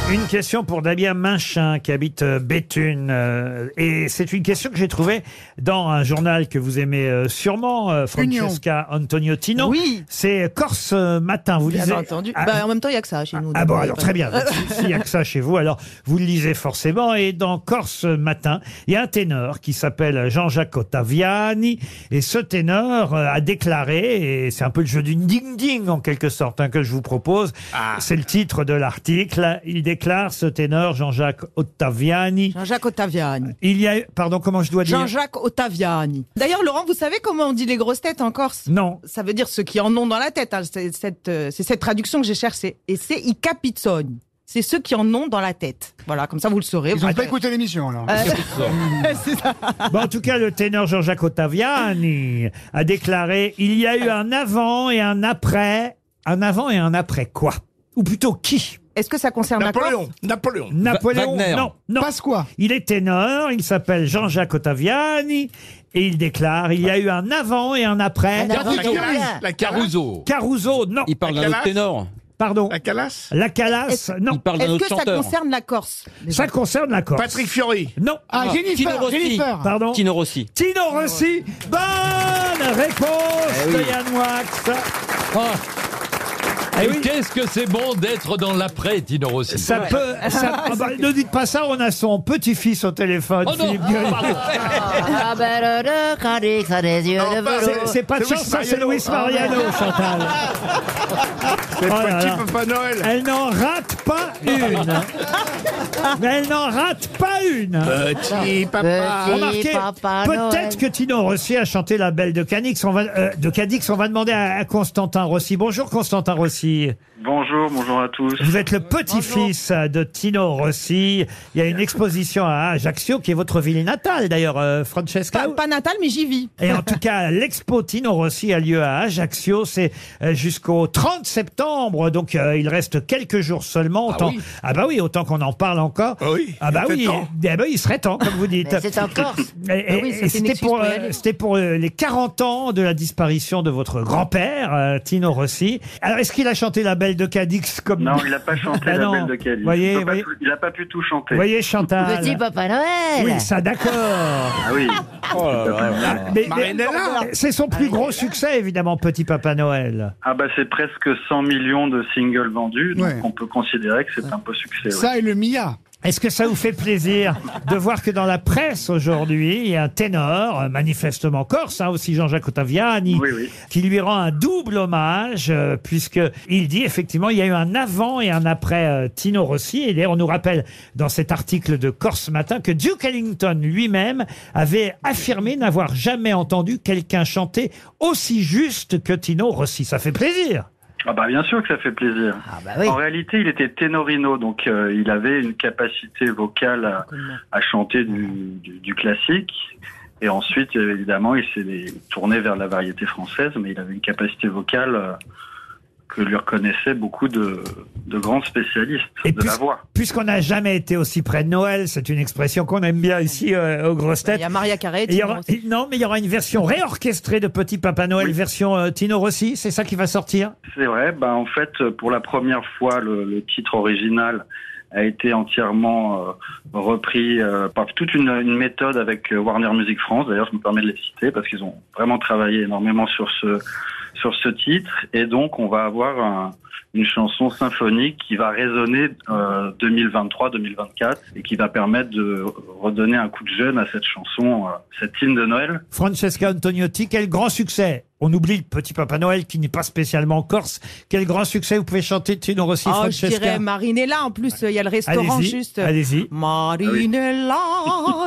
Speaker 2: Une question pour Damien Minchin qui habite euh, Béthune. euh, et c'est une question que j'ai trouvée dans un journal que vous aimez euh, sûrement, euh, Francesca Antoniotino. Oui. C'est Corse euh, Matin. Vous lisez.
Speaker 3: Bien entendu.
Speaker 2: Ah,
Speaker 3: Bah, en même temps, il n'y a que ça chez nous.
Speaker 2: ah
Speaker 3: donc,
Speaker 2: bon,
Speaker 3: euh,
Speaker 2: alors très
Speaker 3: [laughs]
Speaker 2: bien. Donc, si- S'il n'y a que ça chez vous, alors vous le lisez forcément. Et dans Corse Matin, il y a un ténor qui s'appelle Jean-Jacques Ottaviani. Et ce ténor euh, a déclaré, et c'est un peu le jeu d'une ding-ding en quelque sorte hein, que je vous propose, c'est le titre de l'article, il déclare ce ténor Jean-Jacques Ottaviani.
Speaker 3: Jean-Jacques Ottaviani.
Speaker 2: Il y a, pardon, comment je dois dire
Speaker 3: Jean-Jacques Ottaviani. D'ailleurs, Laurent, vous savez comment on dit les grosses têtes en Corse
Speaker 2: Non.
Speaker 3: Ça veut dire ceux qui en ont dans la tête. hein. C'est cette, euh, c'est cette traduction que j'ai cherchée. Et c'est i capizzoni. C'est ceux qui en ont dans la tête. Voilà, comme ça vous le saurez.
Speaker 17: Ils n'ont pas écouté l'émission, alors.
Speaker 3: Euh, [laughs]
Speaker 2: Bon, en tout cas, le ténor Jean-Jacques Ottaviani a déclaré il y a eu un avant et un après. Un avant et un après quoi Ou plutôt qui
Speaker 3: Est-ce que ça concerne Oh,
Speaker 6: Napoléon. Napoléon.
Speaker 2: Napoléon
Speaker 6: Wagner.
Speaker 2: Non, non. quoi Il est ténor, il s'appelle Jean-Jacques Ottaviani et il déclare il y a eu un avant et un après.
Speaker 6: Un avant et un Caruso. après. La Caruso.
Speaker 2: Caruso, non.
Speaker 6: Il parle La d'un autre Calas ténor.
Speaker 2: Pardon.
Speaker 6: La Calas
Speaker 2: La Calas, non.
Speaker 3: Ah, Est-ce que ça concerne la Corse
Speaker 2: Ça concerne la Corse.
Speaker 6: Patrick Fiori.
Speaker 2: Non.
Speaker 6: Ah, Jennifer, Tino Rossi. Jennifer.
Speaker 2: Pardon.
Speaker 6: Tino Rossi.
Speaker 2: Tino Rossi. Bonne réponse
Speaker 5: Eh oui.
Speaker 2: de Yann Wax.
Speaker 5: Ah. Et qu'est-ce que c'est bon d'être dans l'après, Tino Rossi
Speaker 2: Eh Ça peut.
Speaker 5: [laughs]
Speaker 2: ça- ah bah, ne dites pas ça, on a son petit-fils au téléphone.
Speaker 5: Oh non.
Speaker 2: Philippe Gueluc.
Speaker 4: Ah, ben, le- le calice a des yeux de velours.
Speaker 2: c'est- c'est pas de chance, ça, c'est Luis Mariano, Chantal.
Speaker 6: [laughs] Mais
Speaker 2: Oh là
Speaker 6: petit
Speaker 2: là.
Speaker 6: Papa Noël.
Speaker 2: Elle n'en rate pas une.
Speaker 6: [laughs]
Speaker 2: Mais elle n'en rate pas une.
Speaker 6: Petit papa.
Speaker 2: Remarquez,
Speaker 6: papa Noël.
Speaker 2: peut-être que Tino Rossi a chanté la belle de Cadix. On va, euh, de Cadix, on va demander à, à Constantin Rossi. Bonjour Constantin Rossi.
Speaker 8: Bonjour, bonjour à tous.
Speaker 2: Vous êtes le petit-fils euh, de Tino Rossi. Il y a une exposition à Ajaccio, qui est votre ville natale d'ailleurs, euh, Francesca.
Speaker 3: Pas natal, mais j'y vis.
Speaker 2: Et en tout cas, [laughs] l'expo Tino Rossi a lieu à Ajaccio. C'est euh, jusqu'au 30 septembre. Donc, euh, il reste quelques jours seulement. Autant... Ah,
Speaker 6: oui.
Speaker 2: bah oui, autant qu'on en parle encore. Ah
Speaker 6: oui.
Speaker 2: Ah bah
Speaker 6: il était
Speaker 2: oui.
Speaker 6: temps.
Speaker 2: eh ben, il serait temps, comme
Speaker 6: [laughs]
Speaker 2: vous dites.
Speaker 4: Mais c'est en Corse.
Speaker 2: Et- et-
Speaker 4: Ah oui,
Speaker 2: et
Speaker 4: c'était une
Speaker 2: c'était
Speaker 4: excuse
Speaker 2: pour,
Speaker 4: pour y
Speaker 2: euh,
Speaker 4: aller.
Speaker 2: c'était pour euh, les 40 ans de la disparition de votre grand-père, euh, Tino Rossi. Alors, est-ce qu'il a chanté La Belle de Cadix comme
Speaker 8: Non, il n'a pas chanté
Speaker 2: Ah
Speaker 8: la
Speaker 2: non.
Speaker 8: belle de Cali.
Speaker 2: Voyez,
Speaker 8: il n'a
Speaker 2: voyez.
Speaker 8: pas pu tout chanter.
Speaker 2: Voyez, Chantal.
Speaker 4: Petit Papa Noël.
Speaker 2: Oui, ça, d'accord.
Speaker 8: Ah oui.
Speaker 2: Oh Mais- mais- C'est son plus gros succès, évidemment, Petit Papa Noël.
Speaker 8: Ah bah c'est presque 100 millions de singles vendus, donc
Speaker 2: Ouais.
Speaker 8: on peut considérer que c'est un peu succès. ouais.
Speaker 2: et le Mia. Est-ce que ça vous fait plaisir de voir que dans la presse aujourd'hui, il y a un ténor, euh, manifestement corse, hein, aussi Jean-Jacques Ottaviani, qui lui rend un double hommage, euh, puisque il dit effectivement il y a eu un avant et un après euh, Tino Rossi. Et d'ailleurs, on nous rappelle dans cet article de Corse Matin que Duke Ellington lui-même avait affirmé n'avoir jamais entendu quelqu'un chanter aussi juste que Tino Rossi. Ça fait plaisir.
Speaker 8: Ah bah bien sûr que ça fait plaisir. En réalité, il était ténorino, donc euh, il avait une capacité vocale à, à chanter du, du- du classique. Et ensuite, euh, évidemment, il s'est tourné vers la variété française, mais il avait une capacité vocale euh, que lui reconnaissaient beaucoup de, de grands spécialistes de la
Speaker 2: puisque-
Speaker 8: voix.
Speaker 2: Puisqu'on n'a jamais été aussi près de Noël, c'est une expression qu'on aime bien ici euh, aux grosses têtes.
Speaker 3: Il y a Maria Carré.
Speaker 2: Et il y aura- non, mais il y aura une version réorchestrée de Petit Papa Noël, version euh, Tino Rossi, c'est ça qui va sortir
Speaker 8: C'est vrai. Ben, en fait, pour la première fois, le, le titre original a été entièrement euh, repris euh, par toute une, une méthode avec euh, Warner Music France. D'ailleurs, je me permets de les citer parce qu'ils ont vraiment travaillé énormément sur ce sur ce titre. Et donc, on va avoir un- une chanson symphonique qui va résonner euh, 2023-2024 et qui va permettre de redonner un coup de jeune à cette chanson, euh, cette hymne de Noël.
Speaker 2: Francesca Antoniotti, quel grand succès On oublie le Petit Papa Noël qui n'est pas spécialement corse. Quel grand succès vous pouvez chanter Tino Rossi,
Speaker 3: Oh, je
Speaker 2: Francesca
Speaker 3: dirais Marinella. En plus, il y a le restaurant
Speaker 2: Allez-y,
Speaker 3: juste.
Speaker 2: allez-y.
Speaker 8: Ah
Speaker 3: Marinella.
Speaker 4: Ah,
Speaker 3: [laughs]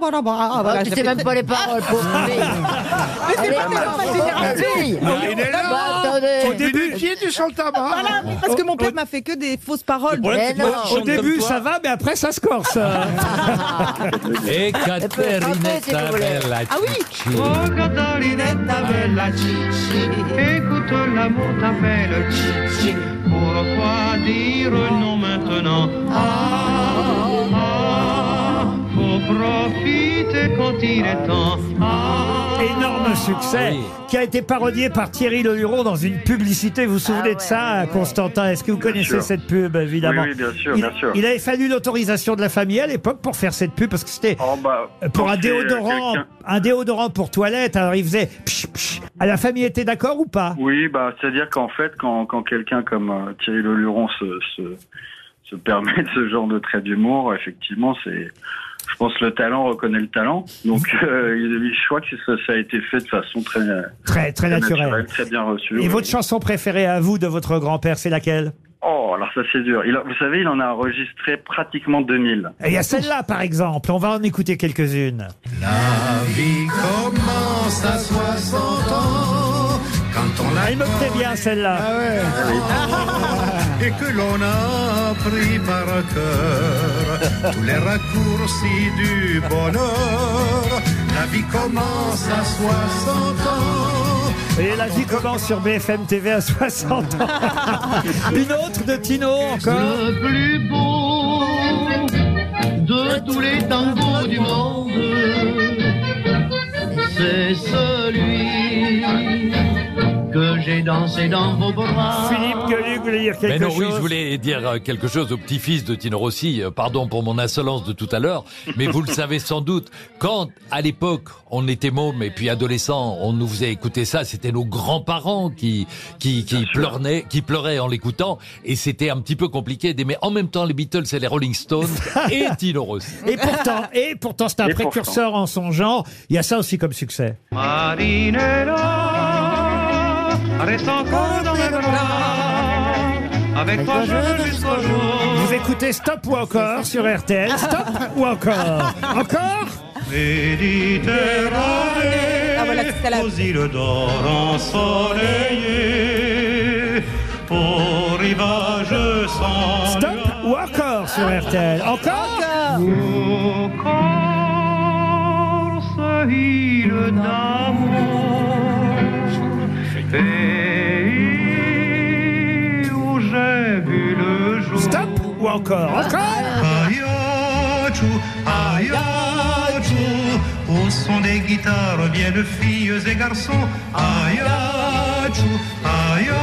Speaker 3: Voilà,
Speaker 4: tu
Speaker 3: je
Speaker 4: sais
Speaker 3: fais-
Speaker 4: même pas les paroles, pauvre
Speaker 3: [laughs]
Speaker 4: fille.
Speaker 9: Ah,
Speaker 3: Mais c'est
Speaker 4: Elle
Speaker 3: pas
Speaker 4: est
Speaker 3: tellement
Speaker 4: pas
Speaker 3: facile à
Speaker 4: pauvre
Speaker 3: rater.
Speaker 4: fille. Bah, attendez.
Speaker 3: Au début,
Speaker 17: qui est du chantabar
Speaker 3: Voilà, mais parce que mon père m'a fait que des fausses paroles.
Speaker 2: Ouais, au- au début, ça va, mais après, ça se corse. euh.
Speaker 8: [laughs]
Speaker 5: Et
Speaker 3: Catherinetta
Speaker 5: Bella
Speaker 3: Ah oui
Speaker 5: Oh,
Speaker 9: Catarinetta bella Cicci, écoute l'amour t'appelle Cicci. Pourquoi dire non maintenant Ah, ah, pourquoi profite quand il est temps.
Speaker 2: Énorme succès qui a été parodié par Thierry Leluron dans une publicité. Vous vous souvenez de ça, Constantin Est-ce que vous
Speaker 14: Ah
Speaker 2: connaissez
Speaker 14: sûr.
Speaker 2: cette pub, évidemment
Speaker 14: Oui, oui, bien sûr,
Speaker 2: il,
Speaker 14: bien sûr.
Speaker 2: il avait fallu l'autorisation de la famille à l'époque pour faire cette pub parce que c'était pour un
Speaker 14: quand Oh, c'est, euh,
Speaker 2: déodorant,
Speaker 14: quelqu'un-
Speaker 2: un déodorant pour toilette. Alors il faisait psh, psh. Ah, La famille était d'accord ou pas
Speaker 14: Oui, bah, c'est-à-dire qu'en fait, quand, quand quelqu'un comme euh, Thierry Leluron se, se, se [laughs] permet de ce genre de trait d'humour, effectivement, c'est. Je pense que le talent reconnaît le talent. Donc,
Speaker 2: [laughs]
Speaker 14: euh, il- je crois que ça, ça a été fait de façon très.
Speaker 2: Très, très naturelle.
Speaker 14: Très bien reçue.
Speaker 2: Et
Speaker 14: ouais.
Speaker 2: votre chanson préférée à vous de votre grand-père, c'est laquelle
Speaker 14: Oh, alors ça, c'est dur. Il a- vous savez, il en a enregistré pratiquement 2000.
Speaker 2: Et Eh, Il y a celle-là, par exemple. On va en écouter quelques-unes.
Speaker 9: La vie commence à 60 ans quand on Ah
Speaker 2: Elle Ah, me plaît bien, celle-là. Ah.
Speaker 9: et que l'on a pris par cœur tous les raccourcis du bonheur. La vie commence à 60 ans.
Speaker 2: Et la vie commence sur BFM TV à 60 ans. Une autre de Tino encore.
Speaker 9: Le plus beau de tous les tangos du monde, c'est celui que j'ai dansé dans vos bras.
Speaker 2: Philippe Gueluc voulait dire quelque
Speaker 5: Mais non, oui,
Speaker 2: chose
Speaker 5: je voulais dire euh, quelque chose au petit-fils de Tino Rossi. Euh, Pardon pour mon insolence de tout à l'heure, mais
Speaker 2: [laughs]
Speaker 5: vous le savez sans doute. Quand, à l'époque, on était môme et puis adolescent, on nous faisait écouter ça, c'était nos grands-parents qui, qui, qui pleuraient, qui pleuraient en l'écoutant. Et c'était un petit peu compliqué d'aimer en même temps les Beatles et les Rolling
Speaker 2: [laughs]
Speaker 5: Stones et Tino Rossi.
Speaker 2: Et pourtant, et pourtant c'est un
Speaker 5: Et pourtant.
Speaker 2: précurseur en son genre. Il y a ça aussi comme succès.
Speaker 9: Marinella, reste encore dans mes bras. Avec toi, je veux jusqu'au jour.
Speaker 2: Vous écoutez Stop ou encore sur RTL. Stop ou encore Encore
Speaker 9: Méditerranée, aux îles d'or ensoleillées, au rivage sans
Speaker 2: Stop ou encore sur RTL Encore
Speaker 9: Ô Corse, île d'amour, pays où j'ai vu le jour.
Speaker 2: Stop ou encore
Speaker 9: Ayachou, ayachou, au son des guitares viennent filles et garçons. Ayachou, ayachou.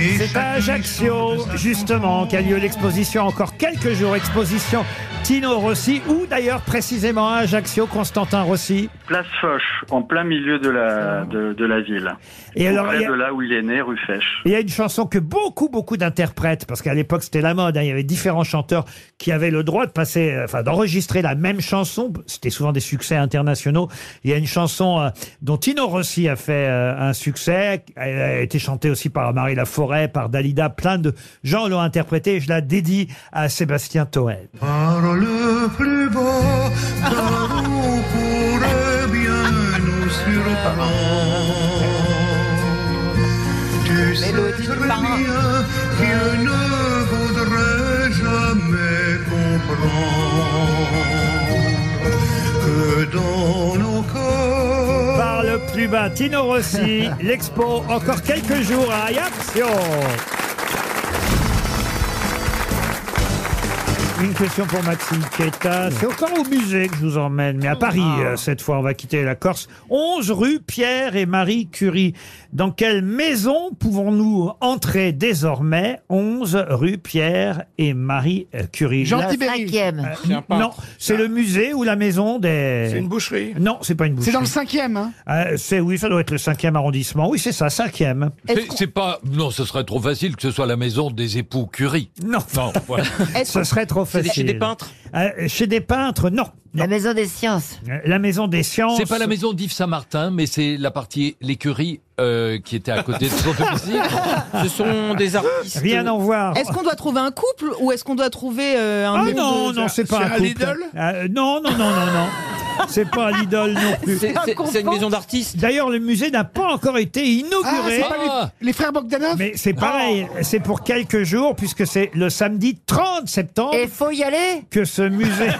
Speaker 9: et
Speaker 2: C'est à Ajaccio, justement, qu'a lieu l'exposition, encore quelques jours, exposition Tino Rossi, ou d'ailleurs précisément à Ajaccio, Constantin Rossi.
Speaker 14: Place Foch, en plein milieu de la, de, de la ville.
Speaker 2: Ah. Et
Speaker 14: Et
Speaker 2: alors, il y a-
Speaker 14: de là où il est né, rue Fèche.
Speaker 2: Il y a une chanson que beaucoup, beaucoup d'interprètes, parce qu'à l'époque c'était la mode, hein, il y avait différents chanteurs qui avaient le droit de passer, euh, enfin d'enregistrer la même chanson. C'était souvent des succès internationaux. Il y a une chanson euh, dont Tino Rossi a fait euh, un succès. Elle a été chantée aussi par Marie Laforêt, par Dalida. Plein de gens l'ont interprétée. et Je la dédie à Sébastien Toel.
Speaker 9: Par le plus beau, car on pourrait bien nous surprendre. Tu sais très bien qu'il ne voudrait jamais comprendre que dans nos corps.
Speaker 2: Par le plus bas, Tino Rossi, l'expo, encore quelques jours à Ajaccio. Une question pour Maxime Quetta. C'est encore au musée que je vous emmène, mais à Paris, euh, cette fois, on va quitter la Corse. 11 rue Pierre et Marie Curie. Dans quelle maison pouvons-nous entrer désormais 11 rue Pierre et Marie euh, Curie.
Speaker 4: Jean
Speaker 2: La-
Speaker 4: Tibéri. Cinquième.
Speaker 2: Euh, Non, c'est le musée ou la maison des...
Speaker 8: C'est une boucherie.
Speaker 2: Non, c'est pas une boucherie.
Speaker 6: C'est dans le cinquième, hein
Speaker 2: Euh, c'est oui, ça doit être le cinquième arrondissement. Oui, c'est ça, cinquième.
Speaker 5: C'est- C'est pas. Non, ce serait trop facile que ce soit la maison des époux Curie.
Speaker 2: Non.
Speaker 5: voilà.
Speaker 2: Ce serait trop
Speaker 5: C'est
Speaker 2: facile.
Speaker 5: chez des peintres
Speaker 2: Euh, Chez des peintres, non. La maison des sciences. La maison des sciences.
Speaker 5: C'est pas la maison d'Yves Saint-Martin, mais c'est la partie l'écurie euh, qui était à côté de son domicile.
Speaker 7: Ce sont des artistes.
Speaker 2: Rien à voir.
Speaker 3: Est-ce qu'on doit trouver un couple ou est-ce qu'on doit trouver euh, un
Speaker 2: Ah
Speaker 3: époux
Speaker 2: non, non, c'est pas un couple. Euh, non, non, non, non, non. C'est pas l'idole non plus.
Speaker 7: C'est- c'est- c'est une maison d'artistes.
Speaker 2: D'ailleurs, le musée n'a pas encore été inauguré.
Speaker 6: Ah, c'est pas les, les frères Bogdanov
Speaker 2: Mais
Speaker 4: Oh.
Speaker 2: c'est pareil, c'est pour quelques jours, puisque c'est le samedi 30 septembre.
Speaker 4: Et faut y aller
Speaker 2: Que ce musée.
Speaker 4: [laughs]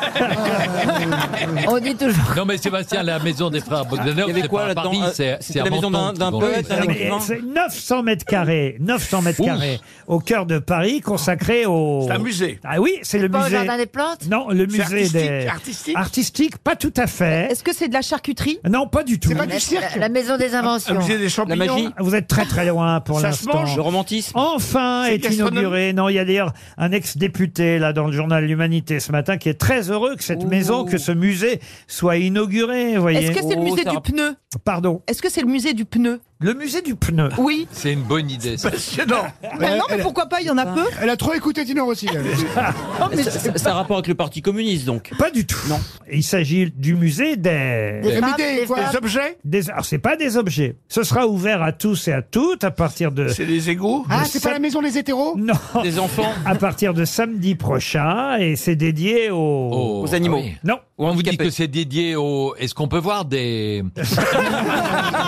Speaker 4: On dit toujours.
Speaker 5: Non, mais Sébastien, la maison des frères Bogdanov,
Speaker 7: Il y avait
Speaker 5: c'est
Speaker 7: quoi
Speaker 5: pas à
Speaker 7: là-dedans
Speaker 5: Paris,
Speaker 7: Euh,
Speaker 5: c'est
Speaker 7: c'était
Speaker 5: c'est à
Speaker 7: la maison d'un-
Speaker 5: Menton
Speaker 7: d'un
Speaker 5: qu'ils vont
Speaker 7: poète,
Speaker 5: le faire.
Speaker 7: d'un
Speaker 2: Non, mais C'est 900 mètres carrés, 900 mètres
Speaker 5: Ouf.
Speaker 2: carrés au cœur de Paris, consacré au.
Speaker 8: C'est un musée.
Speaker 2: Ah oui, c'est le
Speaker 4: pas au
Speaker 2: musée.
Speaker 4: Jardin des Plantes
Speaker 2: Non, le
Speaker 8: C'est
Speaker 2: musée
Speaker 8: artistique,
Speaker 2: des.
Speaker 8: artistique
Speaker 2: Artistique, pas tout à fait.
Speaker 3: Est-ce que c'est de la charcuterie
Speaker 2: Non, pas du tout.
Speaker 6: pas
Speaker 4: La,
Speaker 6: du cirque
Speaker 4: la maison des
Speaker 8: Un
Speaker 4: inventions.
Speaker 8: musée des champignons.
Speaker 7: magie.
Speaker 2: Vous êtes très très loin pour
Speaker 8: Ça se
Speaker 2: l'instant.
Speaker 8: mange
Speaker 7: Le romantisme.
Speaker 2: Enfin
Speaker 8: C'est
Speaker 2: est
Speaker 8: gastronomique.
Speaker 2: inauguré. Non, il y a d'ailleurs un ex-député là dans le journal L'Humanité ce matin qui est très heureux que cette maison, que ce musée soit inauguré. vous Voyez.
Speaker 3: Est-ce que c'est le
Speaker 7: Oh,
Speaker 3: musée
Speaker 7: ça
Speaker 3: du
Speaker 7: rappelle-
Speaker 3: pneu
Speaker 2: Pardon.
Speaker 3: Est-ce que c'est Oh, le musée du pneu
Speaker 2: Le musée du pneu.
Speaker 3: Oui.
Speaker 5: C'est une bonne idée.
Speaker 2: [laughs]
Speaker 5: ça.
Speaker 8: Passionnant.
Speaker 3: Mais Bah non, mais pourquoi pas Il y en a peu.
Speaker 6: Elle a trop écouté Tino Rossi.
Speaker 2: [laughs]
Speaker 6: elle. Oh,
Speaker 2: Oh,
Speaker 7: Ça ça a rapport avec le Parti communiste, donc.
Speaker 2: Pas du tout. Non. Il s'agit du musée des.
Speaker 6: Mais
Speaker 4: femmes,
Speaker 6: des-
Speaker 4: des
Speaker 6: quoi,
Speaker 4: femmes.
Speaker 8: Des objets
Speaker 2: des... Alors c'est pas des objets. Ce sera ouvert à tous et à toutes à partir de.
Speaker 8: C'est des égouts
Speaker 6: Ah, c'est pas la maison des hétéros
Speaker 2: Non.
Speaker 7: Des enfants.
Speaker 2: À partir de samedi prochain et c'est dédié Ah au.
Speaker 5: Oh,
Speaker 7: Aux animaux.
Speaker 5: oui.
Speaker 2: Non.
Speaker 5: On vous dit
Speaker 7: handicapés.
Speaker 5: que c'est dédié au. Est-ce qu'on peut voir des.
Speaker 3: [laughs]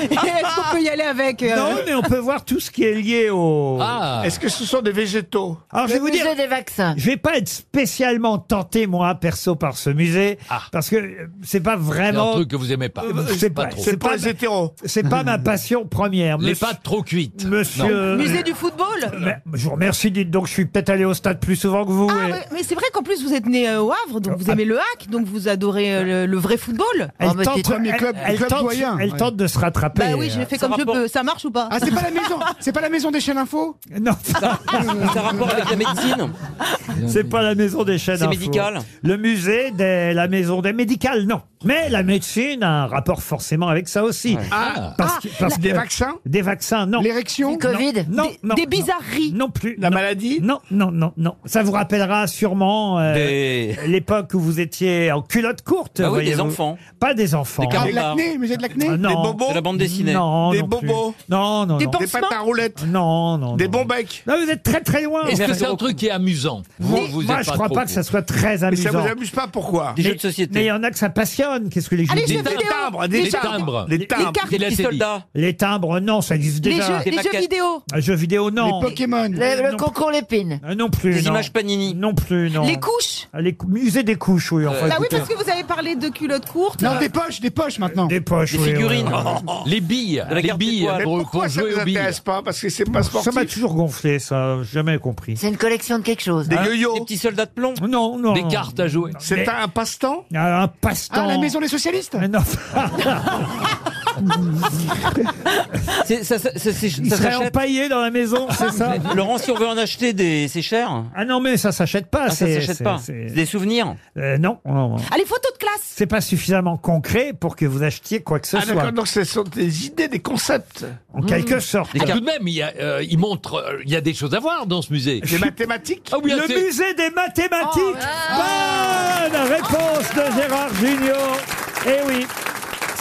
Speaker 3: Et Est-ce qu'on peut y aller avec euh,
Speaker 2: Non, mais on peut voir tout ce qui est lié au.
Speaker 5: Ah
Speaker 8: Est-ce que ce sont des végétaux
Speaker 2: Alors je vais
Speaker 4: Le
Speaker 2: vous
Speaker 4: musée
Speaker 2: dire.
Speaker 4: des vaccins.
Speaker 2: Je vais pas être spécialement tenté moi perso par ce musée
Speaker 5: Ah.
Speaker 2: parce que euh, c'est pas
Speaker 5: C'est un
Speaker 2: vraiment
Speaker 5: truc que vous aimez pas.
Speaker 2: Euh, c'est
Speaker 5: C'est
Speaker 2: pas-
Speaker 5: pas trop.
Speaker 2: c'est
Speaker 8: C'est pas
Speaker 2: pas-
Speaker 8: les hétéros.
Speaker 2: c'est pas ma passion première.
Speaker 5: Les
Speaker 2: Monsieur-
Speaker 5: pâtes trop cuites. Non.
Speaker 2: Monsieur. euh,
Speaker 3: Euh, musée
Speaker 6: Euh,
Speaker 3: du football
Speaker 2: Mais- je vous remercie, dites donc, je suis peut-être allé au stade plus souvent que vous.
Speaker 3: Ah
Speaker 2: et-
Speaker 3: ouais, mais c'est vrai qu'en plus vous êtes né euh, au Havre, donc vous
Speaker 2: Ah.
Speaker 3: aimez le hack, donc vous adorez euh, le, le vrai football.
Speaker 2: Elle
Speaker 4: Oh, mais
Speaker 2: tente,
Speaker 4: c'est-
Speaker 2: elle-
Speaker 6: club-
Speaker 2: elle
Speaker 6: club
Speaker 2: tente-
Speaker 6: doyen,
Speaker 2: elle
Speaker 6: ouais.
Speaker 2: tente de se rattraper. euh,
Speaker 3: Bah oui, j'ai fait
Speaker 7: ça
Speaker 3: comme je
Speaker 7: rapporte-
Speaker 3: peux. Ça marche ou pas
Speaker 6: Ah, c'est pas la maison, c'est pas la maison des chaînes info
Speaker 2: Non,
Speaker 7: Ça a rapport avec la médecine.
Speaker 2: c'est pas la maison des chaînes.
Speaker 7: C'est
Speaker 2: info.
Speaker 7: médical.
Speaker 2: Le musée des, la maison des médicales, non. Mais la médecine a un rapport forcément avec ça aussi.
Speaker 8: Ah,
Speaker 2: Parce que- parce
Speaker 8: des
Speaker 2: que-
Speaker 8: vaccins
Speaker 2: Des vaccins, non.
Speaker 6: L'érection
Speaker 4: Du Covid
Speaker 2: Non,
Speaker 3: Des-
Speaker 2: non,
Speaker 3: des
Speaker 2: non.
Speaker 3: bizarreries.
Speaker 2: Non plus.
Speaker 8: La
Speaker 2: non.
Speaker 8: maladie
Speaker 2: Non, non, non, non. Ça vous rappellera sûrement euh,
Speaker 7: Des-
Speaker 2: l'époque où vous étiez en culotte courte.
Speaker 7: Bah oui, des
Speaker 2: voyez-vous.
Speaker 7: enfants.
Speaker 2: Pas des enfants.
Speaker 7: Des
Speaker 6: Ah,
Speaker 7: carottes.
Speaker 6: de l'acné, le musée de l'acné
Speaker 2: Ah, non.
Speaker 8: Des bobos
Speaker 7: De la bande dessinée.
Speaker 2: Non,
Speaker 8: Des
Speaker 2: non plus.
Speaker 8: bobos
Speaker 2: Non, Oh, non,
Speaker 3: Des
Speaker 2: non.
Speaker 8: Des pâtes à roulettes
Speaker 2: Non, non.
Speaker 8: Des
Speaker 2: non.
Speaker 8: bons becs
Speaker 2: Non, vous êtes très très loin.
Speaker 5: Est-ce que
Speaker 7: Merci
Speaker 5: c'est un
Speaker 7: beaucoup.
Speaker 5: truc qui est amusant Vous,
Speaker 2: Moi,
Speaker 5: vous
Speaker 2: moi,
Speaker 5: êtes
Speaker 2: je
Speaker 5: pas
Speaker 2: crois
Speaker 5: trop
Speaker 2: pas que ça
Speaker 5: pour.
Speaker 2: soit très
Speaker 8: Mais ça vous
Speaker 2: amusant.
Speaker 8: amuse pas, pourquoi
Speaker 7: Des
Speaker 2: Mais-
Speaker 7: jeux de société.
Speaker 2: Mais euh, il y en a que ça passionne. Qu'est-ce que les jeux
Speaker 3: Allez,
Speaker 2: disent
Speaker 3: Ah, jeux
Speaker 8: Des
Speaker 3: vidéo.
Speaker 8: timbres, des
Speaker 5: Des
Speaker 8: timbres,
Speaker 5: timbres.
Speaker 8: des
Speaker 5: Des
Speaker 8: timbres.
Speaker 3: cartes.
Speaker 5: Il
Speaker 7: Des
Speaker 5: a
Speaker 7: petits
Speaker 5: série.
Speaker 7: soldats.
Speaker 2: Les timbres, non, ça existe
Speaker 3: Les
Speaker 2: déjà.
Speaker 3: jeux, les jeux
Speaker 7: maquettes.
Speaker 3: vidéo,
Speaker 2: Un jeu vidéo,
Speaker 6: [laughs] Les
Speaker 2: non.
Speaker 6: Pokémon
Speaker 4: Le, le
Speaker 2: Non.
Speaker 4: concours l'épine.
Speaker 2: Euh, Non plus,
Speaker 7: Des
Speaker 2: non.
Speaker 7: images panini.
Speaker 2: Non plus, non.
Speaker 3: les couches.
Speaker 2: Ah, les cou- Musée des couches, oui. enfin,
Speaker 3: Bah oui,
Speaker 2: écoutez.
Speaker 3: parce que vous avez parlé de culottes courtes.
Speaker 6: Non, des poches, des poches maintenant
Speaker 2: Des poches,
Speaker 7: Des
Speaker 2: oui, Ah, oui,
Speaker 7: figurines.
Speaker 2: oui.
Speaker 7: [laughs]
Speaker 5: Les billes,
Speaker 7: la
Speaker 5: les
Speaker 7: carte
Speaker 5: billes
Speaker 7: étoile.
Speaker 8: Mais
Speaker 5: pour, pour
Speaker 8: pourquoi ça
Speaker 5: jouer
Speaker 8: vous
Speaker 5: aux billes.
Speaker 8: intéresse pas Parce que c'est pas
Speaker 2: Hein Ça m'a
Speaker 8: sportif.
Speaker 2: toujours gonflé, ça. j'ai Jamais compris.
Speaker 4: C'est une collection de quelque chose.
Speaker 8: Des
Speaker 2: Hein
Speaker 7: Des
Speaker 8: yo-yo.
Speaker 7: petits soldats de plomb.
Speaker 2: Non, non.
Speaker 5: Des
Speaker 2: non.
Speaker 5: cartes à jouer.
Speaker 8: C'est un passe-temps
Speaker 2: Ah, Un passe-temps.
Speaker 6: Ah, la maison des socialistes
Speaker 2: Ah,
Speaker 8: [laughs]
Speaker 2: Non,
Speaker 7: [laughs] C'est- Ça, ça, ça- c'est-
Speaker 2: il
Speaker 7: ça
Speaker 2: serait
Speaker 7: s'achète.
Speaker 2: empaillé dans la maison,
Speaker 7: [laughs]
Speaker 2: c'est ça
Speaker 7: Laurent, si on veut en acheter des, c'est cher.
Speaker 2: Ah non, mais ça s'achète pas.
Speaker 7: Ah, ça
Speaker 2: c'est-
Speaker 7: s'achète
Speaker 2: c'est-
Speaker 7: pas.
Speaker 2: c'est-
Speaker 7: C'est Des souvenirs.
Speaker 2: Euh, non, non, non.
Speaker 3: Ah, les photos de classe.
Speaker 2: C'est pas suffisamment concret pour que vous achetiez quoi que ce
Speaker 8: Ah
Speaker 2: soit.
Speaker 8: d'accord, donc ce sont des idées, des concepts,
Speaker 2: En quelque sorte.
Speaker 7: Mmh. Des
Speaker 5: Ah,
Speaker 7: cartes.
Speaker 5: Tout de même, il, y a, euh, il montre, euh, il y a des choses à voir dans ce musée.
Speaker 8: des mathématiques.
Speaker 5: Ah oui,
Speaker 2: Le
Speaker 5: c'est-
Speaker 2: musée des mathématiques.
Speaker 5: Oh,
Speaker 2: Bonne réponse de Gérard Junior. Eh oui.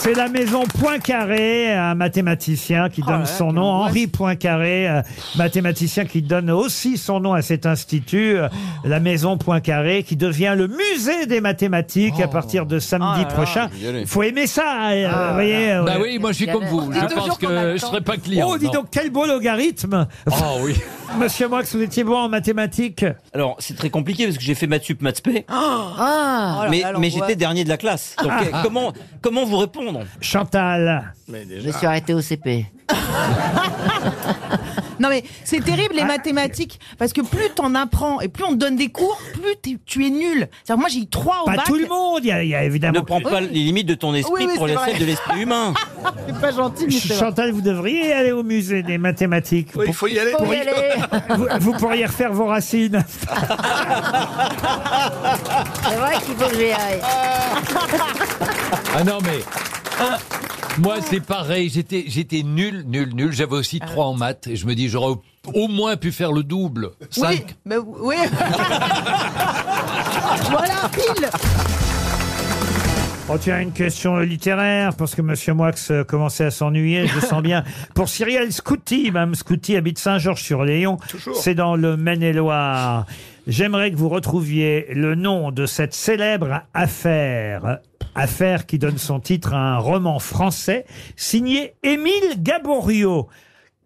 Speaker 2: C'est la maison Poincaré, un mathématicien
Speaker 5: Oh,
Speaker 2: qui donne son nom, Henri Poincaré, euh, mathématicien qui donne aussi son nom à cet institut, euh,
Speaker 5: Oh.
Speaker 2: la maison Poincaré, qui devient le musée des mathématiques
Speaker 5: Oh.
Speaker 2: à partir de samedi prochain. Il faut aimer ça, euh, vous voyez. euh,
Speaker 5: Ah, Bah oui, moi je suis comme vous.
Speaker 3: Ah,
Speaker 5: Je
Speaker 3: toujours
Speaker 5: pense
Speaker 3: qu'on a
Speaker 5: que
Speaker 3: le
Speaker 5: je
Speaker 3: temps.
Speaker 5: serais pas client.
Speaker 2: Oh, dis
Speaker 5: non.
Speaker 2: donc, quel beau logarithme
Speaker 5: Ah oui.
Speaker 2: [laughs] Monsieur Moix, vous étiez bon en mathématiques
Speaker 7: Alors, c'est très compliqué parce que j'ai fait maths sup, maths
Speaker 2: [gasps]
Speaker 7: spé,
Speaker 2: Oh,
Speaker 4: Ah
Speaker 7: mais, mais
Speaker 3: là, l'angoisse.
Speaker 7: j'étais dernier de la classe.
Speaker 2: [laughs]
Speaker 7: Donc, eh, comment, comment vous répondre
Speaker 2: Chantal
Speaker 4: Je me suis arrêté au
Speaker 2: [laughs]
Speaker 4: CP.
Speaker 3: Non mais c'est terrible
Speaker 2: Ah.
Speaker 3: les mathématiques parce que plus t'en apprends et plus on te donne des cours, plus t'es- tu es nul. C'est-à-dire, Moi j'ai eu trois au
Speaker 2: Pas
Speaker 3: bac.
Speaker 2: tout le monde, il y a, il y a
Speaker 7: Ne
Speaker 2: évidemment.
Speaker 7: prends pas les limites de ton esprit
Speaker 3: Oui, oui,
Speaker 7: pour
Speaker 3: c'est
Speaker 7: les
Speaker 3: vrai.
Speaker 7: celles de l'esprit humain.
Speaker 3: [laughs] C'est pas gentil, mais c'est vrai.
Speaker 2: Chantal, vous devriez aller au musée des mathématiques.
Speaker 8: Oui, il faut y aller.
Speaker 4: Faut y aller.
Speaker 2: [laughs] Vous, vous pourriez refaire vos racines.
Speaker 4: C'est vrai qu'il faut que j'y aille.
Speaker 5: Ah non, mais. ah, Moi, c'est pareil. J'étais, j'étais nul, nul, nul. J'avais aussi trois en maths. Et je me dis, j'aurais au- au moins pu faire le double.
Speaker 3: Oui,
Speaker 5: Cinq.
Speaker 3: mais oui. [laughs] voilà, pile.
Speaker 2: On tient une question littéraire, parce que Monsieur Moix euh, commençait à s'ennuyer, je le sens bien. Pour Cyrielle Scouti, Mme Scouti habite Saint-Georges-sur-Léon. C'est dans le Maine-et-Loire. J'aimerais que vous retrouviez le nom de cette célèbre affaire, affaire qui donne son titre à un roman français signé Émile Gaboriau.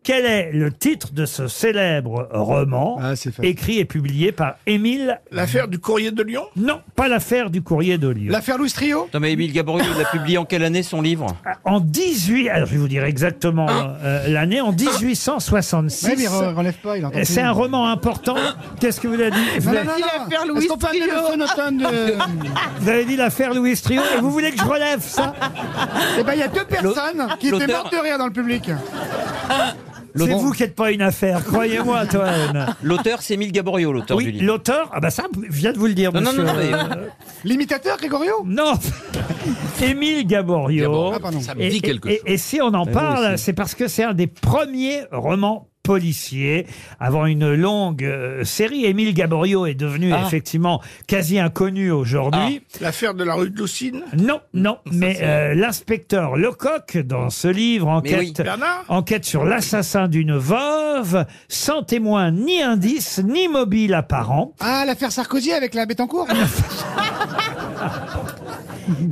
Speaker 2: Quel est le titre de ce célèbre roman
Speaker 8: Ah,
Speaker 2: écrit et publié par Émile L'affaire
Speaker 8: du courrier de Lyon
Speaker 2: Non, pas l'affaire du courrier de Lyon.
Speaker 6: L'affaire Louis Trio
Speaker 7: Non, mais Émile Gaboriau, il a publié en quelle année son livre
Speaker 2: Ah, En 18, alors je vais vous dire exactement
Speaker 15: Hein
Speaker 2: euh, l'année, en 1866.
Speaker 6: Ouais, mais re- relève pas, il entend
Speaker 2: C'est
Speaker 6: plus.
Speaker 2: un roman important. Qu'est-ce que vous avez dit Vous
Speaker 6: Non, non,
Speaker 2: avez-
Speaker 6: non,
Speaker 15: l'affaire
Speaker 6: non.
Speaker 15: Louis
Speaker 6: Est-ce qu'on peut amener le
Speaker 15: Trio
Speaker 6: sonotone de...
Speaker 2: Vous avez dit l'affaire Louis Trio et vous voulez que je relève [laughs] ça
Speaker 6: Eh ben, il y a deux personnes qui étaient
Speaker 7: l'auteur-
Speaker 6: mortes de rire dans le public.
Speaker 2: C'est vous qui n'êtes pas une affaire,
Speaker 7: [laughs]
Speaker 2: croyez-moi, Toen.
Speaker 7: L'auteur, c'est Émile Gaboriau, l'auteur du
Speaker 2: Oui,
Speaker 7: livre.
Speaker 2: l'auteur, ah bah ça, vient de vous le dire,
Speaker 7: Non, non,
Speaker 2: monsieur.
Speaker 7: non, mais-
Speaker 2: euh,
Speaker 6: L'imitateur, Grégorio
Speaker 2: Non Émile Gaborio.
Speaker 6: Ah, pardon.
Speaker 5: Ça me dit
Speaker 2: Et-
Speaker 5: quelque
Speaker 2: et-
Speaker 5: chose.
Speaker 2: Et, si on en
Speaker 7: Mais
Speaker 2: parle,
Speaker 7: aussi.
Speaker 2: c'est parce que c'est un des premiers romans policiers. Avant une longue euh, série, Émile Gaborio est devenu
Speaker 8: Ah.
Speaker 2: effectivement quasi inconnu
Speaker 5: Ah.
Speaker 2: aujourd'hui.
Speaker 6: Ah,
Speaker 8: L'affaire de la rue de Lucine
Speaker 2: Non, non, mais euh, l'inspecteur Lecoq, dans ce livre,
Speaker 8: Mais
Speaker 2: enquête,
Speaker 8: oui. Bernard
Speaker 2: enquête sur l'assassin d'une veuve, sans témoin ni indice, ni mobile apparent.
Speaker 6: Ah, l'affaire Sarkozy avec la
Speaker 2: [laughs]
Speaker 6: Bettencourt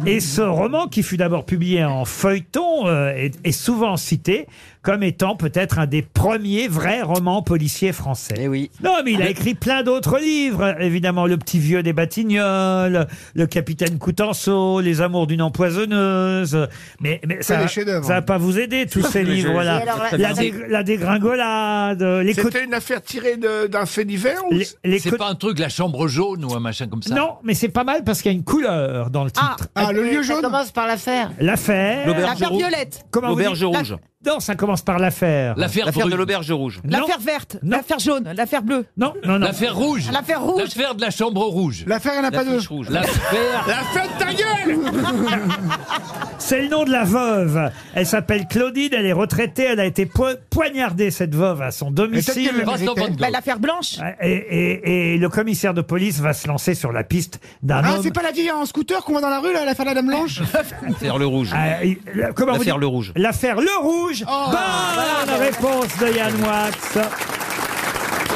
Speaker 2: Et ce roman, qui fut d'abord publié en feuilleton, euh, est, est souvent cité comme étant peut-être un des premiers vrais romans policiers français.
Speaker 5: Eh
Speaker 7: oui.
Speaker 2: Non, mais il a écrit plein d'autres livres. Évidemment, Le Petit Vieux des Batignolles, Le Capitaine Coutenceau, Les Amours d'une empoisonneuse. Mais, mais ça
Speaker 6: les
Speaker 2: va-
Speaker 6: chefs-d'œuvre.
Speaker 2: ça va pas vous aider,
Speaker 6: [laughs]
Speaker 2: tous ces
Speaker 7: Mais je-
Speaker 2: livres-là.
Speaker 7: Et alors, la-
Speaker 2: La, dé- la dégringolade, euh, les côtés.
Speaker 8: C'était une affaire tirée de- d'un fait divers ou...
Speaker 2: Les- les
Speaker 5: C'est
Speaker 2: co-
Speaker 5: pas un truc, la chambre jaune ou un machin comme ça
Speaker 2: Non, mais c'est pas mal parce qu'il y a une couleur dans le titre.
Speaker 6: Ah, le lieu
Speaker 4: Ça
Speaker 6: jaune
Speaker 4: commence par l'affaire.
Speaker 2: L'affaire.
Speaker 7: L'auberge
Speaker 3: L'affaire
Speaker 7: rouge.
Speaker 3: violette,
Speaker 2: Comment vous
Speaker 7: L'auberge
Speaker 2: dites
Speaker 7: rouge.
Speaker 2: Non, ça commence par l'affaire.
Speaker 5: L'affaire
Speaker 7: L'affaire de
Speaker 5: brune.
Speaker 7: l'auberge rouge.
Speaker 2: Non.
Speaker 3: l'affaire verte,
Speaker 2: Non.
Speaker 3: l'affaire jaune, l'affaire bleue,
Speaker 2: Non, non, non.
Speaker 5: L'affaire rouge.
Speaker 3: l'affaire rouge.
Speaker 5: L'affaire de la chambre rouge.
Speaker 6: L'affaire, il n'y en a pas
Speaker 7: La
Speaker 6: deux.
Speaker 7: fiche rouge.
Speaker 5: L'affaire.
Speaker 8: La fête ta
Speaker 2: [laughs]
Speaker 8: gueule
Speaker 2: C'est le nom de la veuve. Elle s'appelle Claudine, elle est retraitée, elle a été po- poignardée, cette veuve, à son
Speaker 6: Mais peut-être
Speaker 2: domicile.
Speaker 6: qu'elle le-
Speaker 5: Vincent Van Gogh.
Speaker 3: Bah, l'affaire blanche.
Speaker 2: Et, et- et le commissaire de police va se lancer sur la piste d'un
Speaker 6: Ah,
Speaker 2: homme.
Speaker 6: c'est pas la vieille en scooter qu'on voit dans la rue, là, l'affaire de la Dame Blanche
Speaker 7: L'affaire le rouge.
Speaker 2: Ah, il- la- comment vous
Speaker 7: L'affaire
Speaker 2: dites
Speaker 7: Le Rouge.
Speaker 2: L'affaire Le Rouge.
Speaker 6: Oh,
Speaker 2: Bonne réponse de Yann Wax.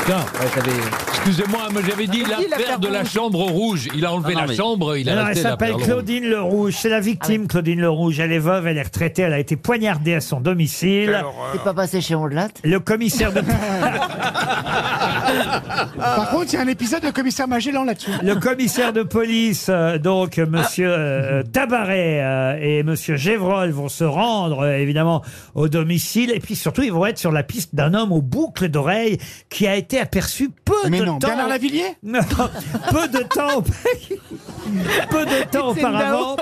Speaker 5: Putain,
Speaker 7: Ouais, t'avais-
Speaker 5: excusez-moi, mais j'avais dit
Speaker 3: l'affaire
Speaker 5: l'affaire de la
Speaker 3: rouge.
Speaker 5: chambre rouge. Il a enlevé
Speaker 2: Ah,
Speaker 7: Non, non,
Speaker 5: la
Speaker 7: mais-
Speaker 5: chambre, il a
Speaker 2: Alors, elle
Speaker 5: resté
Speaker 2: s'appelle
Speaker 5: l'affaire rouge.
Speaker 2: Claudine Le Rouge. C'est la
Speaker 5: Ah
Speaker 2: victime, Claudine Le Rouge. Elle est veuve, elle est retraitée, elle a été poignardée à son domicile.
Speaker 4: T'es pas passé chez Ondelat
Speaker 2: Le commissaire de
Speaker 6: [laughs] Par contre, il y a un épisode de Commissaire Magellan là-dessus.
Speaker 2: Le commissaire de police, euh, donc euh, Monsieur euh, Tabaret euh, et Monsieur Gévrol vont se rendre euh, évidemment au domicile et puis surtout ils vont être sur la piste d'un homme aux boucles d'oreilles qui a été aperçu peu
Speaker 6: Mais
Speaker 2: de
Speaker 6: non,
Speaker 2: temps.
Speaker 6: Bernard Lavillier
Speaker 2: [laughs] Non, peu de temps, peu de temps
Speaker 3: C'est une
Speaker 2: auparavant,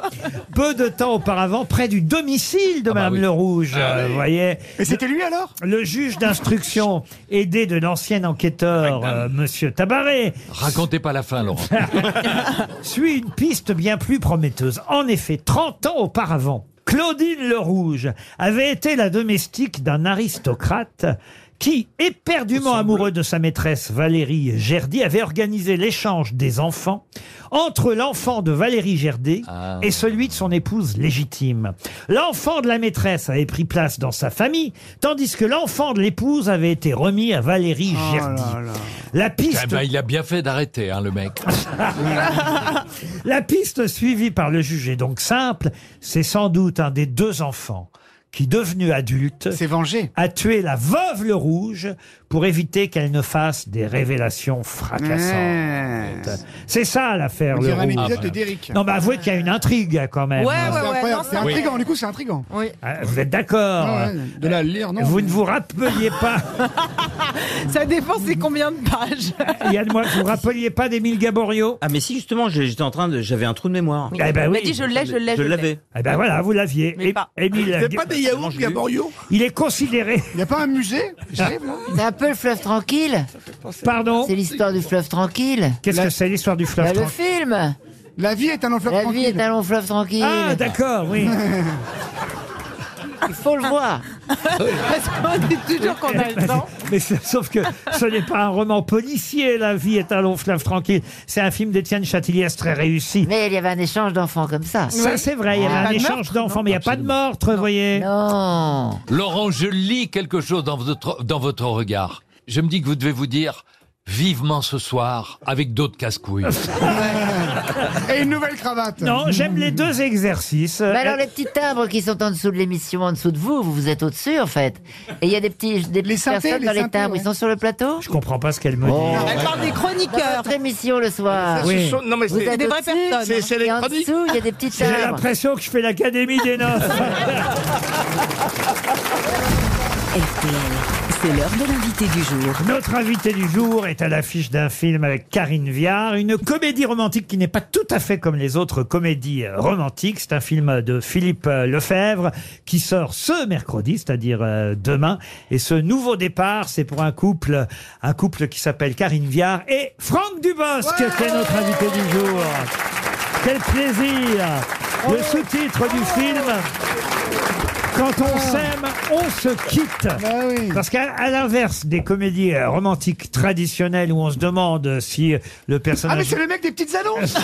Speaker 2: peu de temps auparavant, près du domicile de
Speaker 5: bah
Speaker 2: Madame
Speaker 5: oui.
Speaker 2: Le Rouge, euh, vous voyez.
Speaker 6: Et c'était lui alors
Speaker 2: Le juge d'instruction, aidé de l'ancien enquêteur euh, Monsieur Tabaret,
Speaker 5: Racontez pas la fin, Laurent.
Speaker 2: suit une piste bien plus prometteuse. En effet, 30 ans auparavant, Claudine Le Rouge avait été la domestique d'un aristocrate qui, éperdument amoureux de sa maîtresse Valérie Gerdy, avait organisé l'échange des enfants entre l'enfant de Valérie Gerdy
Speaker 5: Ah.
Speaker 2: et celui de son épouse légitime. L'enfant de la maîtresse avait pris place dans sa famille, tandis que l'enfant de l'épouse avait été remis à Valérie
Speaker 5: Oh
Speaker 2: Gerdy. La
Speaker 5: Eh
Speaker 2: piste
Speaker 5: ben, il a bien fait d'arrêter, hein, le mec.
Speaker 2: La piste suivie par le juge est donc simple. C'est sans doute un des deux enfants qui, devenu adulte,
Speaker 6: C'est vengé.
Speaker 2: a tué la veuve le rouge pour éviter qu'elle ne fasse des révélations fracassantes.
Speaker 6: Ouais.
Speaker 2: C'est ça l'affaire
Speaker 6: On
Speaker 2: le
Speaker 6: dirait un
Speaker 2: rouge.
Speaker 6: épisode de Derrick.
Speaker 2: Non, mais avouez qu'il y a une intrigue quand même.
Speaker 3: Ouais, ouais,
Speaker 6: C'est
Speaker 3: ouais,
Speaker 6: incroyable,
Speaker 3: non,
Speaker 6: c'est
Speaker 3: ça-
Speaker 6: intriguant, du coup, c'est intriguant.
Speaker 3: Oui.
Speaker 2: Euh, Vous êtes d'accord
Speaker 6: Ah ouais, de la lire, non
Speaker 2: Vous ne vous rappeliez
Speaker 6: [laughs]
Speaker 2: pas,
Speaker 3: Ça dépend c'est combien de
Speaker 2: [laughs]
Speaker 3: pages.
Speaker 2: Yann, moi, vous vous rappeliez pas d'Émile Gaborio
Speaker 7: euh, Ah, mais si, justement, j'ai- j'étais en train de. J'avais un trou de mémoire.
Speaker 2: Eh ben
Speaker 3: Il m'a
Speaker 2: oui.
Speaker 3: dit je l'ai, je l'ai,
Speaker 7: Je
Speaker 3: je l'ai.
Speaker 7: l'avais.
Speaker 2: Eh ben voilà, vous l'aviez.
Speaker 3: Mais
Speaker 2: É-
Speaker 3: pas.
Speaker 2: Émile,
Speaker 8: C'était pas des yaourts, Gaborio
Speaker 2: il est considéré,
Speaker 6: Il n'y a pas un
Speaker 2: [laughs]
Speaker 6: musée hein? J'arrive, là
Speaker 4: C'est un peu le fleuve tranquille.
Speaker 2: pardon.
Speaker 4: C'est l'histoire du fleuve tranquille.
Speaker 2: Qu'est-ce que c'est l'histoire du fleuve
Speaker 4: Bah, le
Speaker 2: tranquille
Speaker 4: film.
Speaker 6: La vie est un enveloppe
Speaker 4: La vie
Speaker 6: tranquille.
Speaker 4: est un long fleuve tranquille.
Speaker 2: Ah, d'accord,
Speaker 6: [laughs]
Speaker 2: oui.
Speaker 4: Il faut le voir.
Speaker 3: [laughs] Parce qu'on dit toujours qu'on a le temps.
Speaker 2: Mais c'est- sauf que ce n'est pas un roman policier, La vie est un long fleuve tranquille. C'est un film d'Étienne Châtilliès très réussi.
Speaker 4: Mais il y avait un échange d'enfants comme ça.
Speaker 2: Ça, c'est vrai, il y avait
Speaker 3: Ah.
Speaker 2: un
Speaker 3: Pas de
Speaker 2: échange
Speaker 3: meurtre,
Speaker 2: d'enfants, mais il n'y a pas de meurtre, vous voyez.
Speaker 4: Non.
Speaker 5: Laurent, je lis quelque chose dans votre, dans votre regard. Je me dis que vous devez vous dire, vivement ce soir avec d'autres casse-couilles.
Speaker 6: Et une nouvelle cravate.
Speaker 2: Non, j'aime les deux exercices.
Speaker 4: Mais alors les petits timbres qui sont en dessous de l'émission, en dessous de vous, vous vous êtes au-dessus en fait. Et il y a des petits, des petites
Speaker 2: synthés,
Speaker 4: personnes
Speaker 2: les
Speaker 4: dans les
Speaker 2: synthés,
Speaker 4: timbres,
Speaker 2: ouais.
Speaker 4: ils sont sur le plateau.
Speaker 2: Je comprends pas ce qu'elle me dit.
Speaker 4: Elle parle des chroniqueurs. Dans votre émission le soir.
Speaker 2: Ça, ce Oui. sont- non, mais
Speaker 4: Vous
Speaker 2: c'est-
Speaker 4: êtes
Speaker 2: des vraies
Speaker 4: au-dessus,
Speaker 2: personnes, C'est- hein. c'est les
Speaker 4: et en
Speaker 2: chroniques.
Speaker 4: dessous, il y a des petites
Speaker 2: J'ai
Speaker 4: timbres.
Speaker 2: l'impression que je fais l'académie des noces.
Speaker 12: C'est l'heure de l'invité du jour.
Speaker 2: Notre invité du jour est à l'affiche d'un film avec Karine Viard, une comédie romantique qui n'est pas tout à fait comme les autres comédies euh, romantiques. C'est un film de Philippe euh, Lefebvre qui sort ce mercredi, c'est-à-dire euh, demain. Et ce nouveau départ, c'est pour un couple, un couple qui s'appelle Karine Viard et Franck Dubosc, qui est notre invité du jour. Quel plaisir Le sous-titre du [laughs] film quand
Speaker 6: Ah.
Speaker 2: on s'aime, on se quitte. Parce qu'à à l'inverse des comédies euh, romantiques traditionnelles où on se demande si le
Speaker 6: Ah mais
Speaker 2: personnage...
Speaker 6: c'est le mec des petites
Speaker 2: [laughs]
Speaker 6: annonces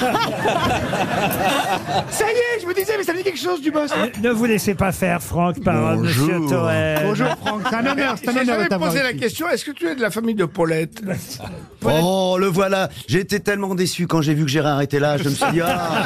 Speaker 6: Ça y est, je me disais, mais ça me dit quelque chose du boss
Speaker 2: ne vous laissez pas faire, Franck, par euh, Monsieur Toen.
Speaker 8: J'ai jamais posé la question, est-ce que tu es de la famille de
Speaker 2: [laughs]
Speaker 8: Paulette
Speaker 18: Oh, le voilà J'étais tellement déçu quand j'ai vu que Gérard était là. Je me
Speaker 2: [laughs]
Speaker 18: suis dit, ah,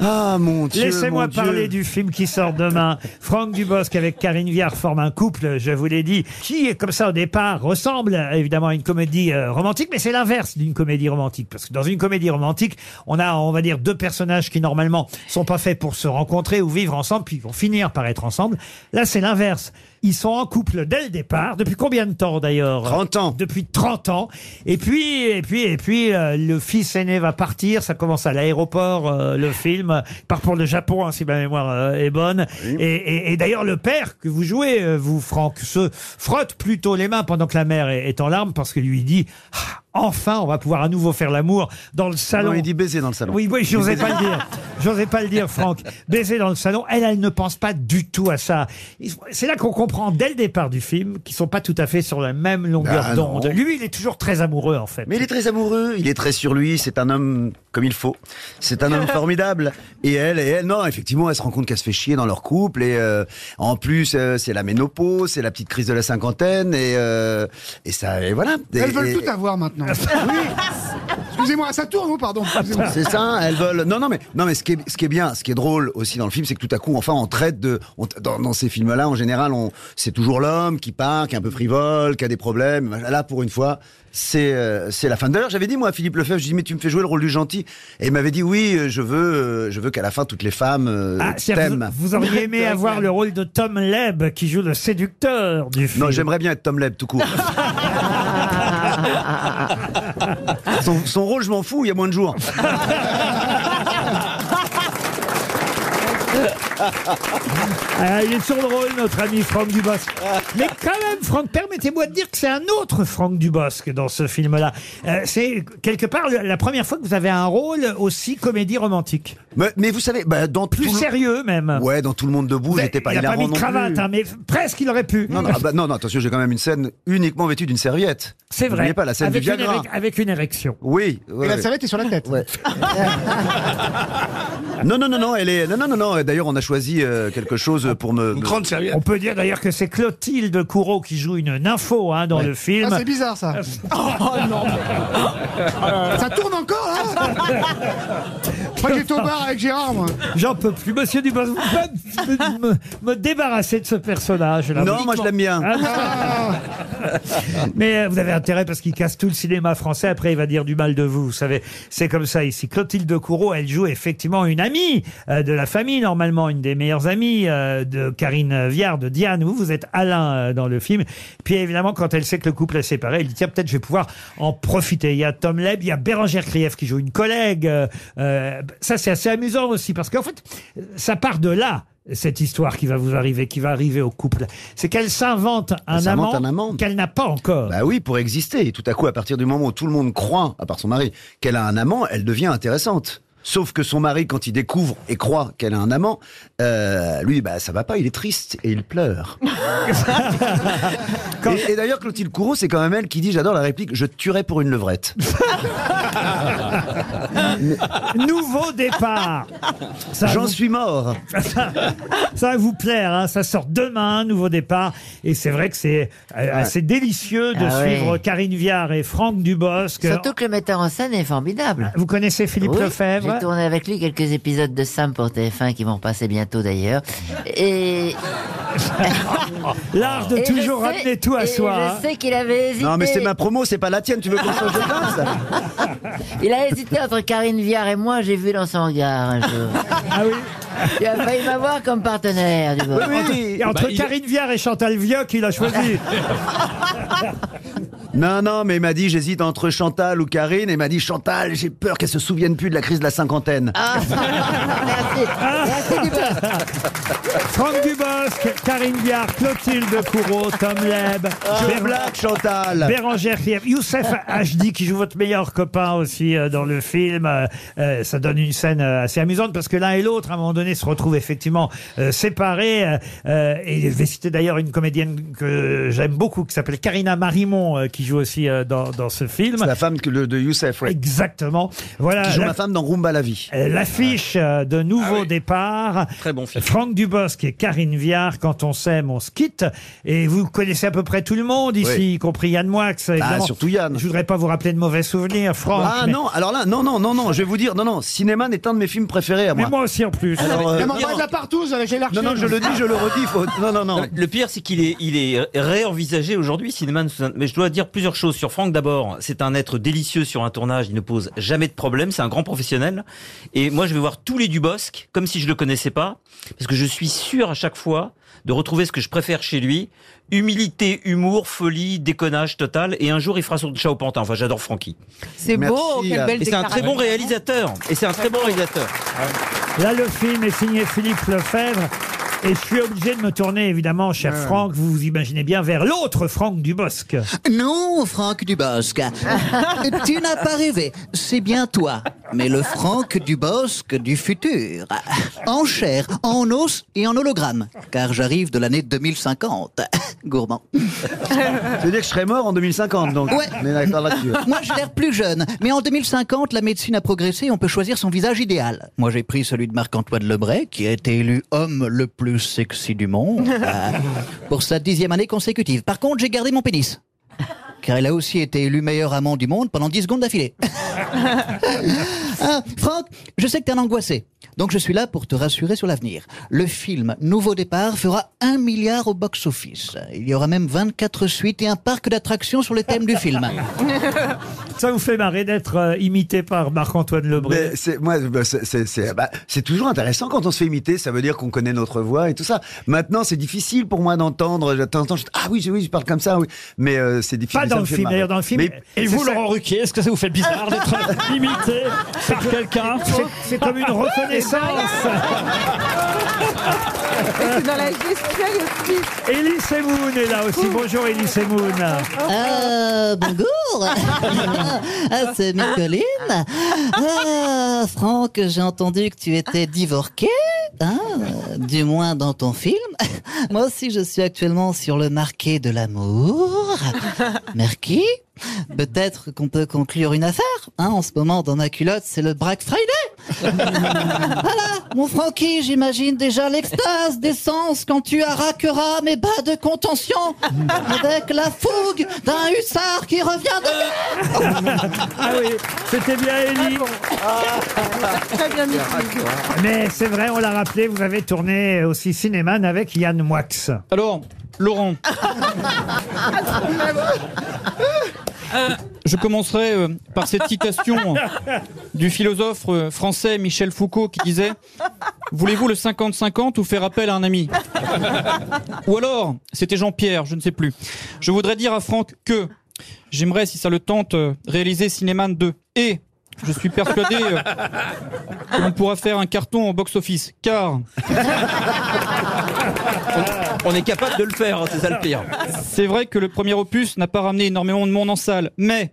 Speaker 18: ah, mon Dieu
Speaker 2: Laissez-moi
Speaker 18: mon Dieu.
Speaker 2: parler du film qui sort demain. Franck Dubosc avec Karine Viard forme un couple, je vous l'ai dit, qui, comme ça au départ, ressemble euh, évidemment à une comédie euh, romantique, mais c'est l'inverse d'une comédie romantique. Parce que dans une comédie romantique, on a, on va dire, deux personnages qui normalement sont pas faits pour se rencontrer ou vivre ensemble, puis ils vont finir par être ensemble. Là, c'est l'inverse. Ils sont en couple dès le départ. Depuis combien de temps d'ailleurs 30 ans. Depuis 30 ans. Et puis, et puis, et puis, euh, le fils aîné va partir. Ça commence à l'aéroport, euh, le film. Il part pour le Japon, hein, si ma mémoire euh, est bonne. Et, et- et d'ailleurs, le père que vous jouez, euh, vous, Franck, se frotte plutôt les mains pendant que la mère est, est en larmes parce que lui dit Ah, Enfin, on va pouvoir à nouveau faire l'amour dans le salon.
Speaker 18: Non, il dit baiser dans le salon.
Speaker 2: Oui, oui,
Speaker 18: Il
Speaker 2: j'osais
Speaker 18: dit
Speaker 2: pas le
Speaker 18: baiser.
Speaker 2: dire. J'osais pas le
Speaker 18: [laughs]
Speaker 2: dire, Franck. Baiser dans le salon, elle, elle ne pense pas du tout à ça. C'est là qu'on comprend dès le départ du film qu'ils sont pas tout à fait sur la même longueur
Speaker 18: Ah, non.
Speaker 2: d'onde. Lui, il est toujours très amoureux, en fait.
Speaker 18: [laughs] Mais il est très amoureux, il est très sur lui, c'est un homme comme il faut. C'est un
Speaker 2: [laughs]
Speaker 18: homme formidable. Et elle, et elle, non, effectivement, elle se rend compte qu'elle se fait chier dans leur couple. Et euh, en plus, euh, c'est la ménopause, c'est la petite crise de la cinquantaine. Et, euh, et ça, et voilà.
Speaker 6: Elles
Speaker 18: Et-
Speaker 6: veulent
Speaker 18: et-
Speaker 6: tout
Speaker 18: [laughs]
Speaker 6: avoir maintenant. Oui. Excusez-moi, ça tourne ou pardon Excusez-moi.
Speaker 18: C'est ça, elles veulent. Non, non, mais non, mais ce qui est, ce qui est bien, ce qui est drôle aussi dans le film, c'est que tout à coup, enfin, on traite de on- dans, dans ces films-là, en général, on c'est toujours l'homme qui part, qui est un peu frivole, qui a des problèmes. Là, pour une fois, c'est euh, c'est la fin. D'ailleurs, j'avais dit moi à Philippe Lefebvre, je dis mais tu me fais jouer le rôle du gentil, et il m'avait dit oui, euh, je veux, euh, je veux qu'à la fin toutes les femmes euh,
Speaker 2: Ah, c'est-à-dire que
Speaker 18: t'aiment.
Speaker 2: vous, vous
Speaker 18: [laughs]
Speaker 2: auriez aimé avoir le rôle de Tom Leb qui joue le séducteur du film.
Speaker 18: Non, j'aimerais bien être Tom Leb
Speaker 2: [laughs]
Speaker 18: tout court. son, son rôle, je m'en fous, il y a moins de jours.
Speaker 2: Ah, il est sur le rôle, notre ami Franck Dubosc. Mais quand même, Franck, permettez-moi de dire que c'est un autre Franck Dubosc dans ce film-là. Euh, c'est quelque part le- la première fois que vous avez un rôle aussi comédie romantique.
Speaker 18: Mais, mais vous savez, bah, dans
Speaker 2: plus sérieux même.
Speaker 18: Ouais, dans tout le monde debout, j'étais pas
Speaker 2: il a pas
Speaker 18: hilarant
Speaker 2: mis de
Speaker 18: non
Speaker 2: cravate,
Speaker 18: plus.
Speaker 2: hein, mais presque il aurait pu.
Speaker 18: Non, non, ah bah, non, non, attention, j'ai quand même une scène uniquement vêtue d'une serviette.
Speaker 2: [laughs] C'est vrai.
Speaker 18: N'oubliez pas la scène
Speaker 2: avec,
Speaker 18: du
Speaker 2: une
Speaker 18: Viagra.
Speaker 2: érec- avec une érection.
Speaker 18: Oui. ouais,
Speaker 6: Et la
Speaker 18: ouais.
Speaker 6: serviette est sur la tête.
Speaker 18: Non, non, non, non, elle est. Non, non, non, non. D'ailleurs, on a choisi euh, quelque chose pour me. Une
Speaker 8: grande serviette.
Speaker 2: On peut dire d'ailleurs que c'est Clotilde Courreau qui joue une nympho hein, dans
Speaker 18: Ouais.
Speaker 2: le film.
Speaker 6: Ah, c'est
Speaker 18: [laughs]
Speaker 6: bizarre ça.
Speaker 18: Oh,
Speaker 6: Ça tourne encore hein. là Moi j'étais au bar avec Gérard moi.
Speaker 2: J'en peux plus. Monsieur Dubos, vous pouvez me, me- me débarrasser de ce personnage là. Ah,
Speaker 18: Non, moi, je l'aime bien.
Speaker 2: [laughs] Mais euh, vous avez intérêt parce qu'il casse tout le cinéma français. Après, il va dire du mal de vous. Vous savez, c'est comme ça ici. Clotilde Courreau, elle joue effectivement une amie euh, de la famille, normalement une des meilleures amies euh, de Karine Viard, de Diane. Vous, vous êtes Alain euh, dans le film. Puis évidemment, quand elle sait que le couple est séparé, elle dit tiens, peut-être je vais pouvoir en profiter. Il y a Tom Leb, il y a Bérangère Krief qui joue une collègue. Euh, euh, ça, c'est assez amusant aussi parce qu'en fait, ça part de là. Cette histoire qui va vous arriver, qui va arriver au couple, c'est qu'elle s'invente
Speaker 18: Elle
Speaker 2: un
Speaker 18: s'invente
Speaker 2: amant,
Speaker 18: un amant.
Speaker 2: qu'elle n'a pas encore.
Speaker 18: Bah oui, pour exister. Et tout à coup, à partir du moment où tout le monde croit, à part son mari, qu'elle a un amant, elle devient intéressante. Sauf que son mari, quand il découvre et croit qu'elle a un amant, euh, lui, bah ça va pas. Il est triste et il
Speaker 2: [laughs]
Speaker 18: pleure. Et, et d'ailleurs, Clotilde
Speaker 2: [laughs]
Speaker 18: Courreau, c'est quand même elle qui dit, j'adore la réplique, je tuerais pour une levrette.
Speaker 2: Nouveau départ.
Speaker 18: J'en suis mort.
Speaker 2: ça va vous plaire, hein, ça sort demain, un nouveau départ. Et c'est vrai que c'est euh, assez délicieux de
Speaker 4: Ah ouais.
Speaker 2: suivre Karine Viard et Franck
Speaker 4: [laughs]
Speaker 2: Dubosc.
Speaker 4: Surtout que le metteur en scène est formidable.
Speaker 2: Vous connaissez Philippe
Speaker 4: Oui,
Speaker 2: Lefebvre
Speaker 4: J'ai tourné avec lui quelques épisodes de Sam pour TF1 qui vont passer bientôt d'ailleurs. Et.
Speaker 2: L'art de
Speaker 4: Et je
Speaker 2: toujours
Speaker 4: sais-
Speaker 2: ramener tout à
Speaker 4: et
Speaker 2: soi, hein.
Speaker 4: Je sais
Speaker 18: [laughs]
Speaker 4: qu'il avait hésité.
Speaker 18: Non, mais c'est ma promo, c'est pas la tienne. Tu veux qu'on change de place
Speaker 4: Il a hésité entre Karine Viard et moi, j'ai vu dans son regard un jour.
Speaker 2: Ah oui
Speaker 4: Tu as failli m'avoir comme partenaire, du coup.
Speaker 2: Entre- Et entre
Speaker 4: Bah,
Speaker 2: Karine Viard et Chantal Vieux qu'il a choisi.
Speaker 18: Non, non, mais il m'a dit j'hésite entre Chantal ou Karine. Et il m'a dit Chantal, j'ai peur qu'elle se souvienne plus de la crise de la cinquantaine.
Speaker 9: Ah.
Speaker 2: [laughs] Franck Dubosc, Karine Viard, Clotilde Courreau, Tom Leb,
Speaker 18: Je
Speaker 2: Bér-
Speaker 18: blague,
Speaker 3: [laughs]
Speaker 18: Chantal.
Speaker 2: Bérangère Krief, Youssef Hachdi qui joue votre meilleur copain aussi euh, dans le film. Euh, euh, ça donne une scène euh, assez amusante parce que l'un et l'autre, à un moment donné, se retrouvent effectivement euh, séparés. euh, euh, et je vais citer d'ailleurs une comédienne que j'aime beaucoup qui s'appelle Karina Marimon euh, qui joue aussi euh, dans, dans ce film.
Speaker 18: C'est la femme que le- de Youssef, ouais.
Speaker 2: Exactement. Voilà.
Speaker 18: Qui joue
Speaker 2: la-
Speaker 18: ma femme dans Roomba la vie.
Speaker 2: euh, L'affiche euh, de
Speaker 18: Ah
Speaker 2: Nouveau Départ.
Speaker 7: Très bon film.
Speaker 2: Franck Dubosc et Karine Viard, quand on s'aime, on se quitte. Et vous connaissez à peu près tout le monde ici,
Speaker 18: Oui. Bah,
Speaker 2: y compris Yann Moix. évidemment.
Speaker 18: surtout Yann.
Speaker 2: Je voudrais pas vous rappeler de mauvais souvenirs, Franck.
Speaker 18: Ah
Speaker 2: mais-
Speaker 18: non, alors là, non, non, non, non, je vais vous dire, non, non, Cinéman est un de mes films préférés à
Speaker 2: Mais
Speaker 18: moi.
Speaker 2: moi aussi en plus.
Speaker 18: Alors, euh,
Speaker 6: Elle m'envoie de la partouze avec Gérard
Speaker 18: non, non, je le dis, je le redis, faut- non, non, non.
Speaker 7: [laughs] Non, mais Le pire, c'est qu'il est, il est réenvisagé aujourd'hui, Cinéman. Suzanne. Mais je dois dire plusieurs choses sur Franck. D'abord, c'est un être délicieux sur un tournage. Il ne pose jamais de problème. C'est un grand professionnel. Et moi, je vais voir tous les Dubosc, comme si je le connaissais pas, parce que je suis sûr à chaque fois de retrouver ce que je préfère chez lui. Humilité, humour, folie, déconnage total. Et un jour, il fera son chat au pantin. Enfin, j'adore Francky.
Speaker 3: C'est
Speaker 7: Merci,
Speaker 3: beau, quelle
Speaker 7: là.
Speaker 3: belle
Speaker 7: Et c'est un très bon
Speaker 3: déclaration.
Speaker 7: réalisateur. Et c'est un très bon réalisateur.
Speaker 2: Là, le film est signé Philippe Lefebvre. Et je suis obligé de me tourner, évidemment, cher Franck, vous vous imaginez bien, vers l'autre Franck Dubosc.
Speaker 19: Non, Franck
Speaker 2: [laughs]
Speaker 19: Dubosc, tu n'as pas rêvé, c'est bien toi, mais le Franck Dubosc du futur, en chair, en os et en hologramme, car j'arrive de l'année 2050, gourmand.
Speaker 18: C'est-à-dire que je serais mort en 2050, donc.
Speaker 19: Ouais.
Speaker 18: On est d'accord là-dessus.
Speaker 19: [laughs] Moi, j'ai l'air plus jeune, mais en 2050, la médecine a progressé, on peut choisir son visage idéal. Moi, j'ai pris celui de Marc-Antoine Lebray, qui a été élu homme le plus sexy du monde euh, [laughs] pour sa dixième année consécutive. Par contre, j'ai gardé mon pénis. Car il a aussi été élu meilleur amant du monde pendant 10 secondes d'affilée. Ah, Franck, je sais que t'es un angoissé. Donc je suis là pour te rassurer sur l'avenir. Le film Nouveau Départ fera un milliard au box-office. Il y aura même 24 suites et un parc d'attractions sur les thèmes du film.
Speaker 2: Ça vous fait marrer d'être euh, imité par Marc-Antoine Lebré.
Speaker 18: Mais c'est moi, bah, c'est- c'est c'est- bah, c'est toujours intéressant quand on se fait imiter. Ça veut dire qu'on connaît notre voix et tout ça. Maintenant, c'est difficile pour moi d'entendre. Je t'entends, je- ah oui, je- oui, je parle comme ça. Oui. Mais euh, c'est difficile.
Speaker 2: Pas
Speaker 18: ça
Speaker 2: dans
Speaker 18: me
Speaker 2: le
Speaker 18: fait
Speaker 2: film,
Speaker 18: marrer.
Speaker 2: d'ailleurs, dans le film.
Speaker 18: Mais-
Speaker 2: Et vous, Laurent
Speaker 20: Ruquier, est-ce que ça vous fait bizarre
Speaker 18: [laughs]
Speaker 20: d'être imité par quelqu'un
Speaker 2: C'est comme une reconnaissance.
Speaker 15: C'est dans la gestuelle aussi.
Speaker 2: Elie Semoun est là aussi. Bonjour Elie Semoun.
Speaker 21: Euh, bonjour Ah, C'est Nicoline Ah, Franck, j'ai entendu que tu étais divorqué, hein, euh, du moins dans ton film. Moi aussi, je suis actuellement sur le marqué de l'amour. Merci. Peut-être qu'on peut conclure une affaire. hein. en ce moment, dans ma culotte, c'est le Black Friday. voilà, mon Francky, j'imagine déjà l'extase des sens quand tu arraqueras mes bas de contention avec la fougue d'un hussard qui revient de guerre.
Speaker 2: Ah oui, c'était bien
Speaker 3: Ah
Speaker 2: Elie.
Speaker 15: Très bien, Mickey.
Speaker 2: [laughs] Mais c'est vrai, on l'a rappelé, vous avez tourné aussi Cinéman avec Yann Moix.
Speaker 20: Alors, Laurent,
Speaker 3: Ah,
Speaker 20: je commencerai euh, par cette
Speaker 2: [laughs]
Speaker 20: citation euh, du philosophe euh, français Michel Foucault qui disait Voulez-vous le 50-50 ou faire appel à un ami Ou alors, c'était Jean-Pierre, je ne sais plus. Je voudrais dire à Franck que j'aimerais, si ça le tente, euh, réaliser Cinéman 2. Et je suis persuadé euh, que l'on pourra faire un carton en box-office, car
Speaker 7: On est capable de le faire, hein, c'est ça le pire.
Speaker 20: c'est vrai que le premier opus n'a pas ramené énormément de monde en salle, mais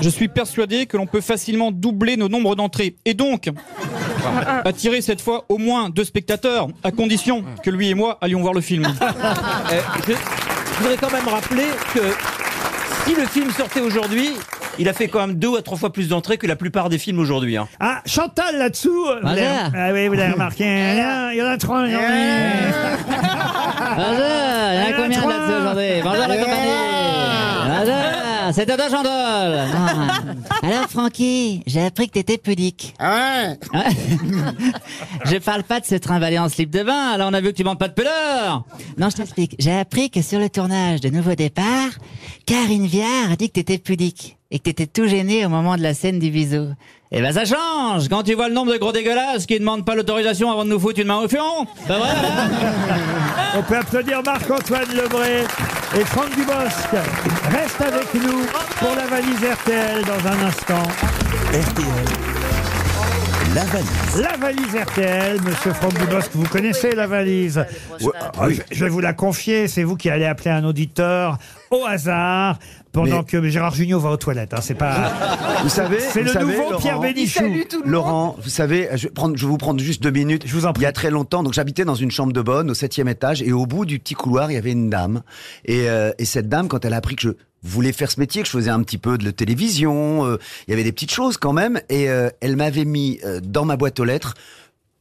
Speaker 20: je suis persuadé que l'on peut facilement doubler nos nombres d'entrées. Et donc, attirer cette fois au moins deux spectateurs, à condition que lui et moi allions voir le
Speaker 7: [laughs]
Speaker 20: film.
Speaker 7: Eh, Euh, je, je voudrais quand même rappeler que si le film sortait aujourd'hui, il a fait quand même deux à trois fois plus d'entrées que la plupart des films aujourd'hui. hein.
Speaker 2: Ah, Chantal là-dessous, euh, vous l'avez-
Speaker 7: Voilà.
Speaker 2: ah oui, vous l'avez remarqué. Il
Speaker 20: Eh.
Speaker 2: y en a- il y en a trois. il y en a-
Speaker 22: Bonjour, il y en a combien de là-dessus aujourd'hui Bonjour la compagnie Bonjour, c'est Dodo Chandol
Speaker 21: Ah. Alors, Francky, j'ai appris que t'étais pudique.
Speaker 22: Ah ouais [laughs] Je parle pas de ce train valet en slip de bain, alors on a vu que tu manques pas de pudeur
Speaker 21: Non, je t'explique. J'ai appris que sur le tournage de Nouveau Départ, Karine Viard a dit que t'étais pudique et que t'étais tout gêné au moment de la scène du bisou.
Speaker 22: Eh ben ça change Quand tu vois le nombre de gros dégueulasses qui demandent pas l'autorisation avant de nous foutre une main au ben fion Pas vrai
Speaker 2: On peut applaudir Marc-Antoine Lebré et Franck Dubosc. Reste avec nous pour la valise RTL dans un instant.
Speaker 1: La valise.
Speaker 2: La valise RTL, monsieur Franck Dubosc, vous connaissez la valise. Ah, je- Je vais vous la confier, c'est vous qui allez appeler un auditeur au hasard pendant que Gérard Junior va aux toilettes. hein, c'est pas.
Speaker 18: Vous savez,
Speaker 2: c'est
Speaker 18: vous
Speaker 2: le
Speaker 18: savez,
Speaker 2: nouveau
Speaker 18: Laurent,
Speaker 2: Pierre Bénichou.
Speaker 18: Laurent, vous savez, je vais, prendre, je vais vous prendre juste deux minutes. Je vous en Il y a très longtemps, donc j'habitais dans une chambre de bonne au septième étage et au bout du petit couloir, il y avait une dame. Et, euh, et cette dame, quand elle a appris que je voulais faire ce métier, que je faisais un petit peu de la télévision, euh, il y avait des petites choses quand même, et euh, elle m'avait mis euh, dans ma boîte aux lettres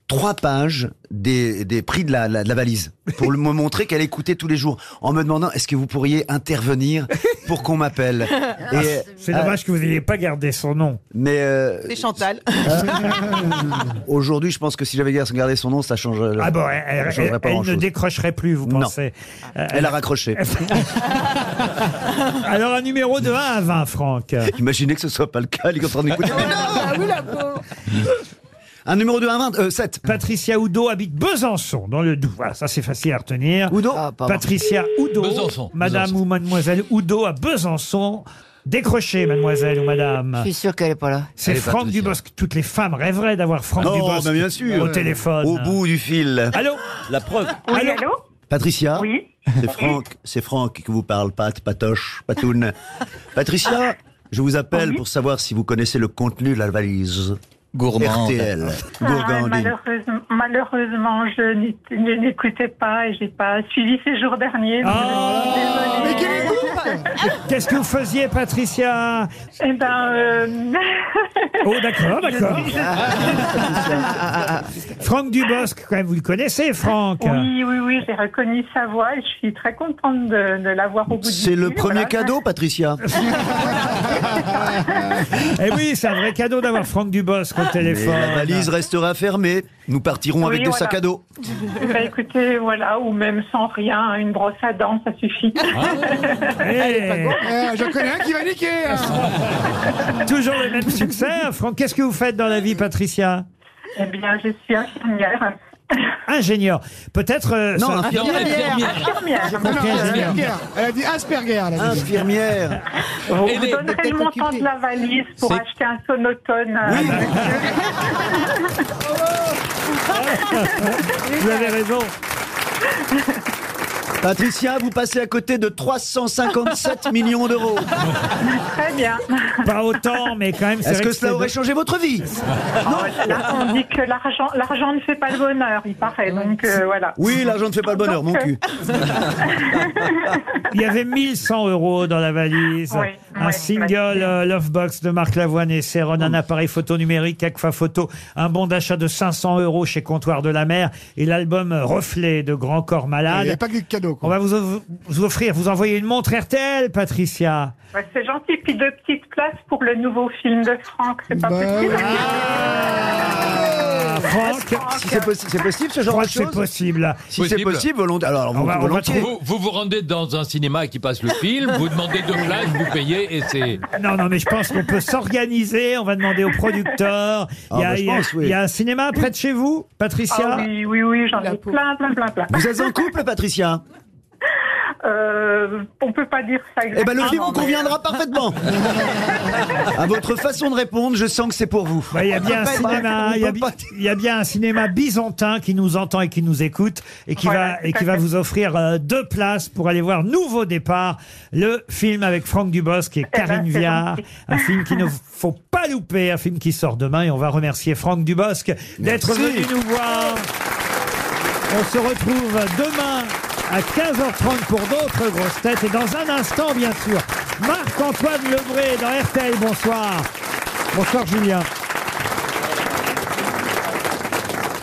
Speaker 18: trois pages des, des prix de la, la- de la valise pour le- me montrer qu'elle écoutait tous les jours en me demandant est-ce que vous pourriez intervenir pour qu'on
Speaker 2: [laughs]
Speaker 18: m'appelle Et,
Speaker 2: Ah, C'est
Speaker 18: euh,
Speaker 2: dommage que vous n'ayez pas gardé son nom.
Speaker 18: mais euh,
Speaker 15: C'est Chantal.
Speaker 18: aujourd'hui, je pense que si j'avais gardé son nom, ça change.
Speaker 2: Ah bon, elle,
Speaker 18: ça
Speaker 2: elle-
Speaker 18: Euh, changerait pas
Speaker 2: elle ne
Speaker 18: grand-chose.
Speaker 2: décrocherait plus, vous
Speaker 18: Non.
Speaker 2: pensez Euh,
Speaker 18: Elle a raccroché.
Speaker 2: [laughs] Alors un numéro de 1 à 20, Franck.
Speaker 18: Imaginez que ce soit pas le cas, il est en train d'écouter.
Speaker 15: Ah oui, la pauvre.
Speaker 2: Un numéro de 1 à
Speaker 18: euh,
Speaker 2: 7. Patricia Oudot habite Besançon, dans le Doubs. Voilà, ça c'est facile à retenir. Patricia Oudot.
Speaker 5: Besançon,
Speaker 2: Madame
Speaker 5: Besançon.
Speaker 2: ou mademoiselle Oudot à Besançon. Décrochez, mademoiselle ou madame.
Speaker 4: Je suis sûr qu'elle est pas là.
Speaker 2: C'est
Speaker 18: Elle est
Speaker 2: Franck
Speaker 18: Patricia.
Speaker 2: Dubosc. Toutes les femmes rêveraient d'avoir Franck
Speaker 18: Non,
Speaker 2: Dubosc
Speaker 18: bah, bien sûr.
Speaker 2: au téléphone.
Speaker 18: Au bout du fil.
Speaker 2: Allô
Speaker 18: La preuve.
Speaker 2: Allô
Speaker 18: Patricia Oui. C'est Franck, c'est Franck qui vous parle, Pat, Patoche,
Speaker 15: [laughs]
Speaker 18: Patoun. Patricia, je vous appelle pour savoir si vous connaissez le contenu de la valise.
Speaker 19: Gourmande.
Speaker 18: RTL.
Speaker 13: Ah,
Speaker 18: Gourgandine.
Speaker 13: malheureusement, malheureusement, je n'y- je n'écoutais pas et j'ai pas suivi ces jours derniers. donc je suis désolée.
Speaker 2: Ah, Qu'est-ce que vous faisiez, Patricia
Speaker 13: Eh ben, euh, [laughs]
Speaker 2: Oh, d'accord, ah, d'accord. ah, Franck Dubosc, quand même, vous le connaissez, Franck.
Speaker 13: oui, oui, oui, j'ai reconnu sa voix et je suis très contente de, de l'avoir au bout du
Speaker 18: C'est le
Speaker 13: fil,
Speaker 18: premier
Speaker 13: voilà.
Speaker 18: cadeau, Patricia.
Speaker 2: Eh oui, c'est un vrai cadeau d'avoir Franck Dubosc au
Speaker 18: Mais
Speaker 2: téléphone.
Speaker 18: la valise restera fermée. Nous partirons avec
Speaker 13: Oui,
Speaker 18: deux
Speaker 13: voilà.
Speaker 18: sacs à dos.
Speaker 13: Bah, écoutez, voilà, ou même sans rien, une brosse à dents, ça
Speaker 6: [laughs]
Speaker 13: suffit.
Speaker 6: Eh, J'en connais un qui va niquer. hein.
Speaker 2: Toujours le même succès. hein, Franck, qu'est-ce que vous faites dans la vie, Patricia
Speaker 13: eh bien, je suis infirmière.
Speaker 2: Ingénieur. Peut-être. euh,
Speaker 18: Non,
Speaker 2: ça-
Speaker 18: infirmière.
Speaker 13: Infirmière.
Speaker 6: Non, non,
Speaker 2: Ok, génial.
Speaker 6: Asperger. Elle a dit Asperger. elle a dit.
Speaker 18: Infirmière.
Speaker 13: Vous,
Speaker 6: Elle
Speaker 13: vous
Speaker 6: est
Speaker 13: donnerez le
Speaker 6: peut-être
Speaker 13: montant
Speaker 6: occupée.
Speaker 13: de la valise pour
Speaker 6: C'est-
Speaker 13: acheter un sonotone. euh,
Speaker 18: [laughs]
Speaker 2: Vous avez raison.
Speaker 18: Patricia, vous passez à côté de 357 millions d'euros.
Speaker 13: Très bien.
Speaker 2: Pas autant, mais quand même. c'est
Speaker 18: Est-ce
Speaker 2: vrai
Speaker 18: que cela
Speaker 2: c'est-
Speaker 18: aurait changé votre vie
Speaker 13: Là, on dit que l'argent, l'argent ne fait pas le bonheur, il paraît. Donc euh, voilà.
Speaker 18: Oui, l'argent ne fait pas le bonheur, mon cul.
Speaker 2: [laughs] Il y avait 1100 euros dans la valise.
Speaker 13: Oui,
Speaker 2: un
Speaker 13: oui,
Speaker 2: single euh, Lovebox de Marc Lavoine et Céron, un appareil photo numérique, Agfa Photo, un bon d'achat de 500 euros chez Comptoir de la Mer et l'album Reflet de Grand Corps
Speaker 6: Il
Speaker 2: Malade.
Speaker 6: n'y a pas que des cadeaux.
Speaker 2: On va vous, off- vous offrir, vous envoyer une montre RTL, Patricia.
Speaker 13: Ouais, c'est gentil. Puis deux petites places pour le nouveau film de Franck, c'est pas
Speaker 18: Bah
Speaker 13: possible.
Speaker 2: Ah, Franck,
Speaker 18: Si c'est possi- c'est possible, ce genre
Speaker 2: Franck,
Speaker 18: de choses
Speaker 2: c'est possible.
Speaker 18: Si c'est
Speaker 5: Possible.
Speaker 18: possible, volontaire. Alors,
Speaker 2: On va- on va
Speaker 18: volontiers.
Speaker 2: trouver-
Speaker 5: Vous, vous vous rendez dans un cinéma qui passe le film, vous demandez deux places, vous payez et c'est.
Speaker 2: Non, non, mais je pense qu'on peut s'organiser. On va demander au producteur.
Speaker 5: Ah,
Speaker 2: Il y, a,
Speaker 5: bah, je
Speaker 2: il y a-
Speaker 5: pense, oui.
Speaker 2: il y a un cinéma près de chez vous, Patricia
Speaker 13: Ah oui, oui, oui, j'en ai plein, plein, plein, plein.
Speaker 18: Vous êtes en couple, Patricia
Speaker 13: Euh, on peut pas dire ça
Speaker 18: Eh ben, le
Speaker 13: exactement,
Speaker 18: film vous
Speaker 13: mais-
Speaker 18: conviendra
Speaker 13: [laughs]
Speaker 18: parfaitement. À votre façon de répondre, je sens que c'est pour vous.
Speaker 2: Bah, Il y a
Speaker 18: On
Speaker 2: bien un
Speaker 18: peut pas-
Speaker 2: cinéma,
Speaker 18: on
Speaker 2: il y a
Speaker 18: peut
Speaker 2: bi-
Speaker 18: pas-
Speaker 2: il y a bien un cinéma byzantin qui nous entend et qui nous écoute et qui
Speaker 18: Voilà,
Speaker 2: va et
Speaker 18: tout à
Speaker 2: qui va
Speaker 18: fait.
Speaker 2: vous offrir euh, deux places pour aller voir Nouveau départ, le film avec Franck Dubosc et
Speaker 13: ben,
Speaker 2: Karine
Speaker 13: c'est
Speaker 2: Viard,
Speaker 13: gentil.
Speaker 2: un film qu'il ne faut pas louper, un film qui sort demain et on va remercier Franck Dubosc d'être
Speaker 18: Merci.
Speaker 2: venu nous voir. On se retrouve demain à 15h30 pour d'autres grosses têtes et dans un instant bien sûr Marc-Antoine Lebré dans RTL, bonsoir. Bonsoir Julien.